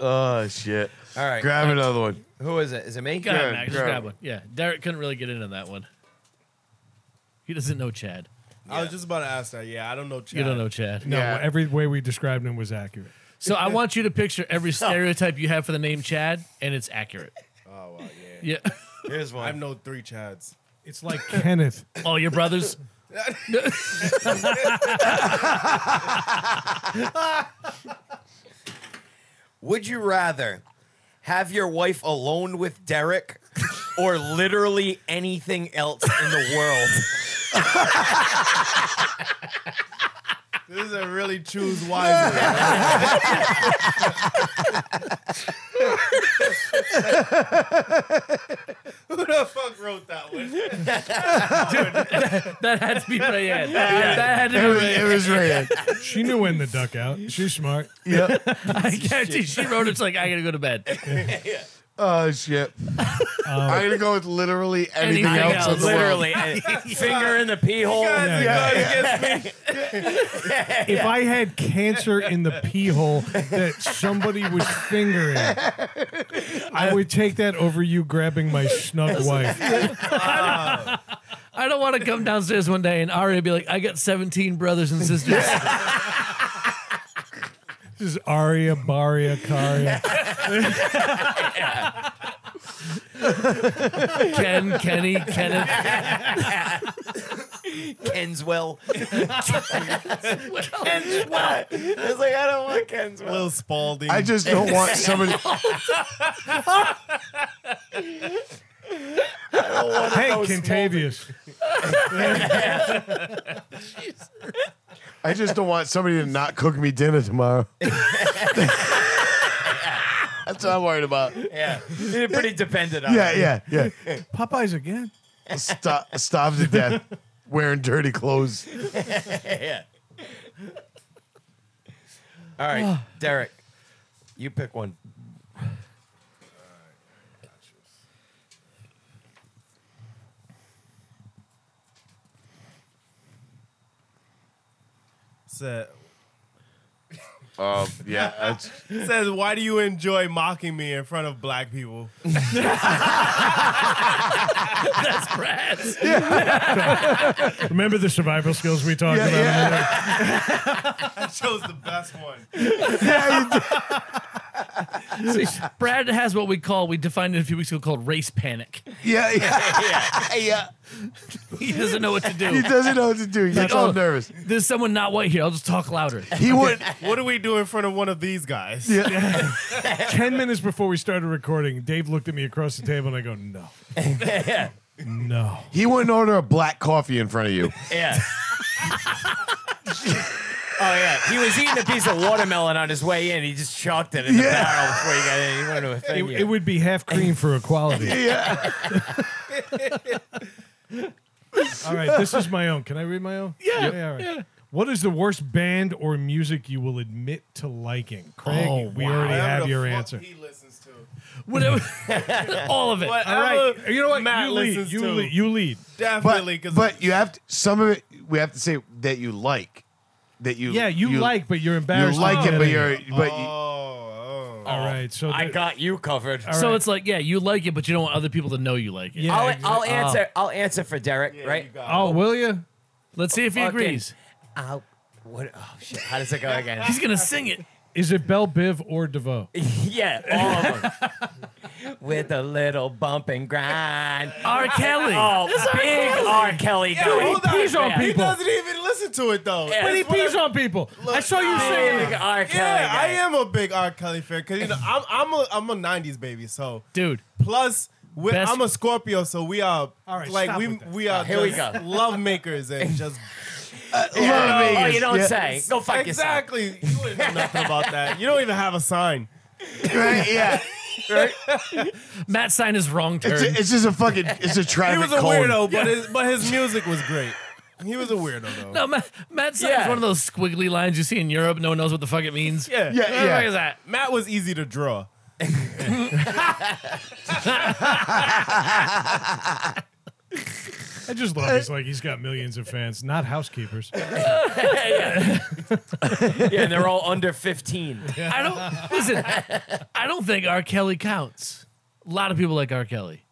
Speaker 5: Oh shit!
Speaker 1: All right.
Speaker 5: Grab another one.
Speaker 1: Who is it? Is it me?
Speaker 3: Go
Speaker 5: Yeah,
Speaker 3: ahead, Max. Just
Speaker 5: grab
Speaker 3: grab
Speaker 5: it.
Speaker 3: one. Yeah, Derek couldn't really get into that one. He doesn't know Chad.
Speaker 2: I was just about to ask that. Yeah, I don't know. Chad.
Speaker 3: You don't know Chad.
Speaker 4: No,
Speaker 5: Yeah.
Speaker 4: every way we described him was accurate.
Speaker 3: So I want you to picture every stereotype you have for the name Chad, and it's accurate.
Speaker 2: Oh, well, yeah.
Speaker 3: Yeah.
Speaker 1: Here's
Speaker 2: I
Speaker 1: one.
Speaker 2: know three Chads.
Speaker 4: It's like Kenneth.
Speaker 3: All your brothers.
Speaker 1: Would you rather have your wife alone with Derek or literally anything else in the world?
Speaker 2: This is a really choose wisely. Who the fuck wrote that one?
Speaker 3: That had to be Rayanne. That had to
Speaker 5: It
Speaker 3: be
Speaker 5: was,
Speaker 3: Rayanne.
Speaker 5: it was Rayan.
Speaker 4: She knew when to duck out. She's smart.
Speaker 5: Yep.
Speaker 3: I guarantee she wrote it. It's like, I gotta go to bed.
Speaker 5: Oh shit! I'm gonna go with literally anything,
Speaker 3: Anything
Speaker 5: else.
Speaker 3: else.
Speaker 5: In the world.
Speaker 1: literally. any- Finger in the pee hole.
Speaker 2: Guys, you
Speaker 4: Yeah.
Speaker 2: guys against me.
Speaker 4: If I had cancer in the pee hole that somebody was fingering, I would take that over you grabbing my snug wife.
Speaker 3: I don't want to come downstairs one day and Aria be like, I got 17 brothers and sisters.
Speaker 4: This is Aria, Baria, Karia.
Speaker 3: Ken, Kenny, Kenneth.
Speaker 1: Kenswell. Kenswell. It's like, I don't want Kenswell.
Speaker 2: Will Spalding.
Speaker 5: I just don't want somebody.
Speaker 4: Hey, Contavious.
Speaker 5: I just don't want somebody to not cook me dinner tomorrow. That's what I'm worried about.
Speaker 1: Yeah, you're pretty dependent on.
Speaker 5: Yeah,
Speaker 1: it.
Speaker 5: yeah, yeah.
Speaker 4: Popeyes again.
Speaker 5: Stop, stop to death wearing dirty clothes.
Speaker 1: yeah. All right, Derek, you pick one.
Speaker 2: Said,
Speaker 5: Um, yeah, that's,
Speaker 2: says, why do you enjoy mocking me in front of black people?
Speaker 4: Remember the survival skills we talked
Speaker 5: Yeah,
Speaker 4: about?
Speaker 5: yeah.
Speaker 2: I chose the best one.
Speaker 3: See, Brad has what we call, we defined it a few weeks ago, called race panic.
Speaker 5: yeah, yeah, yeah.
Speaker 3: He doesn't know what to
Speaker 5: He
Speaker 3: do.
Speaker 5: doesn't know what to do. He gets all
Speaker 3: oh.
Speaker 5: nervous.
Speaker 3: There's someone not white here. I'll just talk louder.
Speaker 5: He would.
Speaker 2: What do we do in front of one of these guys?
Speaker 5: Yeah.
Speaker 4: Ten minutes before we started recording, Dave looked at me across the table and I go, no. no.
Speaker 5: He wouldn't order a black coffee in front of you.
Speaker 1: Yeah. oh yeah, he was eating a piece of watermelon on his way in. He just chalked it in the
Speaker 5: Yeah.
Speaker 1: barrel before he got in. He wanted to offend
Speaker 4: It,
Speaker 1: you.
Speaker 4: it would be half cream for equality.
Speaker 5: Yeah.
Speaker 4: all right, this is my own. Can I read my own?
Speaker 3: Yeah,
Speaker 4: all right.
Speaker 3: yeah.
Speaker 4: What is the worst band or music you will admit to liking? Craig,
Speaker 3: Oh,
Speaker 4: we
Speaker 3: wow.
Speaker 4: already
Speaker 2: Whatever
Speaker 4: have
Speaker 2: the
Speaker 4: your
Speaker 2: fuck
Speaker 4: answer.
Speaker 2: He listens to.
Speaker 3: Whatever. All of it.
Speaker 4: All right. You know what?
Speaker 2: Matt
Speaker 4: you lead.
Speaker 2: listens
Speaker 4: You
Speaker 2: to.
Speaker 4: lead. You lead.
Speaker 5: But,
Speaker 2: Definitely, because
Speaker 5: but you have to, some of it, we have to say that you like. That you.
Speaker 4: Yeah, you, like, but you're
Speaker 5: You
Speaker 4: embarrassed.
Speaker 5: like
Speaker 4: to
Speaker 5: it, but
Speaker 4: admit
Speaker 5: you're. But you,
Speaker 2: oh, oh.
Speaker 4: All right. So
Speaker 1: I
Speaker 4: the-
Speaker 1: got you covered.
Speaker 4: all
Speaker 3: so
Speaker 4: right.
Speaker 3: it's like, yeah, you like it, but you don't want other people to know you like it.
Speaker 4: Yeah.
Speaker 1: I'll,
Speaker 4: exactly.
Speaker 3: Oh.
Speaker 1: I'll answer. I'll answer for Derek.
Speaker 2: Yeah,
Speaker 1: right?
Speaker 2: you got
Speaker 4: Oh, will you?
Speaker 3: Let's see if he
Speaker 1: Fucking-
Speaker 3: agrees.
Speaker 1: I'll, what? Oh shit! How does it go again?
Speaker 3: He's gonna sing it.
Speaker 4: Is it Bell Biv or DeVoe?
Speaker 1: yeah, all of them. With a little bump and grind.
Speaker 3: R. Kelly.
Speaker 1: Oh, big R. Kelly.
Speaker 2: Yeah,
Speaker 1: guy.
Speaker 2: hold on.
Speaker 4: pees on
Speaker 1: Yeah.
Speaker 2: He
Speaker 4: people.
Speaker 2: doesn't even listen to it though.
Speaker 1: Yeah.
Speaker 4: But he
Speaker 1: That's what
Speaker 4: pees on people. I saw you saying
Speaker 1: Big R. Kelly.
Speaker 2: Yeah, I
Speaker 1: guy.
Speaker 2: am a big R. Kelly fan because you know I'm I'm a I'm a '90s baby. So
Speaker 3: Dude.
Speaker 2: plus, we
Speaker 3: Best-
Speaker 2: I'm a Scorpio, so we are
Speaker 4: All right,
Speaker 2: like
Speaker 4: stop
Speaker 2: we
Speaker 4: with that.
Speaker 2: we are
Speaker 1: here we
Speaker 2: just
Speaker 1: go.
Speaker 2: love makers and just
Speaker 5: Love
Speaker 1: Oh,
Speaker 5: Vegas.
Speaker 1: you don't
Speaker 5: yeah.
Speaker 1: say. Go fuck yourself.
Speaker 2: exactly. You wouldn't know nothing about that. You don't even have a sign.
Speaker 5: Right, yeah. Right?
Speaker 3: Matt signed his wrong turn.
Speaker 5: It's, a- it's just a fucking. It's a
Speaker 2: He
Speaker 5: traffic
Speaker 2: was a
Speaker 5: cone.
Speaker 2: weirdo, but his but his music was great. He was a weirdo though.
Speaker 3: no, Matt, Matt signed
Speaker 1: Yeah.
Speaker 3: one of those squiggly lines you see in Europe. No one knows what the fuck it means.
Speaker 2: Yeah.
Speaker 5: Yeah,
Speaker 3: What the fuck
Speaker 5: yeah.
Speaker 3: is that?
Speaker 2: Matt was easy to draw.
Speaker 4: I just love he's like he's got millions of fans, not housekeepers.
Speaker 1: Yeah, and they're all under 15.
Speaker 3: I don't listen. I don't think R. Kelly counts. A lot of people like R. Kelly.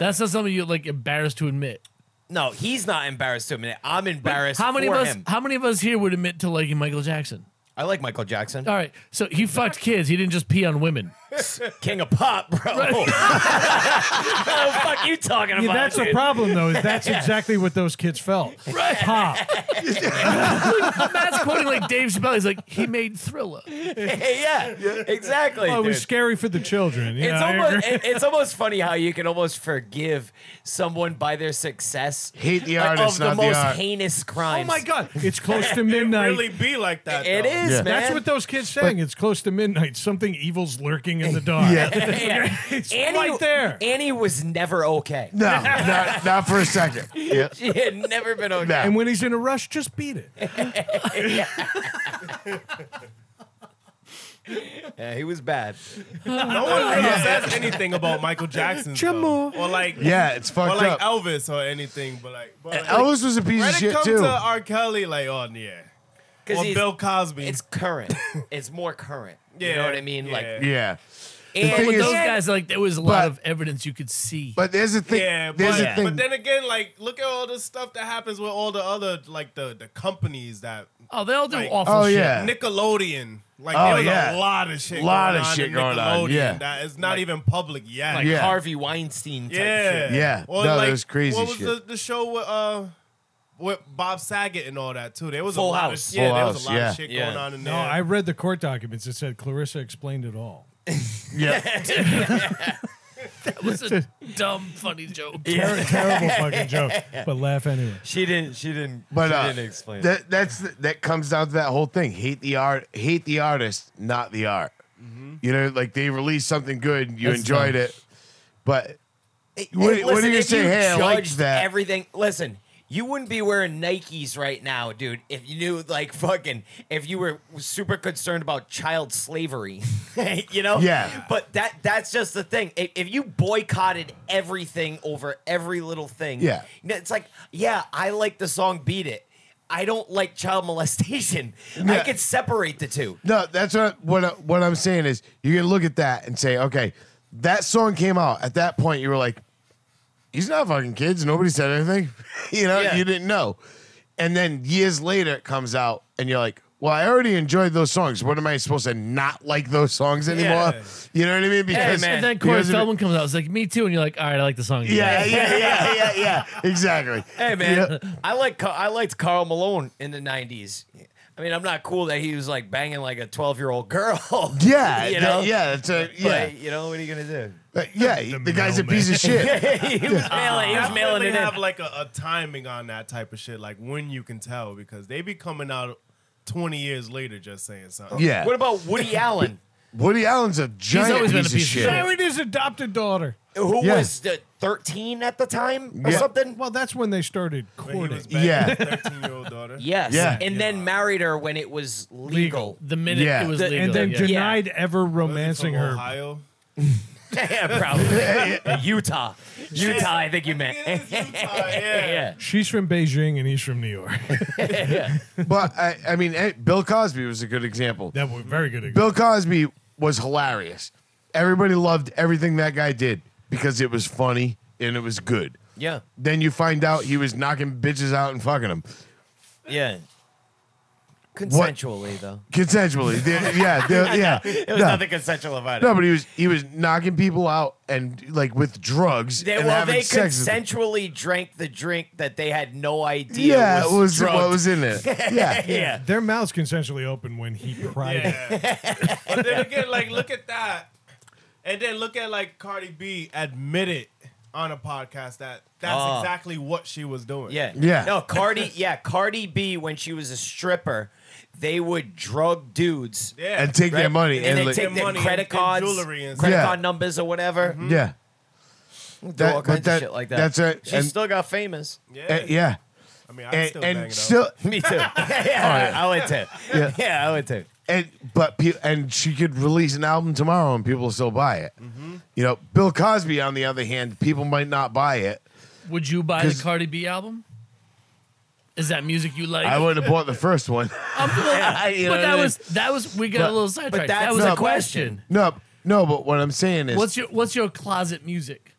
Speaker 3: That's not something you like embarrassed to admit.
Speaker 1: No, he's not embarrassed to admit it. I'm embarrassed
Speaker 3: How many
Speaker 1: for
Speaker 3: of us?
Speaker 1: him.
Speaker 3: How many of us here would admit to liking Michael Jackson?
Speaker 1: I like Michael Jackson.
Speaker 3: All right, so he fucked kids. He didn't just pee on women.
Speaker 1: King of pop, bro. what the fuck you talking about?
Speaker 4: Yeah, that's the
Speaker 1: dude?
Speaker 4: problem though. Is that's exactly what those kids felt. Right. Pop.
Speaker 3: Matt's quoting like Dave Chappelle. He's like, he made Thriller.
Speaker 1: yeah, exactly.
Speaker 4: Oh, it was
Speaker 1: dude.
Speaker 4: scary for the children. Yeah,
Speaker 1: It's
Speaker 4: I
Speaker 1: almost
Speaker 4: agree.
Speaker 1: it- it's almost funny how you can almost forgive someone by their success.
Speaker 5: Hate the
Speaker 1: like,
Speaker 5: artist,
Speaker 1: of the
Speaker 5: not the
Speaker 1: most
Speaker 5: art.
Speaker 1: heinous
Speaker 4: Oh
Speaker 1: crimes.
Speaker 4: my god. It's close to midnight.
Speaker 2: Really be like that.
Speaker 1: It
Speaker 2: though.
Speaker 1: is,
Speaker 5: Yeah.
Speaker 1: man.
Speaker 4: That's what those kids sang. it's close to midnight. Something evil's lurking in the dark.
Speaker 5: Yeah.
Speaker 1: Yeah.
Speaker 4: It's
Speaker 1: Annie,
Speaker 4: right there.
Speaker 1: Annie was never okay.
Speaker 5: No, not, not for a second. Yeah.
Speaker 1: She had never been okay.
Speaker 5: No.
Speaker 4: And when he's in a rush, just beat it.
Speaker 1: Yeah, he was bad.
Speaker 2: No one really says anything about Michael Jackson. though.
Speaker 4: Jamal.
Speaker 2: Or like
Speaker 5: Yeah, it's
Speaker 2: or
Speaker 5: fucked
Speaker 2: like
Speaker 5: up.
Speaker 2: Elvis or anything, but like, but like
Speaker 5: Elvis was a piece
Speaker 2: When
Speaker 5: of
Speaker 2: it
Speaker 5: shit
Speaker 2: comes
Speaker 5: too.
Speaker 2: to R. Kelly, like, oh yeah,
Speaker 1: Because
Speaker 2: or Bill Cosby,
Speaker 1: it's current. it's more current. you know
Speaker 2: Yeah,
Speaker 1: what I mean? Like,
Speaker 2: yeah.
Speaker 5: yeah. The
Speaker 1: and-
Speaker 3: But with
Speaker 5: is-
Speaker 3: those guys, like there was a lot
Speaker 5: But-
Speaker 3: of evidence you could see.
Speaker 5: But there's a thing.
Speaker 2: yeah, but,
Speaker 5: there's a thing.
Speaker 2: but then again, like, look at all the stuff that happens with all the other like the the companies that
Speaker 3: oh, they all do
Speaker 2: Like-
Speaker 3: awful
Speaker 5: Oh,
Speaker 3: shit.
Speaker 5: yeah.
Speaker 2: Nickelodeon, like,
Speaker 5: Oh,
Speaker 2: there was
Speaker 5: yeah.
Speaker 2: a lot of shit,
Speaker 5: Lot
Speaker 2: going
Speaker 5: of
Speaker 2: on
Speaker 5: shit
Speaker 2: in
Speaker 5: going on,
Speaker 2: Nickelodeon
Speaker 5: yeah.
Speaker 2: that is not even public yet.
Speaker 1: like
Speaker 5: Yeah.
Speaker 1: Harvey Weinstein type
Speaker 2: yeah,
Speaker 1: shit.
Speaker 5: Yeah.
Speaker 2: Or,
Speaker 5: No, that
Speaker 2: like,
Speaker 5: was crazy
Speaker 2: What was
Speaker 5: shit.
Speaker 2: The, the show with uh with Bob Saget and all that too? There was
Speaker 1: Full
Speaker 2: a lot
Speaker 1: House.
Speaker 2: Of, yeah,
Speaker 5: Full
Speaker 2: there was
Speaker 5: House,
Speaker 2: a lot
Speaker 5: yeah.
Speaker 2: of shit
Speaker 1: Yeah.
Speaker 2: going on in
Speaker 4: No,
Speaker 2: there.
Speaker 4: I read the court documents. It said Clarissa explained it all.
Speaker 5: yeah.
Speaker 3: That was a dumb, funny joke.
Speaker 4: Ter- terrible fucking joke, but laugh anyway.
Speaker 1: She didn't. She didn't.
Speaker 5: But
Speaker 1: she
Speaker 5: uh,
Speaker 1: didn't explain. it.
Speaker 5: that that's that comes down to that whole thing. Hate the art, hate the artist, not the art.
Speaker 2: Mm-hmm.
Speaker 5: You know, like they released something good, you
Speaker 3: That's
Speaker 5: enjoyed
Speaker 3: tough.
Speaker 5: it, but
Speaker 1: Hey,
Speaker 5: what-
Speaker 1: hey,
Speaker 5: what
Speaker 1: listen,
Speaker 5: do you
Speaker 1: if
Speaker 5: say, "Hey, I liked
Speaker 1: judged
Speaker 5: that"?
Speaker 1: Everything. Listen, you wouldn't be wearing Nikes right now, dude. If you knew, like, fucking, if you were super concerned about child slavery, you know.
Speaker 5: Yeah.
Speaker 1: But that—that's just the thing. If, if you boycotted everything over every little thing,
Speaker 5: Yeah.
Speaker 1: you know, it's like, yeah, I like the song "Beat It." I don't like child molestation. I
Speaker 5: Yeah.
Speaker 1: could separate the two.
Speaker 5: no, that's what what I- what I'm saying is you can look at that and say, okay, that song came out. At that point, you were like, he's not fucking kids. Nobody said anything. you know,
Speaker 1: Yeah.
Speaker 5: you didn't know. And then years later, it comes out, and you're like, well, I already enjoyed those songs. What am I supposed to not like those songs anymore?
Speaker 2: Yeah.
Speaker 5: You know what I mean?
Speaker 1: Hey,
Speaker 5: Because
Speaker 1: man.
Speaker 3: And then Corey
Speaker 5: because of-
Speaker 3: Feldman comes out. It's like me too, and you're like, all right, I like the song. you
Speaker 5: Yeah,
Speaker 3: guys."
Speaker 5: yeah, yeah, yeah, yeah. Exactly.
Speaker 1: Hey man, I like Ca- I liked Carl Malone in the '90s. I mean, I'm not cool that he was like banging like a 12 year old girl.
Speaker 5: Yeah,
Speaker 1: you
Speaker 5: that-
Speaker 1: know,
Speaker 5: yeah, that's a, yeah,
Speaker 1: But you know, what are you gonna do?
Speaker 5: Uh, yeah. The, guy's a piece of shit.
Speaker 1: he was mailing, he was
Speaker 2: I
Speaker 1: mailing
Speaker 2: really
Speaker 1: it
Speaker 2: have
Speaker 1: in.
Speaker 2: like a, a timing on that type of shit, like when you can tell because they be coming out twenty years later just saying something.
Speaker 5: yeah,
Speaker 1: What about Woody Allen,
Speaker 5: Woody Allen's a giant
Speaker 3: always
Speaker 5: piece,
Speaker 3: been a
Speaker 5: of
Speaker 3: piece of
Speaker 5: shit.
Speaker 3: shit.
Speaker 4: Married his adopted daughter.
Speaker 1: who
Speaker 5: Yeah.
Speaker 1: was uh, 13 at the time or
Speaker 5: Yeah.
Speaker 1: something?
Speaker 4: Well, that's when they started
Speaker 2: When he
Speaker 4: courting.
Speaker 2: was banging
Speaker 5: Yeah.
Speaker 2: his thirteen-year-old daughter.
Speaker 1: Yes.
Speaker 5: Yeah.
Speaker 1: And then married her when it was legal.
Speaker 3: legal. The minute
Speaker 5: Yeah.
Speaker 3: it was
Speaker 1: The-
Speaker 3: legal,
Speaker 4: and then
Speaker 3: yeah.
Speaker 4: denied ever
Speaker 2: Was he from
Speaker 4: romancing her.
Speaker 2: Ohio.
Speaker 1: yeah, probably. Utah, Utah. I think you meant.
Speaker 2: It is Utah, yeah.
Speaker 1: yeah.
Speaker 4: She's from Beijing and he's from New York.
Speaker 5: But I, I mean, eh, Bill Cosby was a good example.
Speaker 4: that was a very good example.
Speaker 5: Bill Cosby was hilarious. Everybody loved everything that guy did because it was funny and it was good.
Speaker 1: Yeah.
Speaker 5: Then you find out he was knocking bitches out and fucking them
Speaker 1: Yeah. Consensually though.
Speaker 5: consensually. They're- yeah, they're- yeah.
Speaker 1: It was
Speaker 5: No.
Speaker 1: nothing consensual about it.
Speaker 5: No, but he was he was knocking people out and like with drugs
Speaker 1: They,
Speaker 5: and
Speaker 1: well,
Speaker 5: having
Speaker 1: they
Speaker 5: sex. with them.
Speaker 1: consensually drank the drink that they had no idea.
Speaker 5: yeah,
Speaker 1: was
Speaker 5: it was
Speaker 1: drugs.
Speaker 5: what was in it. Yeah,
Speaker 1: Yeah,
Speaker 4: Their mouths consensually open when he pried it.
Speaker 2: Yeah. but then again, like look at that, and then look at like Cardi B admitted on a podcast that that's
Speaker 3: Ah.
Speaker 1: Oh.
Speaker 2: exactly what she was doing.
Speaker 1: yeah,
Speaker 5: Yeah.
Speaker 1: No, Cardi, yeah, Cardi B when she was a stripper, they would drug dudes.
Speaker 2: Yeah.
Speaker 5: and take
Speaker 1: right?
Speaker 5: their money and,
Speaker 1: and, they
Speaker 5: like-
Speaker 1: take their
Speaker 2: Money and-
Speaker 1: credit
Speaker 2: and
Speaker 1: cards,
Speaker 2: jewelry and
Speaker 1: credit
Speaker 5: stuff.
Speaker 1: card numbers or whatever.
Speaker 5: yeah,
Speaker 1: Do all
Speaker 5: That-
Speaker 1: kinds
Speaker 5: but that-
Speaker 1: of shit like that.
Speaker 5: that's right,
Speaker 1: She
Speaker 5: and-
Speaker 1: still got famous.
Speaker 2: yeah.
Speaker 5: and, yeah,
Speaker 2: I mean, I
Speaker 5: and,
Speaker 2: still bang
Speaker 5: and
Speaker 2: it
Speaker 5: still
Speaker 1: Me too. yeah,
Speaker 5: Oh,
Speaker 1: I would too. Yeah.
Speaker 5: Yeah.
Speaker 1: I would too.
Speaker 5: and but pe- and she could release an album tomorrow and people will still buy it. You know, Bill Cosby on the other hand, people might not buy it.
Speaker 3: Would you buy the
Speaker 5: 'Cause-
Speaker 3: Cardi B album? Is that music you like?
Speaker 5: I wouldn't have bought the first one.
Speaker 3: I'm like-
Speaker 5: you know
Speaker 3: but
Speaker 5: what
Speaker 3: that
Speaker 5: I
Speaker 3: was that was we got
Speaker 5: But-
Speaker 3: a little sidetracked.
Speaker 1: that's
Speaker 3: That was
Speaker 1: the
Speaker 3: a question.
Speaker 5: No, no, but what I'm saying is,
Speaker 3: What's your what's your closet music?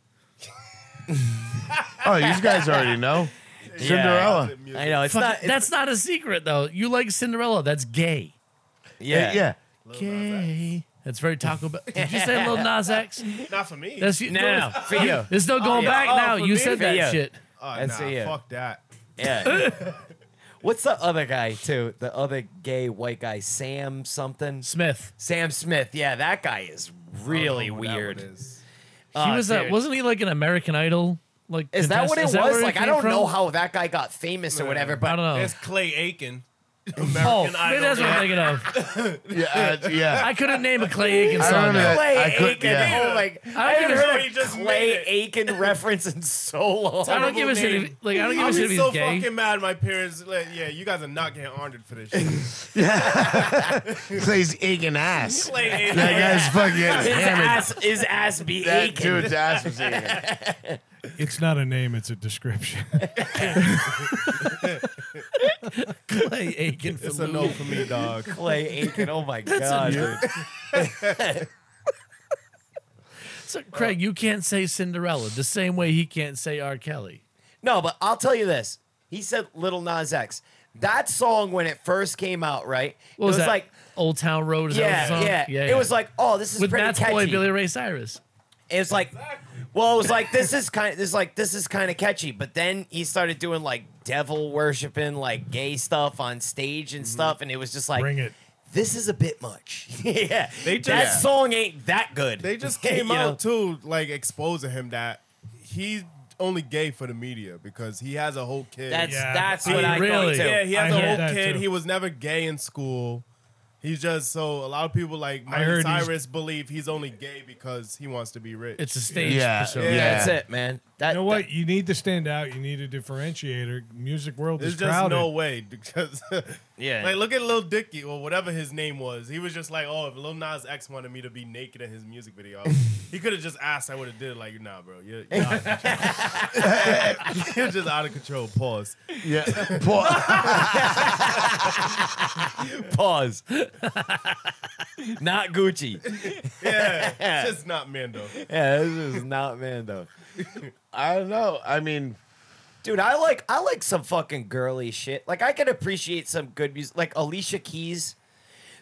Speaker 5: oh, you guys already know Cinderella.
Speaker 1: Yeah. I know it's
Speaker 3: Fuck,
Speaker 1: not. It's,
Speaker 3: that's not a secret though. You like Cinderella? That's gay.
Speaker 1: yeah,
Speaker 5: yeah.
Speaker 3: Gay. That's very Taco Bell. Did you say Lil Nas X?
Speaker 2: Not for me.
Speaker 3: That's
Speaker 1: No, no, no, for you.
Speaker 3: There's no going
Speaker 1: yeah.
Speaker 3: back
Speaker 1: Oh,
Speaker 3: now.
Speaker 1: for
Speaker 3: You
Speaker 1: me?
Speaker 3: said that
Speaker 1: Yeah.
Speaker 3: shit.
Speaker 2: Oh,
Speaker 1: That's
Speaker 2: nah,
Speaker 1: a, yeah.
Speaker 2: fuck that.
Speaker 1: Yeah. What's the other guy too? The other gay white guy, Sam something.
Speaker 3: Smith.
Speaker 1: Sam Smith. Yeah, that guy is really
Speaker 2: I don't know what that
Speaker 1: weird.
Speaker 2: one is.
Speaker 3: He
Speaker 1: Ah,
Speaker 3: was uh,
Speaker 1: dude.
Speaker 3: wasn't he like an American Idol? Like
Speaker 1: Is that what
Speaker 3: contestant?
Speaker 1: it
Speaker 3: Is that
Speaker 1: was?
Speaker 3: where he
Speaker 1: Like, I
Speaker 3: came
Speaker 1: don't
Speaker 3: from?
Speaker 1: know how that guy got famous or whatever, but
Speaker 3: I don't know.
Speaker 2: That's Clay Aiken.
Speaker 3: Oh,
Speaker 2: American
Speaker 3: maybe
Speaker 2: Idol.
Speaker 3: that's what I'm thinking of.
Speaker 5: Yeah, uh, yeah.
Speaker 3: I couldn't name a Clay Aiken
Speaker 5: I
Speaker 3: song.
Speaker 5: remember
Speaker 3: though.
Speaker 5: that.
Speaker 1: Clay
Speaker 5: I couldn't-
Speaker 1: Aiken.
Speaker 5: yeah.
Speaker 1: Oh my! I,
Speaker 3: I don't
Speaker 1: haven't
Speaker 3: even
Speaker 1: heard
Speaker 2: know
Speaker 1: a
Speaker 2: he just made
Speaker 1: Clay
Speaker 2: it.
Speaker 1: Aiken reference in so long.
Speaker 3: I don't give a shit. If,
Speaker 2: name.
Speaker 3: like I don't give
Speaker 2: I'm
Speaker 3: a shit if he's
Speaker 2: so
Speaker 3: gay.
Speaker 2: fucking mad. My parents, like, yeah, you guys are not getting honored for this shit.
Speaker 5: Plays Egan ass.
Speaker 2: Clay Aiken.
Speaker 5: That guy's fucking
Speaker 1: his
Speaker 5: hammered.
Speaker 1: ass is ass be
Speaker 5: That
Speaker 1: aching.
Speaker 5: dude's ass was Egan.
Speaker 4: It's not a name, it's a description.
Speaker 3: Clay Aiken for
Speaker 2: It's a no
Speaker 3: Lou.
Speaker 2: for me, dog.
Speaker 1: Clay Aiken. Oh my god, dude.
Speaker 3: So, Craig, you can't say Cinderella the same way he can't say R. Kelly.
Speaker 1: No, but I'll tell you this. He said Little Nas X. That song when it first came out, right?
Speaker 3: What
Speaker 1: it
Speaker 3: was,
Speaker 1: was
Speaker 3: that?
Speaker 1: like
Speaker 3: Old Town Road. Is
Speaker 1: yeah,
Speaker 3: that what the song?
Speaker 1: yeah, It was like, oh, this is
Speaker 3: with
Speaker 1: pretty
Speaker 3: Matt's
Speaker 1: catchy.
Speaker 3: boy Billy Ray Cyrus.
Speaker 1: It was like, well, it was like this is kind. This is like this is kind of catchy. But then he started doing like devil worshiping, like gay stuff on stage and stuff, and it was just like,
Speaker 4: Bring it.
Speaker 1: this is a bit much. yeah,
Speaker 2: They just-
Speaker 1: that
Speaker 2: Yeah.
Speaker 1: song ain't that good.
Speaker 2: They just came
Speaker 1: You know?
Speaker 2: out too, like exposing him that he's only gay for the media because he has a whole kid.
Speaker 1: That's
Speaker 4: Yeah, Oh,
Speaker 1: that's
Speaker 3: I
Speaker 1: what I
Speaker 3: really-
Speaker 1: thought too.
Speaker 2: yeah, he has
Speaker 4: I
Speaker 2: a
Speaker 4: heard
Speaker 2: whole
Speaker 4: that
Speaker 2: kid.
Speaker 4: too.
Speaker 2: He was never gay in school. He's just so a lot of people like Miley
Speaker 4: heard he's-
Speaker 2: Cyrus believe he's only gay because he wants to be rich.
Speaker 3: It's a stage
Speaker 5: Yeah,
Speaker 3: persona.
Speaker 2: yeah.
Speaker 1: That's it, man. That,
Speaker 4: You know what?
Speaker 1: that-
Speaker 4: You need to stand out. You need a differentiator. Music world
Speaker 2: There's
Speaker 4: is
Speaker 2: just
Speaker 4: crowded.
Speaker 2: no way because
Speaker 1: Yeah.
Speaker 2: like look at Lil Dicky or whatever his name was. He was just like, oh, if Lil Nas X wanted me to be naked in his music video, he could have just asked. I would have did it. like, nah, bro, you're, you're, out of control. You're just out of control. Pause.
Speaker 5: Yeah. Paul-
Speaker 1: pause. not Gucci.
Speaker 2: Yeah, it's just not Mando.
Speaker 1: Yeah, this is not Mando.
Speaker 5: I don't know. I mean,
Speaker 1: Dude, I like I like some fucking girly shit. Like I can appreciate some good music, like Alicia Keys.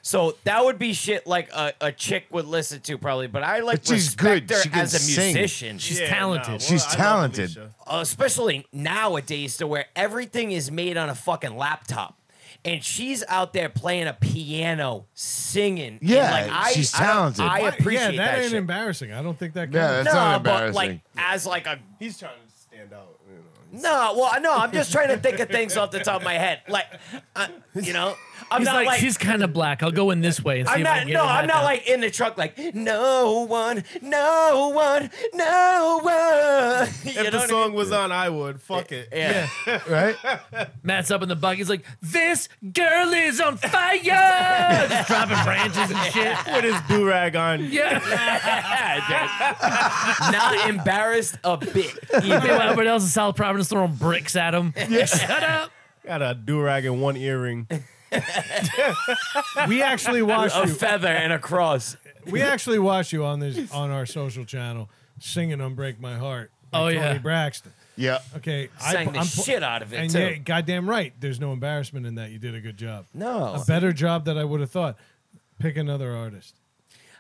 Speaker 1: So that would be shit like a, a chick would listen to probably, but I like
Speaker 5: But she's
Speaker 1: respect
Speaker 5: good.
Speaker 1: her
Speaker 5: She can
Speaker 1: as a
Speaker 5: sing.
Speaker 1: musician,
Speaker 3: She's talented.
Speaker 5: She's
Speaker 2: I love
Speaker 5: talented.
Speaker 2: Alicia.
Speaker 1: Uh, especially nowadays to where everything is made on a fucking laptop. And she's out there playing a piano, singing. and,
Speaker 5: Yeah,
Speaker 1: like, I,
Speaker 5: she's
Speaker 1: I don't-
Speaker 5: talented.
Speaker 1: I,
Speaker 5: Why-
Speaker 4: Why-
Speaker 1: appreciate
Speaker 4: yeah, that, ain't
Speaker 1: shit.
Speaker 4: embarrassing. I don't think that.
Speaker 5: Yeah,
Speaker 4: counts.
Speaker 5: That's
Speaker 1: no,
Speaker 5: not
Speaker 1: but like
Speaker 5: embarrassing.
Speaker 1: as like a
Speaker 2: He's trying to stand out. You know.
Speaker 1: No, well, no, I'm just trying to think of things off the top of my head. Like, I, you know, I'm
Speaker 3: He's
Speaker 1: not
Speaker 3: like,
Speaker 1: like,
Speaker 3: she's kind of black. I'll go in this way and see
Speaker 1: I'm
Speaker 3: if I
Speaker 1: not,
Speaker 3: can get
Speaker 1: no,
Speaker 3: in that
Speaker 1: I'm not
Speaker 3: down.
Speaker 1: like in the truck, like, no one, no one, no one. You
Speaker 2: If
Speaker 1: know
Speaker 2: the
Speaker 1: what I
Speaker 2: song
Speaker 1: mean?
Speaker 2: was on, I would. Fuck it.
Speaker 1: yeah.
Speaker 5: right?
Speaker 3: Matt's up in the bucket. He's like, "This girl is on fire!" Just dropping branches and shit.
Speaker 2: With his do rag on.
Speaker 3: Yeah.
Speaker 1: dude. not embarrassed a bit.
Speaker 3: Meanwhile, everybody else in South Providence throwing bricks at him. Shut up.
Speaker 2: Got a do rag and one earring.
Speaker 4: we actually watched
Speaker 1: A
Speaker 4: you.
Speaker 1: feather and a cross.
Speaker 4: We actually watched you on this on our social channel singing on "Break My Heart." by
Speaker 3: Oh,
Speaker 4: Tony
Speaker 3: yeah.
Speaker 4: Braxton.
Speaker 5: Yeah.
Speaker 4: Okay,
Speaker 1: Sang the
Speaker 4: I'm pu-
Speaker 1: shit out of it,
Speaker 4: And
Speaker 1: too.
Speaker 4: yeah, goddamn right. There's no embarrassment in that. You did a good job.
Speaker 1: No.
Speaker 4: a better job that I would have thought. Pick another artist.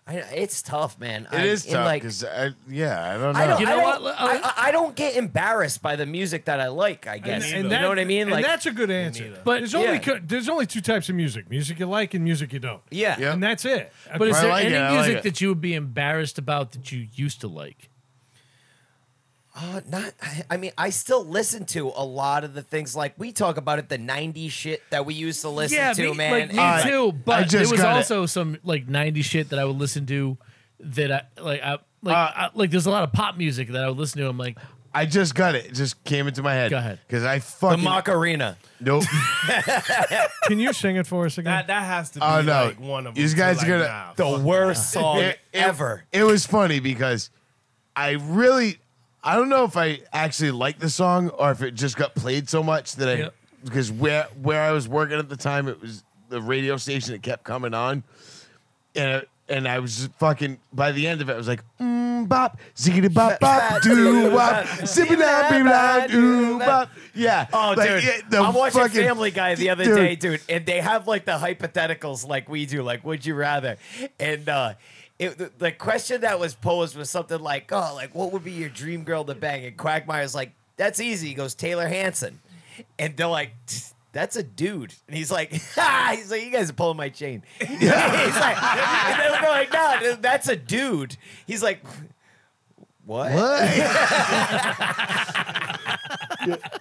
Speaker 1: I, it's tough, man.
Speaker 5: It
Speaker 1: I'm
Speaker 5: is
Speaker 1: in,
Speaker 5: tough
Speaker 1: like-
Speaker 5: because I, yeah, I don't know.
Speaker 1: I don't,
Speaker 3: You know
Speaker 1: I don't,
Speaker 3: what?
Speaker 1: I, I- I don't get embarrassed by the music that I like, I guess. you know what I mean?
Speaker 4: And
Speaker 1: Like,
Speaker 4: that's a good answer.
Speaker 2: neither.
Speaker 4: But there's
Speaker 1: Yeah.
Speaker 4: only co- there's only two types of music: music you like and music you don't.
Speaker 1: yeah.
Speaker 5: Yeah.
Speaker 4: And that's it.
Speaker 3: But is
Speaker 5: I
Speaker 3: there
Speaker 5: like
Speaker 3: any
Speaker 5: it, I like
Speaker 3: music
Speaker 5: it.
Speaker 3: that you would be embarrassed about that you used to like?
Speaker 1: Uh, not. I- I mean, I still listen to a lot of the things like we talk about it, the '90s shit that we used to listen to,
Speaker 3: me,
Speaker 1: man.
Speaker 3: Like me
Speaker 1: Uh,
Speaker 3: too. But there
Speaker 5: just
Speaker 3: was
Speaker 5: got it.
Speaker 3: also some like '90s shit that I would listen to. That I like. I like.
Speaker 5: Uh,
Speaker 3: I, like there's a lot of pop music that I would listen to. I'm like,
Speaker 5: I just got it. It just came into my head.
Speaker 3: Go ahead.
Speaker 5: Because I
Speaker 1: the
Speaker 5: fucking
Speaker 1: Macarena.
Speaker 5: nope.
Speaker 4: Can you sing it for us again?
Speaker 2: That that has to be
Speaker 5: Oh, no.
Speaker 2: like one of them.
Speaker 5: These guys
Speaker 2: like,
Speaker 5: gonna-
Speaker 2: nah,
Speaker 1: The worst song
Speaker 5: It- it-
Speaker 1: ever.
Speaker 5: It was funny because I really, I don't know if I actually liked the song or if it just got played so much that I,
Speaker 3: Yep.
Speaker 5: because where where I was working at the time, it was the radio station that kept coming on, and and I was just fucking by the end of it, I was like. Mm, bop, ziggity bop bop, doo wop, zippity bop, bop, doo wop. Yeah.
Speaker 1: Oh,
Speaker 5: like,
Speaker 1: dude!
Speaker 5: it- the
Speaker 1: I'm watching
Speaker 5: fucking-
Speaker 1: Family Guy the other
Speaker 5: dude.
Speaker 1: day, dude, and they have like the hypotheticals like we do, like "Would you rather?" And uh, it, the, the question that was posed was something like, "Oh, like what would be your dream girl to bang?" And Quagmire's like, "That's easy." He goes, "Taylor Hanson," and they're like. "Tch, That's a dude, and he's like, ha! he's like, you guys are pulling my chain. he's like, and they're like, no, that's a dude. He's like, what?
Speaker 5: What? but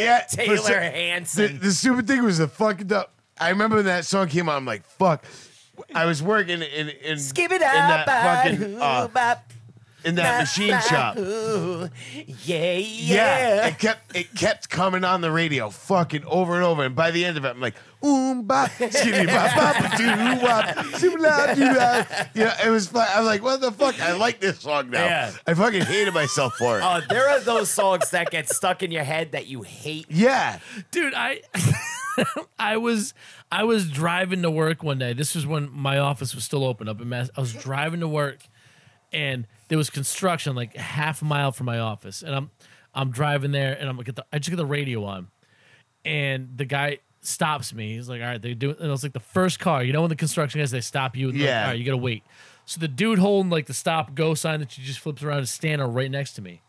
Speaker 5: yeah, for
Speaker 1: Taylor
Speaker 5: some- the,
Speaker 1: Hanson.
Speaker 5: the stupid thing was the fucking up. I remember when that song came out. I'm like, fuck. I was working in in,
Speaker 1: Skip
Speaker 5: in
Speaker 1: it
Speaker 5: that
Speaker 1: up,
Speaker 5: fucking uh, in that machine shop.
Speaker 1: Yeah,
Speaker 5: Yeah.
Speaker 1: yeah.
Speaker 5: it kept it kept coming on the radio, fucking over and over. And by the end of it, I'm like, oom bop, skitty bop bop, doo wop, zibla doo You know, it was. fu- I was like, what the fuck? I like this song now.
Speaker 1: Yeah.
Speaker 5: I fucking hated myself for it.
Speaker 1: Oh, there are those songs that get stuck in your head that you hate.
Speaker 5: yeah,
Speaker 3: dude i i was i was driving to work one day this was when my office was still open up in mass i was driving to work and there was construction like a half a mile from my office and i'm i'm driving there and i'm like i just get the radio on and the guy stops me he's like all right they do and it was like the first car you know when the construction guys they stop you and they're like,
Speaker 5: Yeah.
Speaker 3: all right you gotta wait so the dude holding like the stop go sign that you just flips around is standing right next to me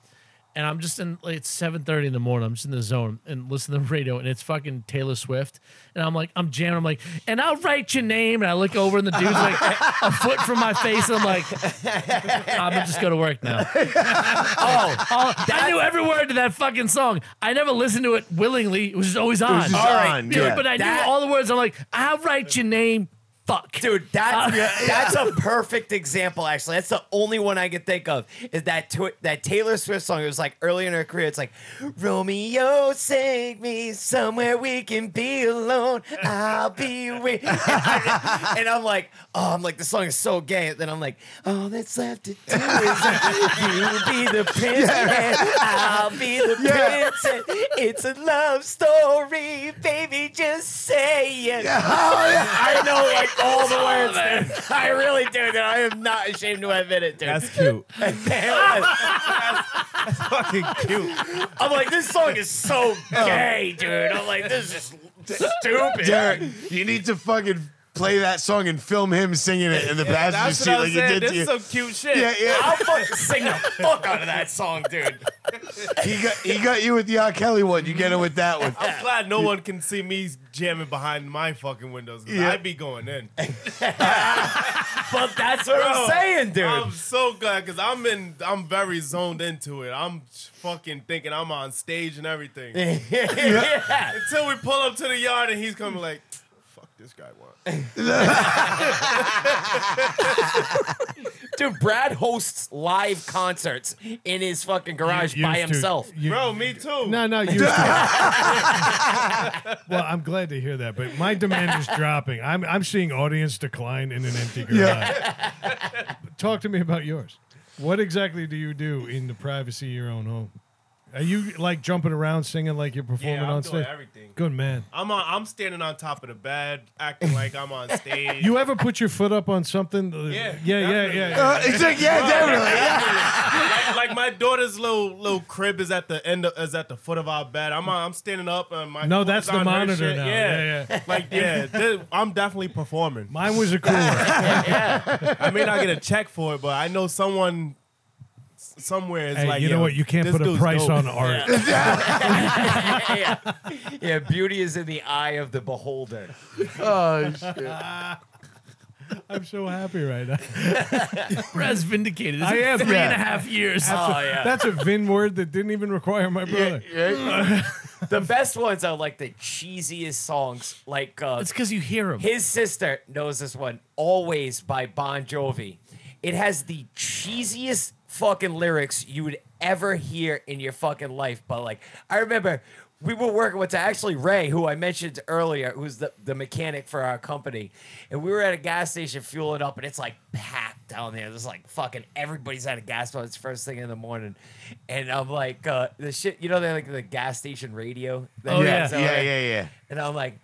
Speaker 3: and I'm just in like, it's seven thirty in the morning. I'm just in the zone and listen to the radio, and it's fucking Taylor Swift, and I'm like, I'm jamming. I'm like, and I'll write your name, and I look over, and the dude's like a foot from my face, and I'm like, I'm gonna just go to work now.
Speaker 1: Oh,
Speaker 3: All- I knew every word to that fucking song. I never listened to it willingly. It was just always on.
Speaker 5: just
Speaker 1: right,
Speaker 5: on,
Speaker 3: Dude,
Speaker 5: yeah.
Speaker 3: but I
Speaker 1: That-
Speaker 3: knew all the words. I'm like, I'll write your name. Fuck,
Speaker 1: dude, that that's a perfect example. Actually, that's the only one I could think of. Is that tw- that Taylor Swift song? It was like early in her career. It's like Romeo, take me somewhere we can be alone. I'll be with. and I'm like, oh, I'm like this song is so gay. And then I'm like, all that's left to do is you be the prince and I'll be the
Speaker 5: Yeah.
Speaker 1: princess. It's a love story, baby. Just say it.
Speaker 2: Oh,
Speaker 1: I know like all the words. dude. I really do. Dude. I am not ashamed to admit it, dude.
Speaker 2: That's cute.
Speaker 1: fucking cute. I'm like, this song is so gay, dude. I'm like, this is stupid.
Speaker 5: Derek, you need to fucking play that song and film him singing it in the passenger
Speaker 2: That's what
Speaker 5: seat
Speaker 2: I
Speaker 5: like
Speaker 2: was
Speaker 5: you
Speaker 2: saying.
Speaker 5: did
Speaker 2: This
Speaker 5: to you.
Speaker 2: is some cute shit.
Speaker 5: yeah, yeah.
Speaker 1: I'll fucking sing the fuck out of that song, dude.
Speaker 5: He got he got you with the R. Kelly one. You get him with that one.
Speaker 2: I'm glad no one can see me jamming behind my fucking windows. 'cause
Speaker 5: Yeah.
Speaker 2: I'd be going in.
Speaker 1: But that's what I'm
Speaker 2: Bro,
Speaker 1: saying, dude.
Speaker 2: I'm so glad because I'm in. I'm very zoned into it. I'm fucking thinking I'm on stage and everything.
Speaker 1: yeah.
Speaker 2: Until we pull up to the yard and he's coming like, "Fuck this guy, want."
Speaker 1: Dude, Brad hosts live concerts in his fucking garage
Speaker 4: You
Speaker 1: by
Speaker 4: used to-
Speaker 1: himself.
Speaker 4: you-
Speaker 2: Bro, me too.
Speaker 4: No, no, you. well, I'm glad to hear that, but my demand is dropping. I'm I'm seeing audience decline in an empty garage. Talk to me about yours. What exactly do you do in the privacy of your own home? Are you like jumping around singing like you're performing
Speaker 2: yeah, I'm
Speaker 4: on
Speaker 2: doing
Speaker 4: stage?
Speaker 2: everything.
Speaker 4: Good man.
Speaker 2: I'm on. I'm standing on top of the bed, acting like I'm on stage.
Speaker 4: You ever put your foot up on something?
Speaker 2: Yeah,
Speaker 4: yeah, yeah, yeah.
Speaker 2: definitely.
Speaker 4: yeah.
Speaker 5: Uh, it's like, yeah, definitely. Yeah.
Speaker 2: like, like my daughter's little little crib is at the end of, is at the foot of our bed. I'm on- I'm standing up and my
Speaker 4: No,
Speaker 2: foot
Speaker 4: that's
Speaker 2: is
Speaker 4: the
Speaker 2: on her
Speaker 4: monitor
Speaker 2: shit.
Speaker 4: now. Yeah, yeah.
Speaker 2: like yeah, th- I'm definitely performing.
Speaker 4: Mine was a cooler.
Speaker 2: I may not get a check for it, but I know someone s- somewhere is
Speaker 4: hey,
Speaker 2: like
Speaker 4: you know
Speaker 2: "Yo,
Speaker 4: what? You can't
Speaker 2: this
Speaker 4: put a
Speaker 2: dude's
Speaker 4: price
Speaker 2: dope."
Speaker 4: on art.
Speaker 1: yeah. yeah, beauty is in the eye of the beholder.
Speaker 5: Oh shit.
Speaker 4: I'm so happy right now.
Speaker 3: Brad's vindicated. It's
Speaker 4: I
Speaker 3: been
Speaker 4: am,
Speaker 3: three and
Speaker 5: yeah.
Speaker 3: a half years.
Speaker 1: Oh yeah.
Speaker 4: That's a Vin word that didn't even require my brother.
Speaker 1: the best ones are like the cheesiest songs. Like uh,
Speaker 3: it's because you hear him.
Speaker 1: his sister knows this one, "Always" by Bon Jovi. It has the cheesiest fucking lyrics you would ever hear in your fucking life. But like, I remember we were working with actually Ray, who I mentioned earlier, who's the, the mechanic for our company, and we were at a gas station fueling up, and it's like packed down there. There's like fucking everybody's out of gas pumps first thing in the morning, and I'm like, uh, the shit, you know, they like the gas station radio. that
Speaker 3: Oh,
Speaker 1: comes
Speaker 3: yeah.
Speaker 1: out,
Speaker 5: Yeah,
Speaker 1: right?
Speaker 5: yeah, yeah.
Speaker 1: And I'm like,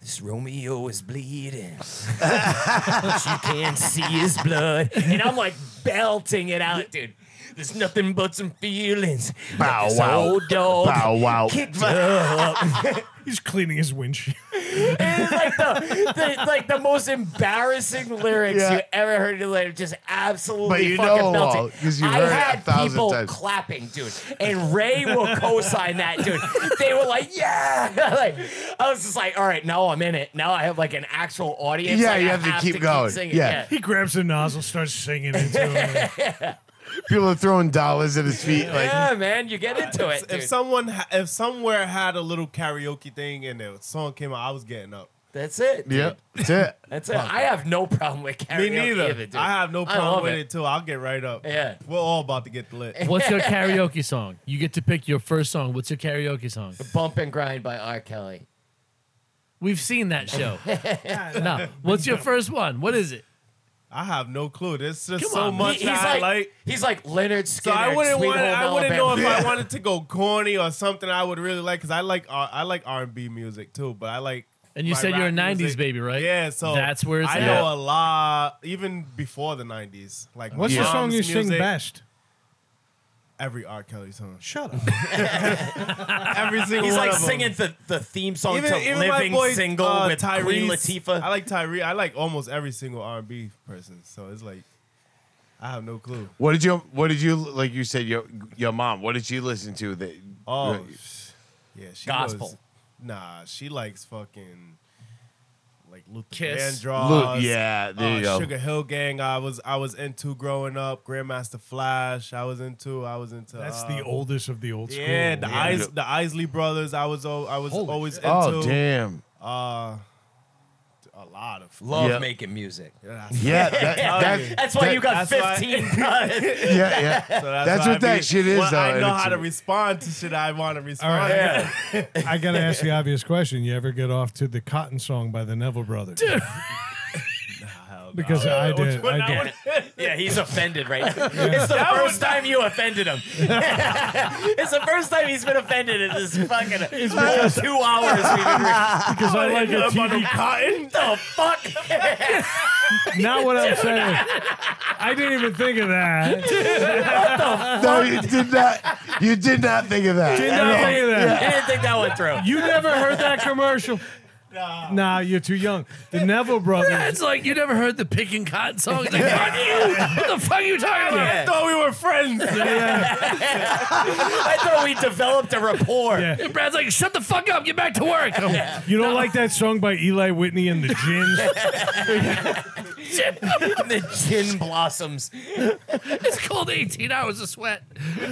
Speaker 1: this Romeo is bleeding. but you can't see his blood. And I'm like belting it out, dude. There's nothing but some feelings.
Speaker 5: Bow
Speaker 1: This
Speaker 5: wow.
Speaker 1: Old dog.
Speaker 5: Bow wow.
Speaker 1: Kicked up.
Speaker 4: He's cleaning his windshield.
Speaker 1: And it's like the, the like the most embarrassing lyrics
Speaker 5: Yeah.
Speaker 1: you ever heard in your life. Just absolutely
Speaker 5: But you
Speaker 1: fucking
Speaker 5: know
Speaker 1: melting.
Speaker 5: all, 'cause you've
Speaker 1: I
Speaker 5: heard it a
Speaker 1: had
Speaker 5: thousand
Speaker 1: people
Speaker 5: times.
Speaker 1: clapping, dude. And Ray will co-sign that, dude. They were like, yeah. like I was just like, all right, now I'm in it. Now I have like an actual audience.
Speaker 5: Yeah,
Speaker 1: Like,
Speaker 5: you
Speaker 1: I
Speaker 5: have to keep going.
Speaker 1: singing.
Speaker 5: Yeah.
Speaker 4: He grabs a nozzle, starts singing into him.
Speaker 5: People are throwing dollars at his feet. Like,
Speaker 1: Yeah, man, you get into it.
Speaker 2: If
Speaker 1: dude.
Speaker 2: someone, ha- if somewhere had a little karaoke thing and the song came out, I was getting up.
Speaker 1: That's it. dude.
Speaker 5: yep, that's it.
Speaker 1: That's it. I have no problem with karaoke.
Speaker 2: Me neither.
Speaker 1: Either, dude.
Speaker 2: I have no
Speaker 1: I
Speaker 2: problem
Speaker 1: love
Speaker 2: with
Speaker 1: it.
Speaker 2: it. too. I'll get right up.
Speaker 1: Yeah.
Speaker 2: we're all about to get lit.
Speaker 3: What's your karaoke song? You get to pick your first song. What's your karaoke song?
Speaker 1: Bump and grind by R. Kelly.
Speaker 3: We've seen that show. no. What's your first one? What is it?
Speaker 2: I have no clue. There's just
Speaker 3: Come
Speaker 2: so
Speaker 3: on,
Speaker 2: much
Speaker 1: He- he's
Speaker 2: that I
Speaker 1: like,
Speaker 2: like.
Speaker 1: he's like Leonard
Speaker 2: So
Speaker 1: Skinner.
Speaker 2: I wouldn't
Speaker 1: Sweet
Speaker 2: want.
Speaker 1: Home
Speaker 2: I wouldn't know if
Speaker 1: Alabama.
Speaker 2: I wanted to go corny or something. I would really like because I like R- I like R and B music too. But I like.
Speaker 3: And you
Speaker 2: my
Speaker 3: said you're a
Speaker 2: rap
Speaker 3: 90s
Speaker 2: music.
Speaker 3: baby, right?
Speaker 2: Yeah, so
Speaker 3: That's where it's
Speaker 2: I
Speaker 3: at.
Speaker 2: know a lot, even before the '90s. Like,
Speaker 4: What's the
Speaker 2: mom's
Speaker 4: song you sing
Speaker 2: music,
Speaker 4: best?
Speaker 2: Every R. Kelly song.
Speaker 4: Shut up.
Speaker 2: Every single
Speaker 1: He's
Speaker 2: one
Speaker 1: like
Speaker 2: of 'em.
Speaker 1: singing the, the theme song
Speaker 2: Even,
Speaker 1: to
Speaker 2: even my
Speaker 1: Living
Speaker 2: boy,
Speaker 1: Single
Speaker 2: uh,
Speaker 1: with
Speaker 2: Tyrese.
Speaker 1: Queen Latifah.
Speaker 2: I like Tyree. I like almost every single R and B person. So it's like I have no clue.
Speaker 5: What did you? What did you? Like you said, your your mom. What did she listen to? That
Speaker 2: Oh,
Speaker 5: right.
Speaker 2: yeah, she
Speaker 1: Gospel.
Speaker 2: was- nah, she likes fucking like Luther
Speaker 3: Kiss.
Speaker 2: Vandross.
Speaker 5: Lu- yeah, there
Speaker 2: uh,
Speaker 5: you go.
Speaker 2: Sugar Hill Gang. I was I was into growing up. Grandmaster Flash. I was into. I was into.
Speaker 4: That's
Speaker 2: uh,
Speaker 4: the oldest of the old school.
Speaker 2: Yeah, the
Speaker 5: Yeah.
Speaker 2: Is- the Isley Brothers. I was al- I was
Speaker 4: Holy
Speaker 2: always
Speaker 4: shit.
Speaker 2: into.
Speaker 5: Oh damn!
Speaker 2: Uh, a lot of.
Speaker 1: Love
Speaker 5: Yeah.
Speaker 1: making music.
Speaker 2: Yeah,
Speaker 5: Yeah, that,
Speaker 2: Oh,
Speaker 5: that's,
Speaker 2: yeah.
Speaker 1: That's why
Speaker 5: that-
Speaker 1: you got
Speaker 2: that's why-
Speaker 1: 15 guys.
Speaker 5: Yeah, yeah.
Speaker 2: so
Speaker 5: That's
Speaker 2: why
Speaker 5: what that shit is,
Speaker 2: Well, I
Speaker 5: though,
Speaker 2: know
Speaker 5: and
Speaker 2: how to
Speaker 5: it's-
Speaker 2: respond to shit. I want to respond.
Speaker 4: right.
Speaker 1: Yeah.
Speaker 4: I gotta ask the obvious question: You ever get off to the Cotton Song by the Neville Brothers? because I did. I did.
Speaker 1: Yeah, he's offended right now. It's the first time you offended him. it's the first time he's been offended in this fucking whole two hours we've been re-
Speaker 4: Because I like a
Speaker 1: What
Speaker 4: TV.
Speaker 1: the fuck?
Speaker 4: Not what I'm saying. I didn't even think of that. Did
Speaker 5: No, you did not. You did not think of that. at
Speaker 4: not
Speaker 5: all.
Speaker 4: think of that.
Speaker 1: I didn't think that went through.
Speaker 4: You never heard that commercial. Nah. you're too young. The Neville Brothers.
Speaker 3: It's like you never heard the picking cotton song. It's like, fuck you! What the fuck are you talking about?
Speaker 1: Yeah.
Speaker 2: thought we were friends.
Speaker 1: I thought we developed a rapport.
Speaker 4: Yeah.
Speaker 3: And Brad's like, shut the fuck up, get back to work. I'm,
Speaker 4: You don't like that song by Eli Whitney and the Gins?
Speaker 1: The gin blossoms.
Speaker 3: it's called 18 hours of sweat.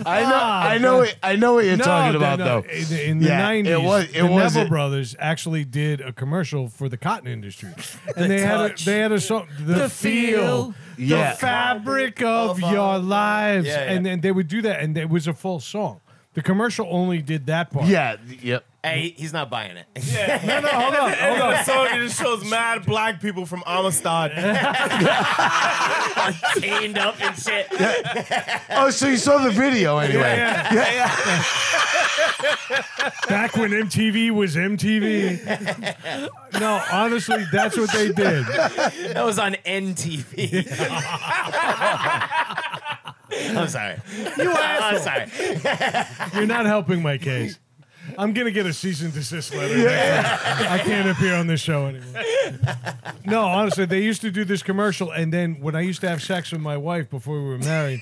Speaker 5: I know. I know. What, I know what you're talking about,
Speaker 4: no,
Speaker 5: though.
Speaker 4: In, the- in the
Speaker 5: Yeah, it
Speaker 4: 90s,
Speaker 5: was- it
Speaker 4: the
Speaker 5: was
Speaker 4: Neville
Speaker 5: a-
Speaker 4: Brothers actually did a commercial for the cotton industry. And they
Speaker 1: touch.
Speaker 4: had a, they had a song, The, Feel.
Speaker 5: Yeah.
Speaker 4: The fabric of
Speaker 1: Of our-
Speaker 4: your lives.
Speaker 1: Yeah, yeah.
Speaker 4: And then they would do that, and it was a full song. The commercial only did that part.
Speaker 5: Yeah. Yep.
Speaker 1: Hey, he's not buying it.
Speaker 4: No, no, hold on. Hold on.
Speaker 2: so it just shows mad black people from Amistad.
Speaker 1: Chained up and shit.
Speaker 5: Oh, so you saw the video anyway?
Speaker 4: Yeah, Back when MTV was MTV. no, honestly, that's what they did.
Speaker 1: That was on NTV. I'm sorry. You I'm sorry.
Speaker 4: You're not helping my case. I'm gonna get a cease and desist letter. I can't appear on this show anymore. No, honestly, they used to do this commercial, and then when I used to have sex with my wife before we were married,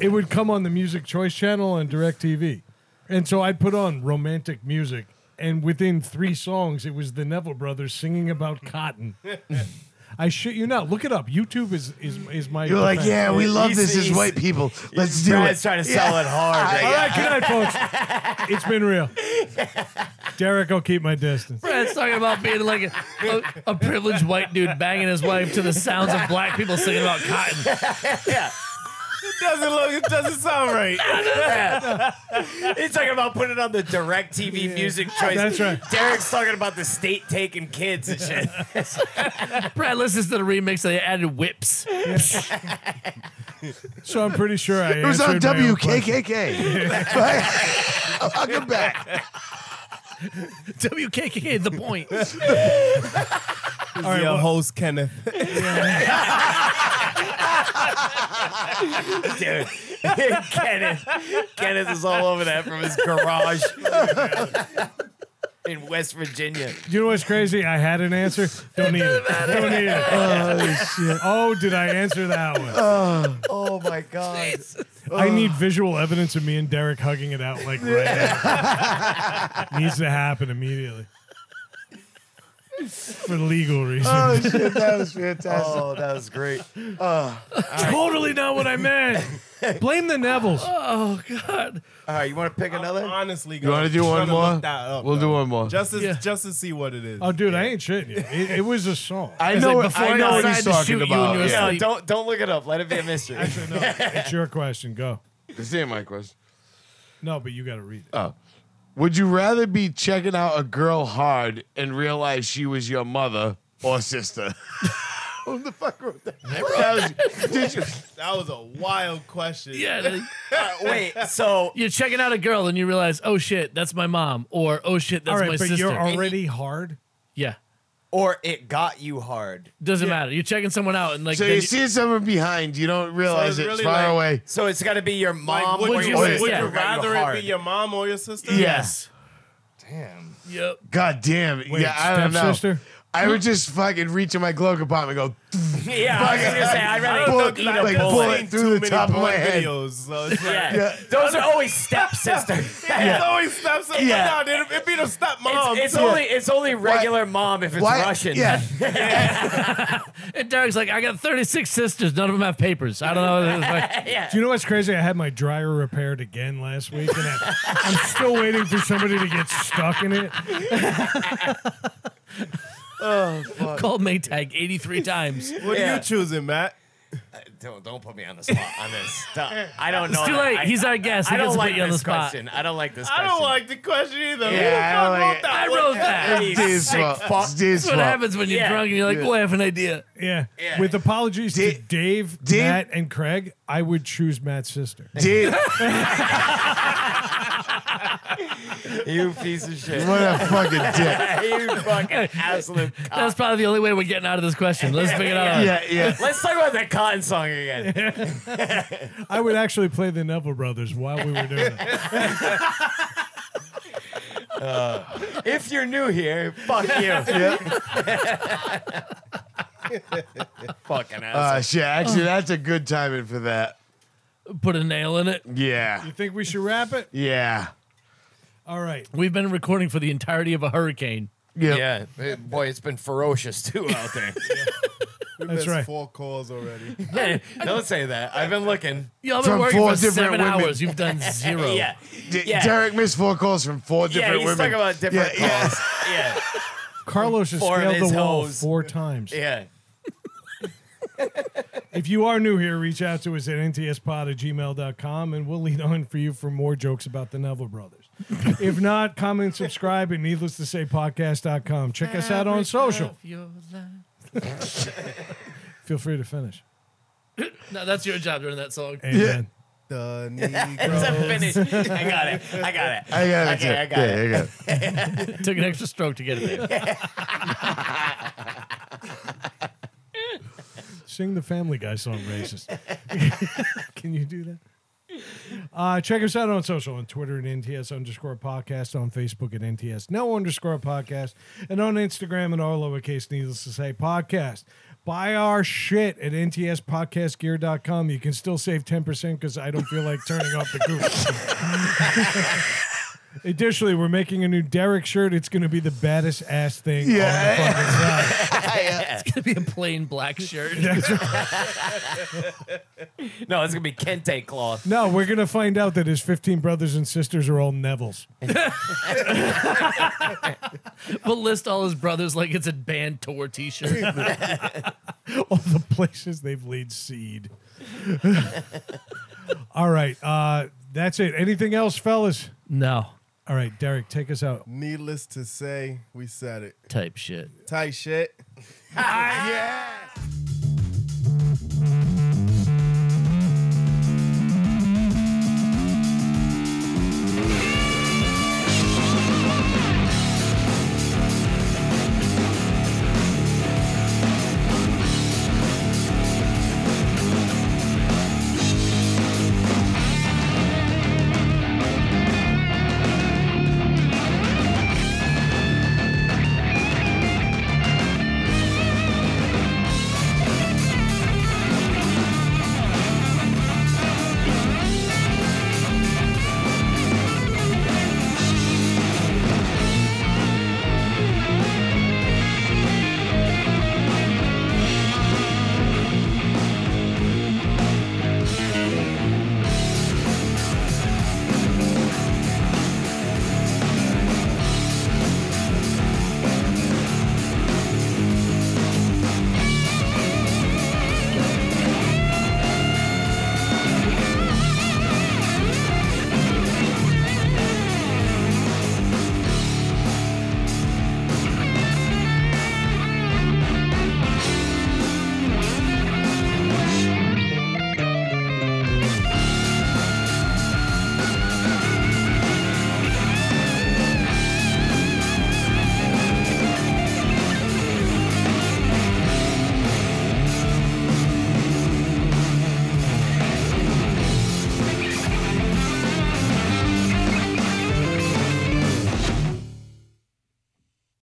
Speaker 4: it would come on the Music Choice channel on DirecTV, and so I'd put on romantic music, and within three songs, it was the Neville Brothers singing about cotton. I shit you not. Look it up. YouTube is is is my.
Speaker 5: You're like,
Speaker 4: defense.
Speaker 5: yeah, we love
Speaker 1: He's-
Speaker 5: this as
Speaker 1: he's-
Speaker 5: white people. Let's do
Speaker 1: Brad's
Speaker 5: it.
Speaker 1: trying to sell it hard. right
Speaker 4: All
Speaker 1: now.
Speaker 4: right, good night, folks. It's been real. Derek, I'll keep my distance.
Speaker 3: Brad's talking about being like a, a, a privileged white dude banging his wife to the sounds of black people singing about cotton.
Speaker 2: it doesn't look. It doesn't sound right.
Speaker 1: He's talking about putting on the direct TV music choice.
Speaker 4: That's right.
Speaker 1: Derek's talking about the state taking kids and shit.
Speaker 3: Brad listens to the remix and they added whips.
Speaker 4: So I'm pretty sure I
Speaker 5: It was on
Speaker 4: answered my own question.
Speaker 5: WKKK. Welcome back.
Speaker 3: WKKK, the point.
Speaker 2: All right, your host Kenneth.
Speaker 1: Dude. Kenneth. Kenneth is all over that from his garage in West Virginia.
Speaker 4: You know what's crazy? I had an answer. Don't need it. Don't need it. Oh, shit. Oh, did I answer that one?
Speaker 5: Oh my god.
Speaker 4: I need visual evidence of me and Derek hugging it out like right now. Needs to happen immediately. For legal reasons.
Speaker 5: Oh shit, that was fantastic.
Speaker 1: Oh, that was great.
Speaker 4: totally not what I meant. Blame the Nevels.
Speaker 3: Oh, God.
Speaker 1: All right, you want to pick
Speaker 2: I'm
Speaker 1: another?
Speaker 2: honestly,
Speaker 5: You want to do one more? We'll do one more.
Speaker 2: Just as,
Speaker 3: Yeah.
Speaker 2: just to see what it is.
Speaker 4: Oh, dude, I ain't shitting you. It, it was a song.
Speaker 5: I
Speaker 3: It's
Speaker 5: know.
Speaker 3: like
Speaker 5: I
Speaker 3: before I
Speaker 5: know what
Speaker 3: decided
Speaker 5: he's
Speaker 3: to
Speaker 5: talking
Speaker 3: shoot you
Speaker 5: about.
Speaker 3: and you
Speaker 5: yeah.
Speaker 1: No, don't don't look it up. Let it be a mystery.
Speaker 4: Actually, no, it's your question. Go.
Speaker 5: This ain't my question.
Speaker 4: No, but you got to read it.
Speaker 5: Would you rather be checking out a girl hard and realize she was your mother or sister? Who the fuck wrote that? That was- did you-
Speaker 2: That was a wild question.
Speaker 3: Yeah. like,
Speaker 1: Uh, Wait, so
Speaker 3: You're checking out a girl and you realize, oh, shit, that's my mom. Or, oh, shit, that's
Speaker 4: All right,
Speaker 3: my
Speaker 4: but
Speaker 3: sister.
Speaker 4: you're already hard.
Speaker 3: yeah.
Speaker 1: or it got you hard.
Speaker 3: Doesn't matter. You're checking someone out and like
Speaker 5: so
Speaker 3: then
Speaker 5: you
Speaker 3: you-
Speaker 5: see someone behind, you don't realize
Speaker 2: it's
Speaker 5: it's
Speaker 2: really
Speaker 5: far
Speaker 2: like-
Speaker 5: away.
Speaker 1: So it's got to be your
Speaker 2: Like,
Speaker 1: mom
Speaker 2: would
Speaker 1: or
Speaker 2: you,
Speaker 1: your
Speaker 3: would
Speaker 1: sister.
Speaker 2: would
Speaker 3: yeah.
Speaker 2: you
Speaker 1: that got
Speaker 2: rather it
Speaker 1: hard.
Speaker 2: be your mom or your sister?
Speaker 5: Yes.
Speaker 1: Damn.
Speaker 3: Yep.
Speaker 5: God damn.
Speaker 4: Wait,
Speaker 5: yeah, I don't know.
Speaker 4: stepsister?
Speaker 5: I I would just fucking reach in my glove compartment and go,
Speaker 1: yeah, I was gonna say I'd
Speaker 2: I
Speaker 1: rather
Speaker 2: don't know,
Speaker 5: Bullet-
Speaker 2: dude,
Speaker 1: eat a
Speaker 5: like
Speaker 1: bullet.
Speaker 5: bullet. through the top of my
Speaker 2: porn
Speaker 5: head.
Speaker 2: Videos, so it's like,
Speaker 1: Yeah.
Speaker 5: Yeah.
Speaker 1: those are always step sister.
Speaker 2: It's always step sister.
Speaker 1: Yeah.
Speaker 2: Yeah. No, it'd, it'd be the step mom.
Speaker 1: It's, it's only it's only regular mom if it's
Speaker 5: why?
Speaker 1: Russian.
Speaker 5: Yeah.
Speaker 3: And Derek's like, I got 36 sisters. None of them have papers. I don't know. It's like,
Speaker 4: Do you know what's crazy? I had my dryer repaired again last week, and I, I'm still waiting for somebody to get stuck in it.
Speaker 3: called Maytag 83 times. It's
Speaker 2: What are
Speaker 1: Yeah.
Speaker 2: you choosing, Matt?
Speaker 1: Don't don't put me on the spot on this. Stop. I don't know.
Speaker 3: too
Speaker 1: that.
Speaker 3: late.
Speaker 1: I,
Speaker 3: He's our guest. He
Speaker 1: I don't
Speaker 3: doesn't
Speaker 1: like
Speaker 3: put you on the
Speaker 1: this
Speaker 3: spot.
Speaker 1: question. I don't like this
Speaker 2: I
Speaker 1: question.
Speaker 2: don't like the question either.
Speaker 5: Yeah, I
Speaker 2: Who the fuck
Speaker 5: don't
Speaker 3: I
Speaker 5: like it.
Speaker 2: wrote that? What-
Speaker 3: wrote that.
Speaker 1: Hey,
Speaker 5: It's his
Speaker 1: sick
Speaker 5: fault.
Speaker 1: fuck.
Speaker 5: It's his
Speaker 3: That's what
Speaker 5: fault.
Speaker 3: happens when you're
Speaker 1: Yeah.
Speaker 3: drunk and you're like, oh, I have an idea.
Speaker 4: Yeah.
Speaker 1: Yeah.
Speaker 4: With apologies to
Speaker 5: Did-
Speaker 4: Dave,
Speaker 5: did-
Speaker 4: Matt, and Craig, I would choose Matt's sister.
Speaker 5: Did
Speaker 1: You piece of shit.
Speaker 5: what a fucking dick.
Speaker 1: you fucking absolute cock.
Speaker 3: That's probably the only way we're getting out of this question. Let's figure it out.
Speaker 5: Yeah, yeah.
Speaker 1: Let's talk about that cotton song again.
Speaker 4: I would actually play the Neville Brothers while we were doing it.
Speaker 1: if you're new here, fuck you. fucking
Speaker 5: Uh,
Speaker 1: asshole.
Speaker 5: shit.
Speaker 1: Oh.
Speaker 5: Actually, that's a good timing for that.
Speaker 3: Put a nail in it.
Speaker 5: Yeah.
Speaker 4: You think we should wrap it?
Speaker 5: Yeah.
Speaker 4: All right.
Speaker 3: We've been recording for the entirety of a hurricane.
Speaker 5: Yeah.
Speaker 1: yeah, eh, boy, it's been ferocious too out there.
Speaker 2: We've
Speaker 4: That's
Speaker 2: missed
Speaker 4: right.
Speaker 2: Four calls already.
Speaker 1: Hey, Don't say that. I've been looking.
Speaker 3: Y'all been
Speaker 5: From
Speaker 3: working
Speaker 5: four
Speaker 3: for
Speaker 5: different
Speaker 3: seven
Speaker 5: women.
Speaker 3: hours. You've done zero.
Speaker 1: Yeah,
Speaker 5: D-
Speaker 1: yeah.
Speaker 5: Derek missed four calls from four
Speaker 1: yeah.
Speaker 5: different
Speaker 1: He's
Speaker 5: women.
Speaker 1: talking about different
Speaker 5: Yeah, yeah.
Speaker 1: calls. Yeah,
Speaker 4: Carlos has
Speaker 1: Four of
Speaker 4: scaled
Speaker 1: his
Speaker 4: the wall
Speaker 1: hoes.
Speaker 4: four times.
Speaker 1: yeah.
Speaker 4: If you are new here, reach out to us at ntspod at gmail.com and we'll lead on for you for more jokes about the Neville Brothers. if not, comment, subscribe, and needless to say, podcast.com. Check us out on social. Feel free to finish.
Speaker 3: No, that's your job during that song.
Speaker 4: Amen.
Speaker 2: The
Speaker 1: It's a
Speaker 2: Negro.
Speaker 1: finish. I got it. I got it.
Speaker 5: I got it.
Speaker 1: Okay,
Speaker 5: too.
Speaker 1: I got
Speaker 5: yeah,
Speaker 1: it.
Speaker 5: I got it.
Speaker 3: Took an extra stroke to get it there.
Speaker 4: Sing the Family Guy song, racist. Can you do that? Uh, check us out on social on Twitter at NTS underscore podcast, on Facebook at NTS no underscore podcast, and on Instagram at our lowercase needless to say podcast. Buy our shit at ntspodcastgear.com. You can still save 10% because I don't feel like turning off the Google. Additionally, we're making a new Derek shirt. It's going to be the baddest ass thing
Speaker 5: Yeah.
Speaker 4: on the fucking planet.
Speaker 3: It's gonna be a plain black shirt.
Speaker 1: No, it's gonna be kente cloth.
Speaker 4: No, we're gonna find out that his 15 brothers and sisters are all Nevilles.
Speaker 3: We'll list all his brothers like it's a band tour T-shirt.
Speaker 4: all the places they've laid seed. all right, uh, that's it. Anything else, fellas?
Speaker 3: no
Speaker 4: All right, Derek, take us out.
Speaker 2: Needless to say, we said it.
Speaker 3: type shit.
Speaker 2: Tight shit.
Speaker 5: Yeah.